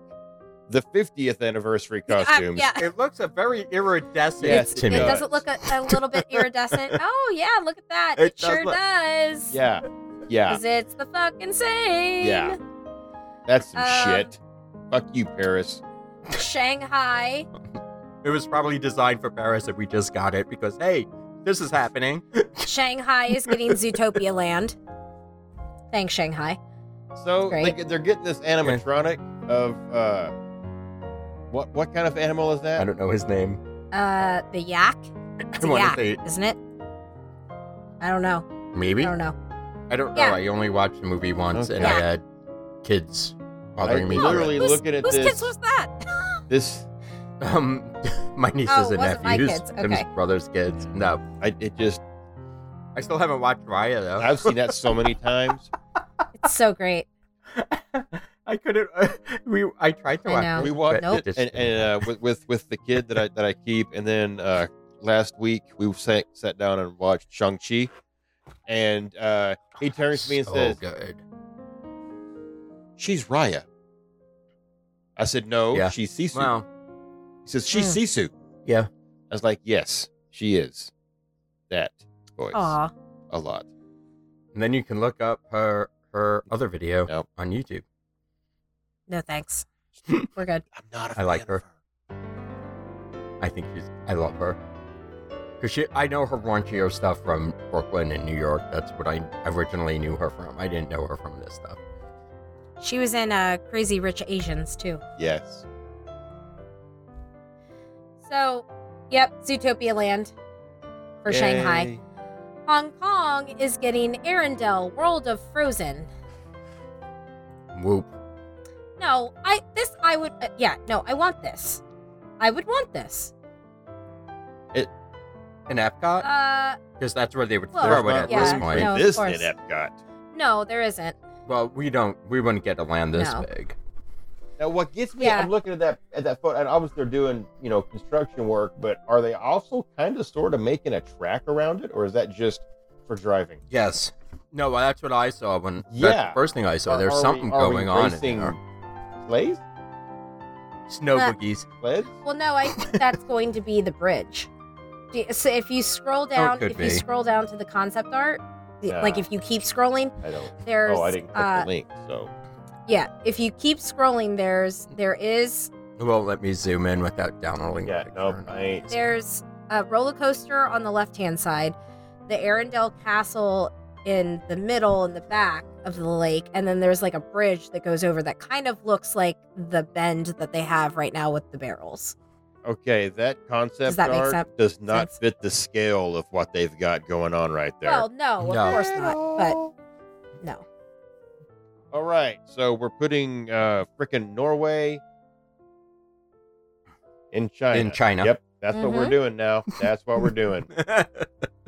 the 50th anniversary
I-
costumes.
uh, yeah,
It looks a very iridescent.
Yes,
to
it
does.
me.
doesn't look a, a little bit iridescent. Oh yeah, look at that. It,
It does
sure
look-
does.
yeah, yeah,
'Cause it's the fucking same.
Yeah. that's some
Um,
shit. Fuck you, Paris.
Shanghai.
It was probably designed for Paris, and we just got it because hey, this is happening.
Shanghai is getting Zootopia Land. Thanks, Shanghai.
So they,
Great.
get- they're getting this animatronic of uh, what what kind of animal is
I
that?
don't know his name.
Uh, the yak,
I
a
wanna
yak.
say
isn't it? I don't know. I
maybe.
don't know.
I don't know.
Yeah.
I only watched the movie once, and I
Okay.
had kids
I
bothering me.
literally-
Who's-
looking at
whose
this-
kids was that?
This
Um, my nieces
Oh, it
and
wasn't my
nephews,
kids.
Tim's
Okay.
brother's kids. No,
I, it just
I still haven't watched Raya though.
I've seen that so many times.
It's so great.
I couldn't. we I tried to
I
watch.
know.
it,
we watched
but
Uh, Nope.
it,
just
and,
didn't.
and uh, with, with with the kid that I that I keep, and then uh, last week we sat, sat down and watched Shang Chi, and uh, he turns to me and
so
says,
good.
"She's Raya." I said, "No,
Yeah.
she's Sisu."
Wow.
He says, "She's
Hmm.
Sisu."
Yeah.
I was like, "Yes, she is." That voice
Aw.
a lot.
And then you can look up her her other video
Nope.
on YouTube.
No thanks. We're good.
I'm not. a
I like
fan of
her. I think she's. I love her. Cause she, I know her raunchier stuff from Brooklyn and New York. That's what I originally knew her from. I didn't know her from this stuff.
She was in uh, Crazy Rich Asians too.
Yes.
So, yep, Zootopia Land for Shanghai.
Yay.
Hong Kong is getting Arendelle World of Frozen.
Whoop.
No, I this I would uh, yeah no I want this. I would want this.
And Epcot,
Uh,
because that's where they would
well,
throw it
There's
at
not
this
yeah,
point.
no, of
this in
course.
Epcot.
no, there isn't.
Well, we don't. We wouldn't get a land this
No.
big.
Now, what gets me,
Yeah.
I'm looking at that at that photo, and obviously they're doing you know construction work, but are they also kind of sort of making a track around it, or is that just for driving?
Yes. No, well, that's what I saw when. that's the
Yeah.
first thing I saw.
Are-
There's
are we-
something
are we
going on.
racing
In there.
Sleighs,
Snow
Uh,
boogies.
sleds.
Well, no, I think that's going to be the bridge. Do- So if you
Oh,
scroll down,
could
if
be.
you scroll down to the concept art, the-
Yeah.
like if you keep scrolling,
I don't.
there's
oh, I didn't click
uh,
the link. So
yeah, if you keep scrolling, there's there is
It won't let me zoom in without downloading.
yeah,
the picture
no,
and all
I ain't.
there's a roller coaster on the left hand side, the Arendelle Castle in the middle and the back of the lake, and then there's like a bridge that goes over that kind of looks like the bend that they have right now with the barrels.
Okay, that concept
that make
art
sen-
does not
sense?
fit the scale of what they've got going on right there.
Well, no,
No.
of course not, but no.
All right, so we're putting uh frickin' Norway in China.
In China.
Yep, that's what we're
Mhm.
doing now. That's what we're doing.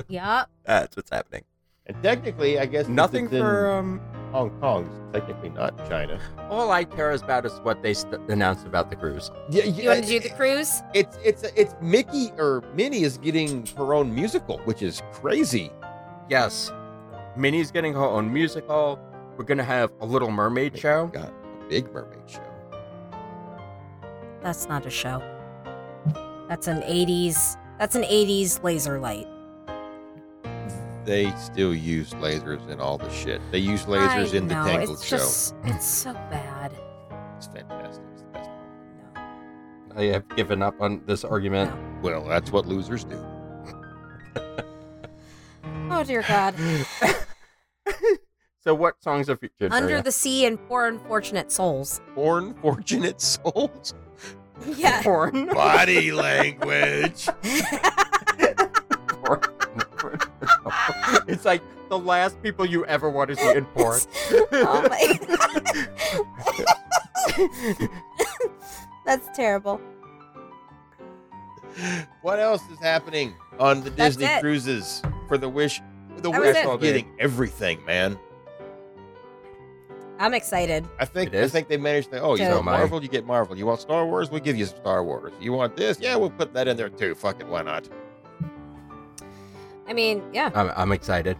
Yup.
that's what's happening.
And technically, I guess
Nothing
it's in
for. Um,
Hong Kong. It's technically not China.
all I care is about is what they st- announced about the cruise.
Yeah,
You want to do the cruise?
It's it's it's Mickey or Minnie is getting her own musical, which is crazy.
Yes. Minnie's getting her own musical. We're gonna have a Little Mermaid show.
Got a Big Mermaid show.
That's not a show. That's an 80s. That's an 80s laser light.
They still use lasers in all the shit. They use lasers
I
in the
know,
Tangled
it's
show.
Just, it's so bad.
It's fantastic. It's the best.
No.
I have given up on this argument.
Well, that's what losers do.
Oh dear God.
so, what songs are featured?
Under
Maria?
the sea and poor unfortunate souls.
Born fortunate souls.
Yeah.
porn.
Body language.
porn. it's like the last people you ever want to see in porn.
oh my. That's terrible.
What else is happening on the
That's
Disney
it.
cruises for the Wish? The
That was
Wish
it.
is getting everything, man.
I'm excited.
I think
It
I
is?
think they managed to. Oh, you
So-
want
Oh, my.
Marvel, you get Marvel. You want Star Wars, we'll give you some Star Wars. You want this? Yeah, we'll put that in there too. Fuck it, why not?
I mean, yeah,
I'm, I'm excited.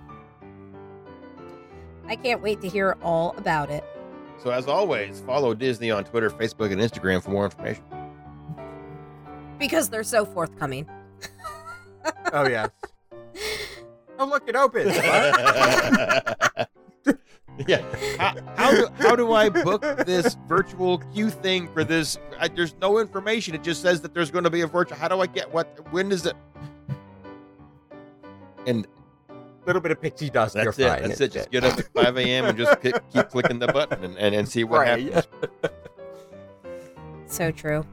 I can't wait to hear all about it.
So as always, follow Disney on Twitter, Facebook, and Instagram for more information.
Because they're so forthcoming.
Oh yes. oh look, it opened.
yeah. How, how, do, how do I book this virtual queue thing for this? I, there's no information. It just says that there's going to be a virtual. How do I get what? When is it? And
little bit of pixie dust.
that's
you're
it.
fine.
That's it.
It's
Just get up at 5 a.m. and just keep, keep clicking the button and, and, and see what
Right.
happens.
So true.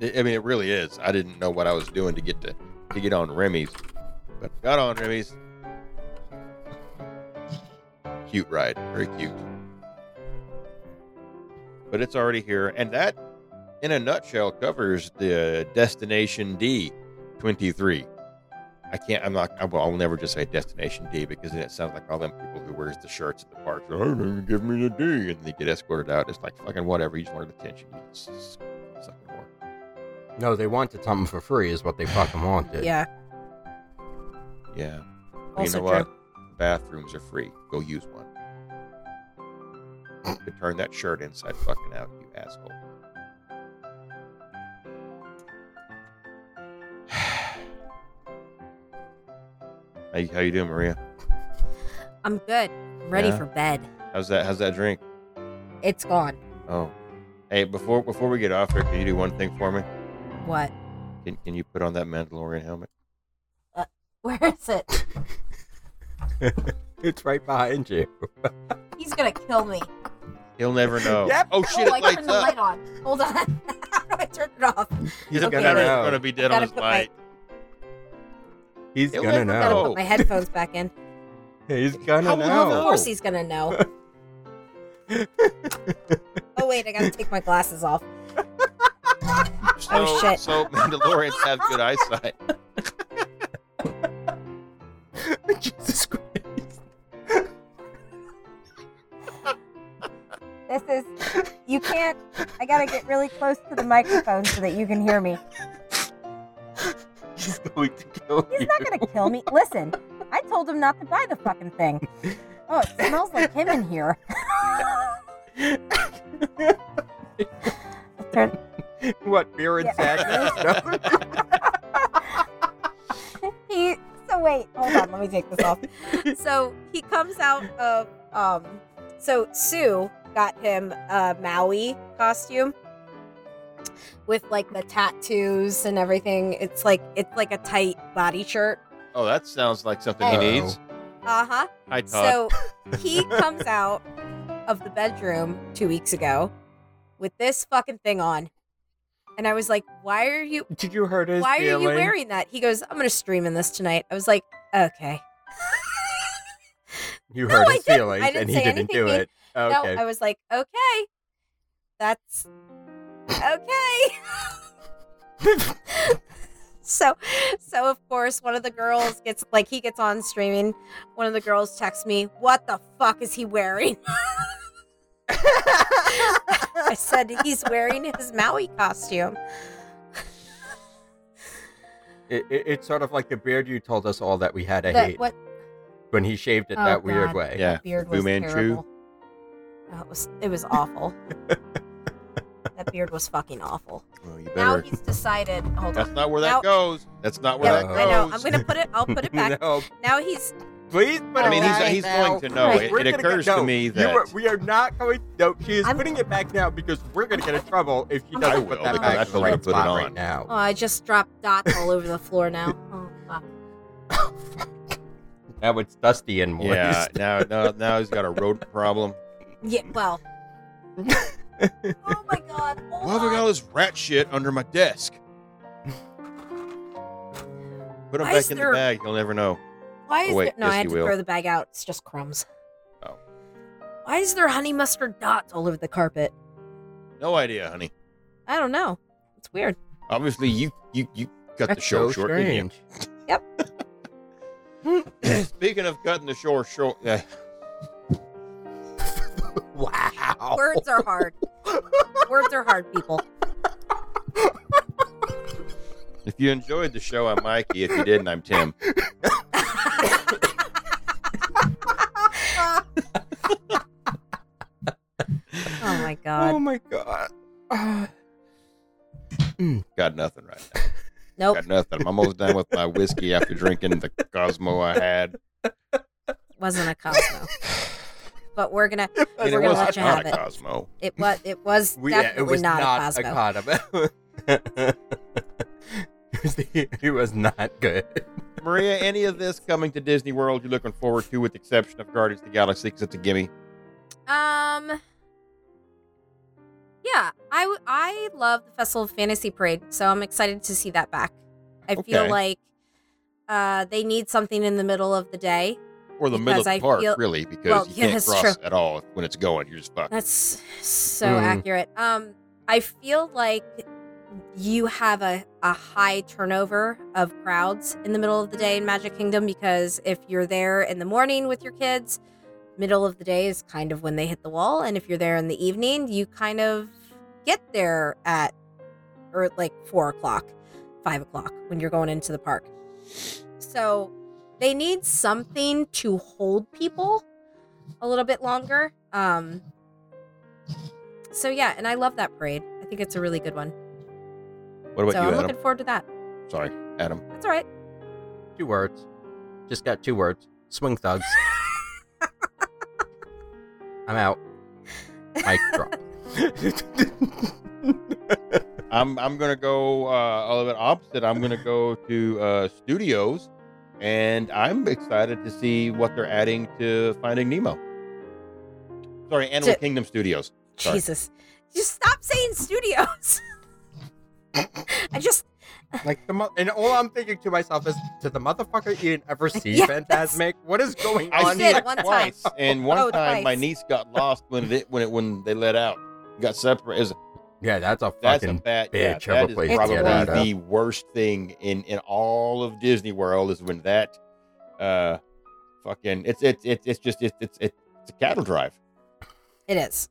I I mean, it really is. I didn't know what I was doing to get to to get on Remy's, but got on Remy's. Cute ride, very cute. But it's already here, and that, in a nutshell, covers the Destination D, twenty three. I can't. I'm not. I will, I'll never just say Destination D because then it sounds like all them people who wears the shirts at the park. Oh, don't give me the D, and they get escorted out. It's like fucking whatever. You just wanted attention. You s- s- suck it more.
No, they wanted something for free, is what they fucking wanted.
Yeah.
Yeah. But
Also
you know
true.
what? Bathrooms are free. Go use one. You could turn that shirt inside fucking out, you asshole. how, you, how you doing, Maria?
I'm good. I'm ready
Yeah.
for bed.
How's that? How's that drink?
It's gone.
Oh, hey, before before we get off here, can you do one thing for me?
What?
Can Can you put on that Mandalorian helmet?
Where is it?
It's right behind you.
He's gonna kill me.
He'll never know.
Yep.
Oh shit!
oh, I
it lights
turned the
up. Oh.
light on. Hold on. How do I turn it off?
He's
Okay,
gonna,
wait.
gonna be dead on
Gotta
his
put my-
light.
He's
It
gonna
went
Gotta
know.
Oh.
put my headphones back in.
He's gonna
How will he
Of
know.
course he's gonna know. oh wait, I gotta take my glasses off.
So,
Oh, shit.
So Mandalorians have good eyesight.
Jesus Christ.
This is you can't I gotta get really close to the microphone so that you can hear me.
He's going to kill
He's
you.
not gonna kill me. Listen, I told him not to buy the fucking thing. Oh, it smells like him in here. Turn-
What, beer and
Yeah.
sadness? No?
he so wait hold on let me take this off so he comes out of um so sue got him a maui costume with like the tattoos and everything it's like it's like a tight body shirt
Oh, that sounds like something he
Uh-oh.
needs.
uh-huh
Hi, Todd.
so he comes out of the bedroom two weeks ago with this fucking thing on and i was like why are you
Did you hurt his
why are you
feeling?
wearing that? He goes, I'm gonna stream in this tonight. I was like, okay.
You
No,
hurt
I
his
didn't.
feelings,
I didn't
and he
say
didn't do
anything.
it. Okay.
No, I was like, okay. That's okay. so so of course one of the girls gets like he gets on streaming. One of the girls texts me, What the fuck is he wearing? I said he's wearing his Maui costume.
It, it, it's sort of like the beard you told us all that we had to
That-
hate
what
when he shaved it
Oh,
that weird
God.
way.
Yeah.
that beard
Fu
was
Manchu.
terrible. Oh, it was it was awful. that beard was fucking awful.
Well, you
Now
better.
he's decided. Hold
That's
on.
not where that
Now-
goes. That's not where
Yeah,
that
Uh-oh.
goes.
I know. I'm gonna put it. I'll put it back.
No,
Now he's.
please. Put
I mean,
it
he's,
back
he's
now.
going to know.
Right.
It,
We're
it
gonna get-
occurs to
no,
me
you
that
are- we are not going. No, she is
I'm-
putting it back now because we're going to get in trouble if she
I
doesn't
will,
put that
because
back.
I
in
told
the
her to
right
put it
spot
on.
right now.
Oh, I just dropped dots all over the floor now. Oh fuck.
now it's dusty and moist.
yeah, now, now now he's got a road problem.
Yeah. Well. oh my god. hold
Why have I
on.
got all this rat shit under my desk? Put him
Why
back
is
in
there-
the bag. You'll never know.
Why is
Oh, wait,
there, no?
yes,
I had
you
to
will.
throw the bag out. It's just crumbs.
Oh.
Why is there honey mustard dots all over the carpet?
No idea, honey.
I don't know. It's weird.
Obviously, you you you cut the show short. didn't you? Speaking of cutting the show short, uh, Oh.
Wow.
Words are hard. Words are hard, people.
if you enjoyed the show, I'm Mikey. If you didn't, I'm Tim.
Oh my
Oh
god.
my god. Ah.
Got nothing right now.
Nope.
Got nothing. I'm almost done with my whiskey after drinking the Cosmo I had.
Wasn't a Cosmo. But we're gonna.
And
We're
it
gonna
was
let
not
you have
a
it.
Cosmo.
It was. It was
We- yeah,
definitely
it was
not,
not,
a Cosmo.
Cosmo. it, was the, it was not good.
Maria, any of this coming to Disney World you're looking forward to, with the exception of Guardians of the Galaxy, because it's a gimme.
Um. Yeah, I w- I love the Festival of Fantasy Parade, so I'm excited to see that back. I
Okay.
feel like uh, they need something in the middle of the day.
Or the middle of
Because I
the park,
feel-
really, because
Well,
you
yeah,
can't
that's
cross
true.
at all when it's going. You're just fucked.
That's so
Mm.
accurate. Um, I feel like you have a, a high turnover of crowds in the middle of the day in Magic Kingdom because if you're there in the morning with your kids, middle of the day is kind of when they hit the wall. And if you're there in the evening, you kind of get there at or like four o'clock, five o'clock when you're going into the park. So they need something to hold people a little bit longer. Um, so yeah, and I love that parade. I think it's a really good one.
What about
so
you,
I'm
Adam?
looking forward to that.
Sorry, Adam.
That's all right.
Two words. Just got two words. Swing thugs. I'm out. Mic drop.
I'm I'm gonna go uh, a little bit opposite. I'm gonna go to uh, studios, and I'm excited to see what they're adding to Finding Nemo. Sorry, Animal
To-
Kingdom Studios. Sorry.
Jesus, just stop saying studios. I just
like the mo- and all I'm thinking to myself is, did the motherfucker you didn't ever see
Yes.
Phantasmic? What is going
I
on?
see
did
here?
it one time.
twice, and one
Oh,
time my
twice.
niece got lost when it when it when they let out, got separated. It was-
Yeah, that's a
That's
fucking
a bad. Yeah,
bitch of
that
a
is
place
to
probably
get out
of.
the worst thing in in all of Disney World is when that, uh, fucking it's it's it's it's just it's it's it's a cattle drive.
it is.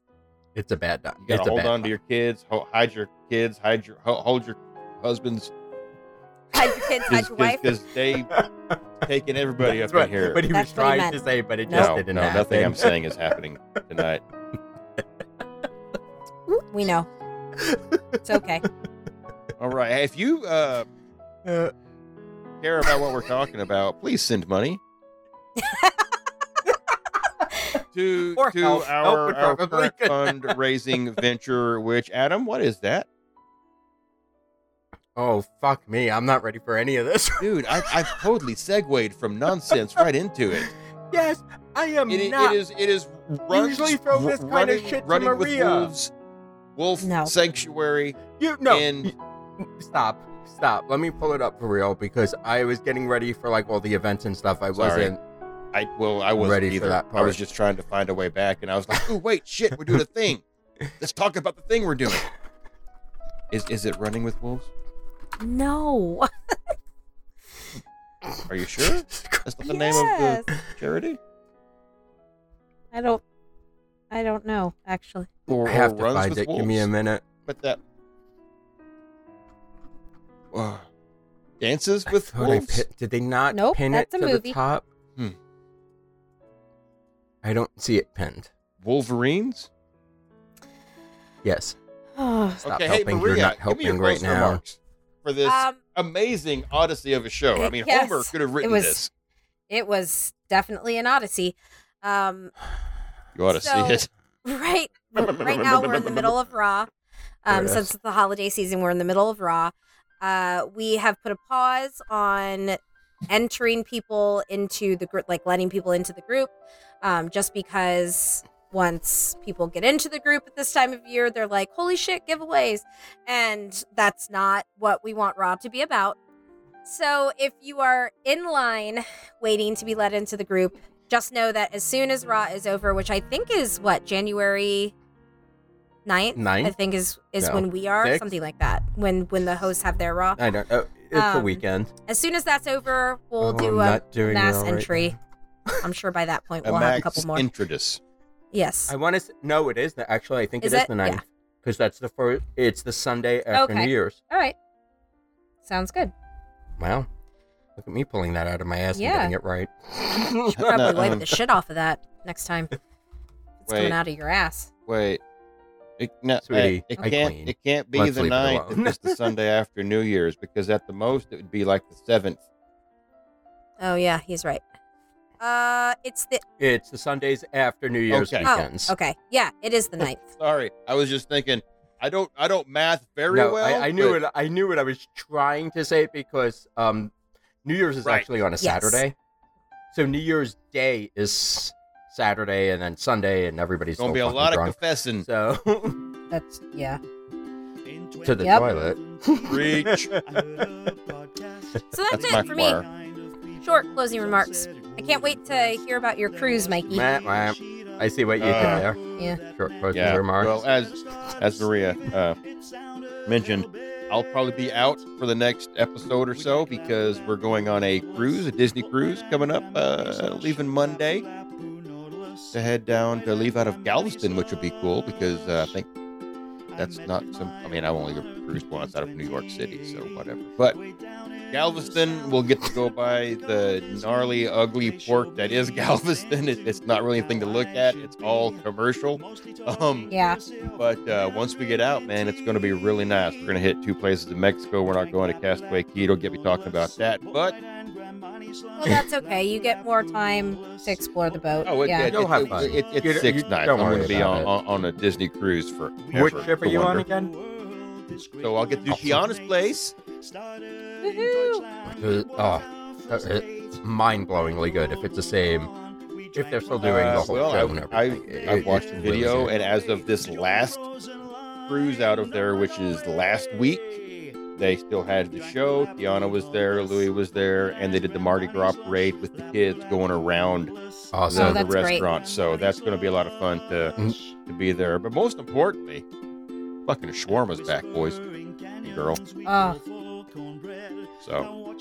it's a bad time.
You
It's
gotta
a
hold
bad
on to your kids. Ho- hide your kids. Hide your ho- hold your husbands.
Hide your kids, hide your wife.
Because they taking everybody
That's
up
what-
in here.
But he
That's
was
what he
trying to
meant.
say, but it
No.
just
no,
didn't
no,
happen.
nothing I'm saying is happening tonight.
We know. It's okay.
All right, hey, if you uh,
Uh,
care about what we're talking about, please send money. to
Or
to
help. Help
our,
would
our
probably
current fundraising venture, which Adam, what is that,
oh fuck me! I'm not ready for any of this.
dude? I, I've totally segued from nonsense right into it.
yes, I am
It, i-
not.
it is. It is. Runs,
usually throw this
r-
kind of
running,
shit to
running
Maria.
With wolves, wolf
No.
sanctuary.
you no.
and-
you- stop, stop. Let me pull it up for real because I was getting ready for like all the events and stuff. I
Sorry.
wasn't.
I well, I wasn't
Ready for
either.
that
I was
part.
just trying to find a way back, and I was like, "Oh wait, shit, we're doing a thing. Let's talk about the thing we're doing." Is is it running with wolves?
No.
Are you sure? That's not the name
yes.
of the charity.
I don't. I don't know actually.
Or,
I have
or
to
runs
find
with
it.
wolves.
Give me a minute.
But that Ugh. dances
I
with
thought I
wolves.
pin- did they not
Nope,
pin it
that's
to
a
the
movie.
top?
Hmm.
I don't see it pinned.
Wolverines.
Yes.
Oh.
Stop
okay,
helping.
hey Maria,
You're not
give me your
helping right
closing
now.
remarks for this
Um.
amazing odyssey of a show. I mean,
Yes,
Homer could have written
was-
this.
It was definitely an odyssey. Um.
You ought to
so-
see it.
Right. Right now we're in the middle of Raw.
There
Um,
it
since
is.
it's the holiday season, we're in the middle of Raw. Uh, we have put a pause on entering people into the group, like letting people into the group, um, just because once people get into the group at this time of year, they're like, holy shit, giveaways. And that's not what we want Raw to be about. So if you are in line waiting to be let into the group, just know that as soon as Raw is over, which I think is what, January ninth, I
Ninth?
think is is
No.
when we are
Sixth?
something like that. When when the hosts have their raw.
I don't. Oh, it's a
Um,
weekend.
As soon as that's over, we'll
Oh,
do
I'm
a
not doing
mass
well right
entry. I'm sure by that point
A
we'll have a
max
couple more.
introduce.
yes.
I want to. No, it is. The, actually, I think
Is
it is
it?
the ninth because that's the first. It's the Sunday after
Okay.
New Year's.
All right. Sounds good.
Wow. Look at me pulling that out of my ass
Yeah.
and getting it right.
Probably
No,
wipe
um,
the shit off of that next time. It's
Wait.
coming out of your ass.
Wait. It, no,
Sweetie,
it
I
can't.
clean.
It can't be
Let's
the
leave it
ninth if
alone.
it's the Sunday after New Year's because at the most it would be like the seventh.
Oh yeah, he's right. Uh, it's the
It's the Sundays after New Year's
Okay.
weekends.
oh okay yeah, it is the ninth.
Sorry, I was just thinking. I don't. I don't math very
no,
well.
I, I knew
but
it. I knew it. I was trying to say it because um, New Year's is
Right.
actually on a Saturday, so New Year's Day is Saturday, and then Sunday, and everybody's
Gonna
still
be a
fucking
lot of
drunk.
confessing.
So
That's yeah.
to the
Yep.
toilet.
Preach.
So that's,
That's
it
my
for
choir.
me. Short closing remarks. I can't wait to hear about your cruise, Mikey.
Wah, wah. I see what you
Uh,
Yeah.
did there. Short closing
Yeah.
remarks.
Well, as as Maria uh, mentioned, I'll probably be out for the next episode or so because we're going on a cruise, a Disney cruise, coming up, uh, leaving Monday to head down to leave out of Galveston, which would be cool because uh, I think that's not some. I mean, I've only cruised once out of New York City, so whatever. But Galveston, we'll get to go by the gnarly, ugly pork that is Galveston. It, it's not really anything to look at. It's all commercial. Um,
Yeah.
but uh, once we get out, man, it's going to be really nice. We're going to hit two places in Mexico. We're not going to Castaway Key. Don't get me talking about that. But
Well, that's okay. You get more time to explore the boat.
oh, it,
yeah.
it,
You'll
it-
have
it-
fun.
it- it's
You-
six
you
nights.
don't
I'm going to
worry
be
about
on, on,
it.
on a Disney cruise for
Which ship are you on again?
So I'll get to Tiana's place.
Woohoo!
Oh, it's mind-blowingly good. If it's the same, if they're still doing the
Uh,
whole show and
well, I,
everything, it-
I, I've
it-
watched the
it's really
video,
good.
and as of this last cruise out of there, which is last week, they still had the show. Tiana was there, Louis was there, and they did the Mardi Gras parade with the kids going around
awesome.
Oh,
the
that's great.
restaurant. So that's going to be a lot of fun to
Mm.
to be there. But most importantly, fucking shawarma's back, boys and girl.
Oh,
So
you don't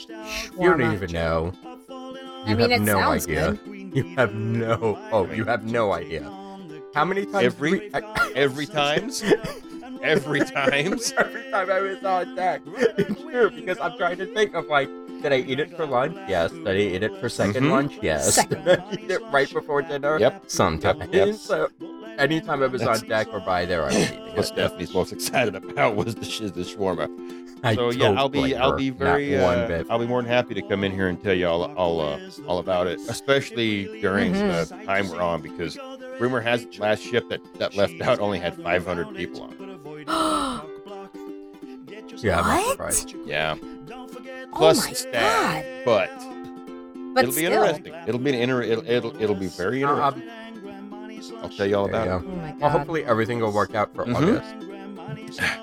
shawarma.
even know. You
I mean,
have
it
no
sounds
idea. You have no. Oh, you have no idea. How many times?
Every- e,
we- I-
every times, every times.
every time I was on deck. It's true because I'm trying to think of like, did I eat it for lunch? Yes. Did I eat it for 2nd
Mhm.
lunch? Yes.
Second
Did I eat it right before dinner?
Yep.
Sometimes.
Yep.
So, anytime I was
That's-
on deck or by there, I was eating
what
it.
Stephanie's most excited about was the, sh- the shawarma.
I
so yeah,
don't
I'll be
blame
I'll
her.
be
Not
very
one
uh,
bit.
I'll be more than happy to come in here and tell you all all uh, all about it, especially during
Mm-hmm.
the time we're on because rumor has it last ship that that left out only had 500 people on.
Yeah,
What?
I'm not surprised.
Yeah,
oh
plus
my
the staff, but,
But
it'll be
still.
interesting. It'll be an inter- it'll, it'll it'll be very
Uh,
interesting.
um,
I'll tell you all
there
about
you
it.
go.
Oh my god.
Well, hopefully everything will work out for
Mhm.
August.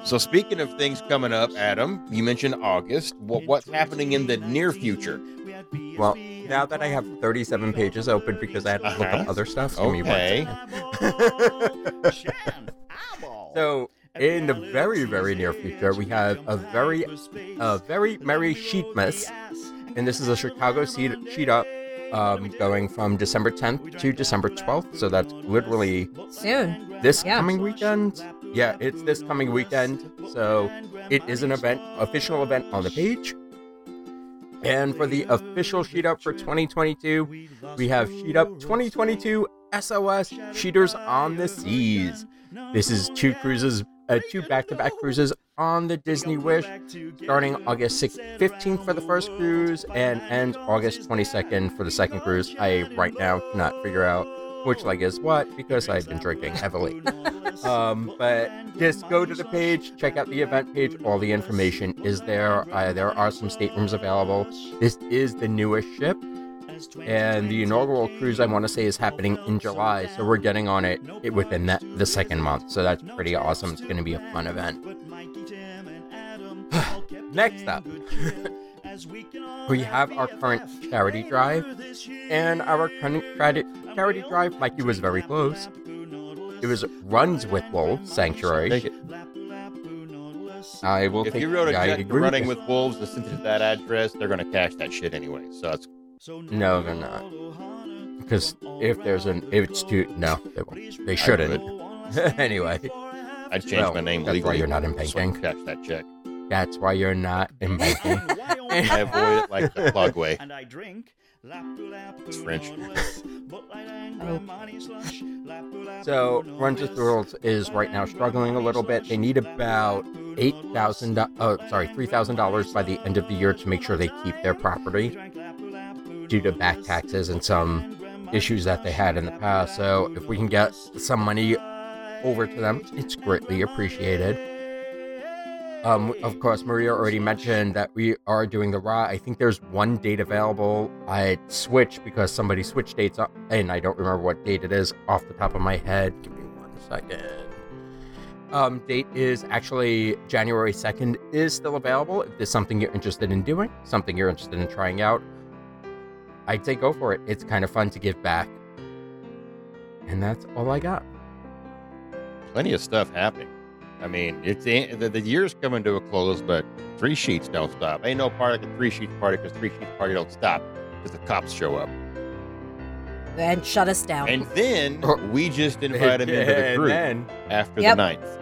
So speaking of things coming up, Adam, you mentioned August. What what's happening in the near future?
Well, now that I have 37 pages open because I had to look up
Uh-huh.
other stuff. give me one
Okay.
So, in the very, very near future, we have a very, a very merry sheetmas, and this is a Chicago seed, sheet up, um, going from December 10th to December 12th. So that's literally
soon.
this
Yeah.
coming weekend. Yeah, it's this coming weekend. So it is an event, official event on the page. And for the official sheet up for 2022, we have sheet up 2022 SOS Cheaters on the Seas. This is two cruises, uh, two back-to-back cruises on the Disney Wish, starting August 6, 15th for the first cruise and ends August 22nd for the second cruise. I right now cannot figure out which leg is what because I've been drinking heavily. um, but just go to the page, check out the event page. All the information is there. Uh, there are some staterooms available. This is the newest ship. And the inaugural cruise, I want to say, is happening in July, so we're getting on it, it within that the second month. So that's pretty awesome. It's going to be a fun event. Next up, we have our current charity drive, and our current charity charity drive, Mikey was very close It was Runs with Wolves
Take
Sanctuary.
it.
I will
If
take
you wrote a
I
check to
agree
running
with
with wolves and sent it to that address, they're going to cash that shit anyway. So that's
No, they're not. Because if there's an, if it's too, no, they, won't. they shouldn't. anyway,
I'd change
Well,
my name
that's why
legally.
you're not in
so I can
banking.
Cash that check.
that's why you're not in banking.
I avoid it like the plug way.
and I drink
It's French.
So Runs with Wolves is right now struggling a little bit. They need about eight thousand, oh sorry, three thousand dollars by the end of the year to make sure they keep their property due to back taxes and some issues that they had in the past. So if we can get some money over to them, it's greatly appreciated. Um, of course, Maria already mentioned that we are doing the raw. I think there's one date available. I switched because somebody switched dates up, and I don't remember what date it is off the top of my head. Give me one second. Um, date is actually January 2nd is still available. If there's something you're interested in doing, something you're interested in trying out, I'd say go for it. It's kind of fun to give back. And that's all I got.
Plenty of stuff happening. I mean, it's the, the year's coming to a close, but three sheets don't stop. Ain't no party like a three sheets party because three sheets party don't stop because the cops show up.
and shut us down.
And then
Oh.
we just invite them into the
And
group
then-
after
Yep.
the ninth.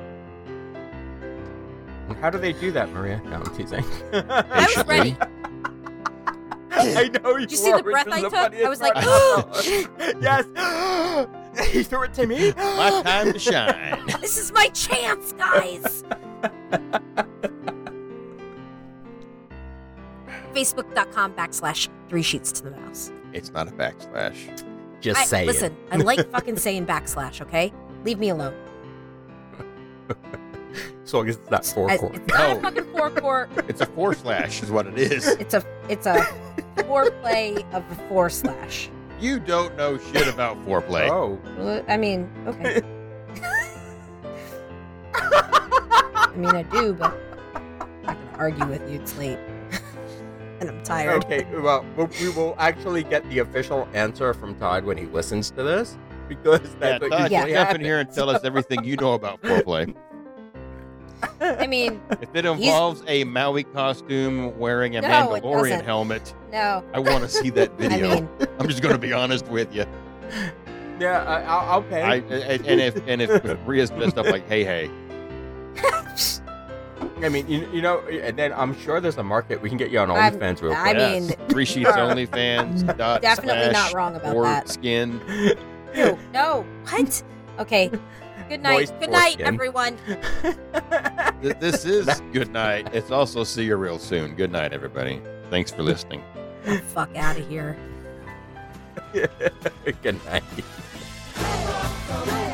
How do they do that, Maria? No, I'm teasing.
I was ready.
I know you
Did you see the
were,
breath
which
I
is the
took? I
funniest
was like,
part. yes. he threw it to me.
My time to shine.
this is my chance, guys. Facebook.com backslash three sheets to the mouse.
It's not a backslash.
Just
I,
saying.
Listen, I like fucking saying backslash, okay? Leave me alone.
so long as it's not four
I-
chords.
it's not
No.
a fucking four court.
It's a four slash, is what it is.
It's a it's a foreplay of a four slash.
You don't know shit about foreplay.
Oh,
Well, I mean, okay. I mean, I do, but I'm not gonna argue with you. It's late, and I'm tired.
okay. Well, we- we will actually get the official answer from Todd when he listens to this because
Yeah,
that's
Todd,
what
Yeah.
you
usually
jump in
happens.
here and tell us everything you know about foreplay.
I mean,
If it involves a Maui costume wearing a
No, it
Mandalorian
doesn't.
helmet,
no.
I want to see that
I
video.
mean,
I'm just going to be honest with you.
Yeah, I, I'll, I'll pay.
I, and, and if and if Rhea's dressed up like hey hey,
I mean, you, you know, and then I'm sure there's a market we can get you on
I'm-
OnlyFans real
I
quick.
yes,
mean,
three sheets only fans dot
definitely not
slash
wrong about
or
that.
skin.
No, no. What? Okay. Good night.
Moist
Good night,
foreskin.
everyone.
Th- This is good night. It's also see you real soon. Good night, everybody. Thanks for listening.
Get the fuck out of here.
Good night.
Come on,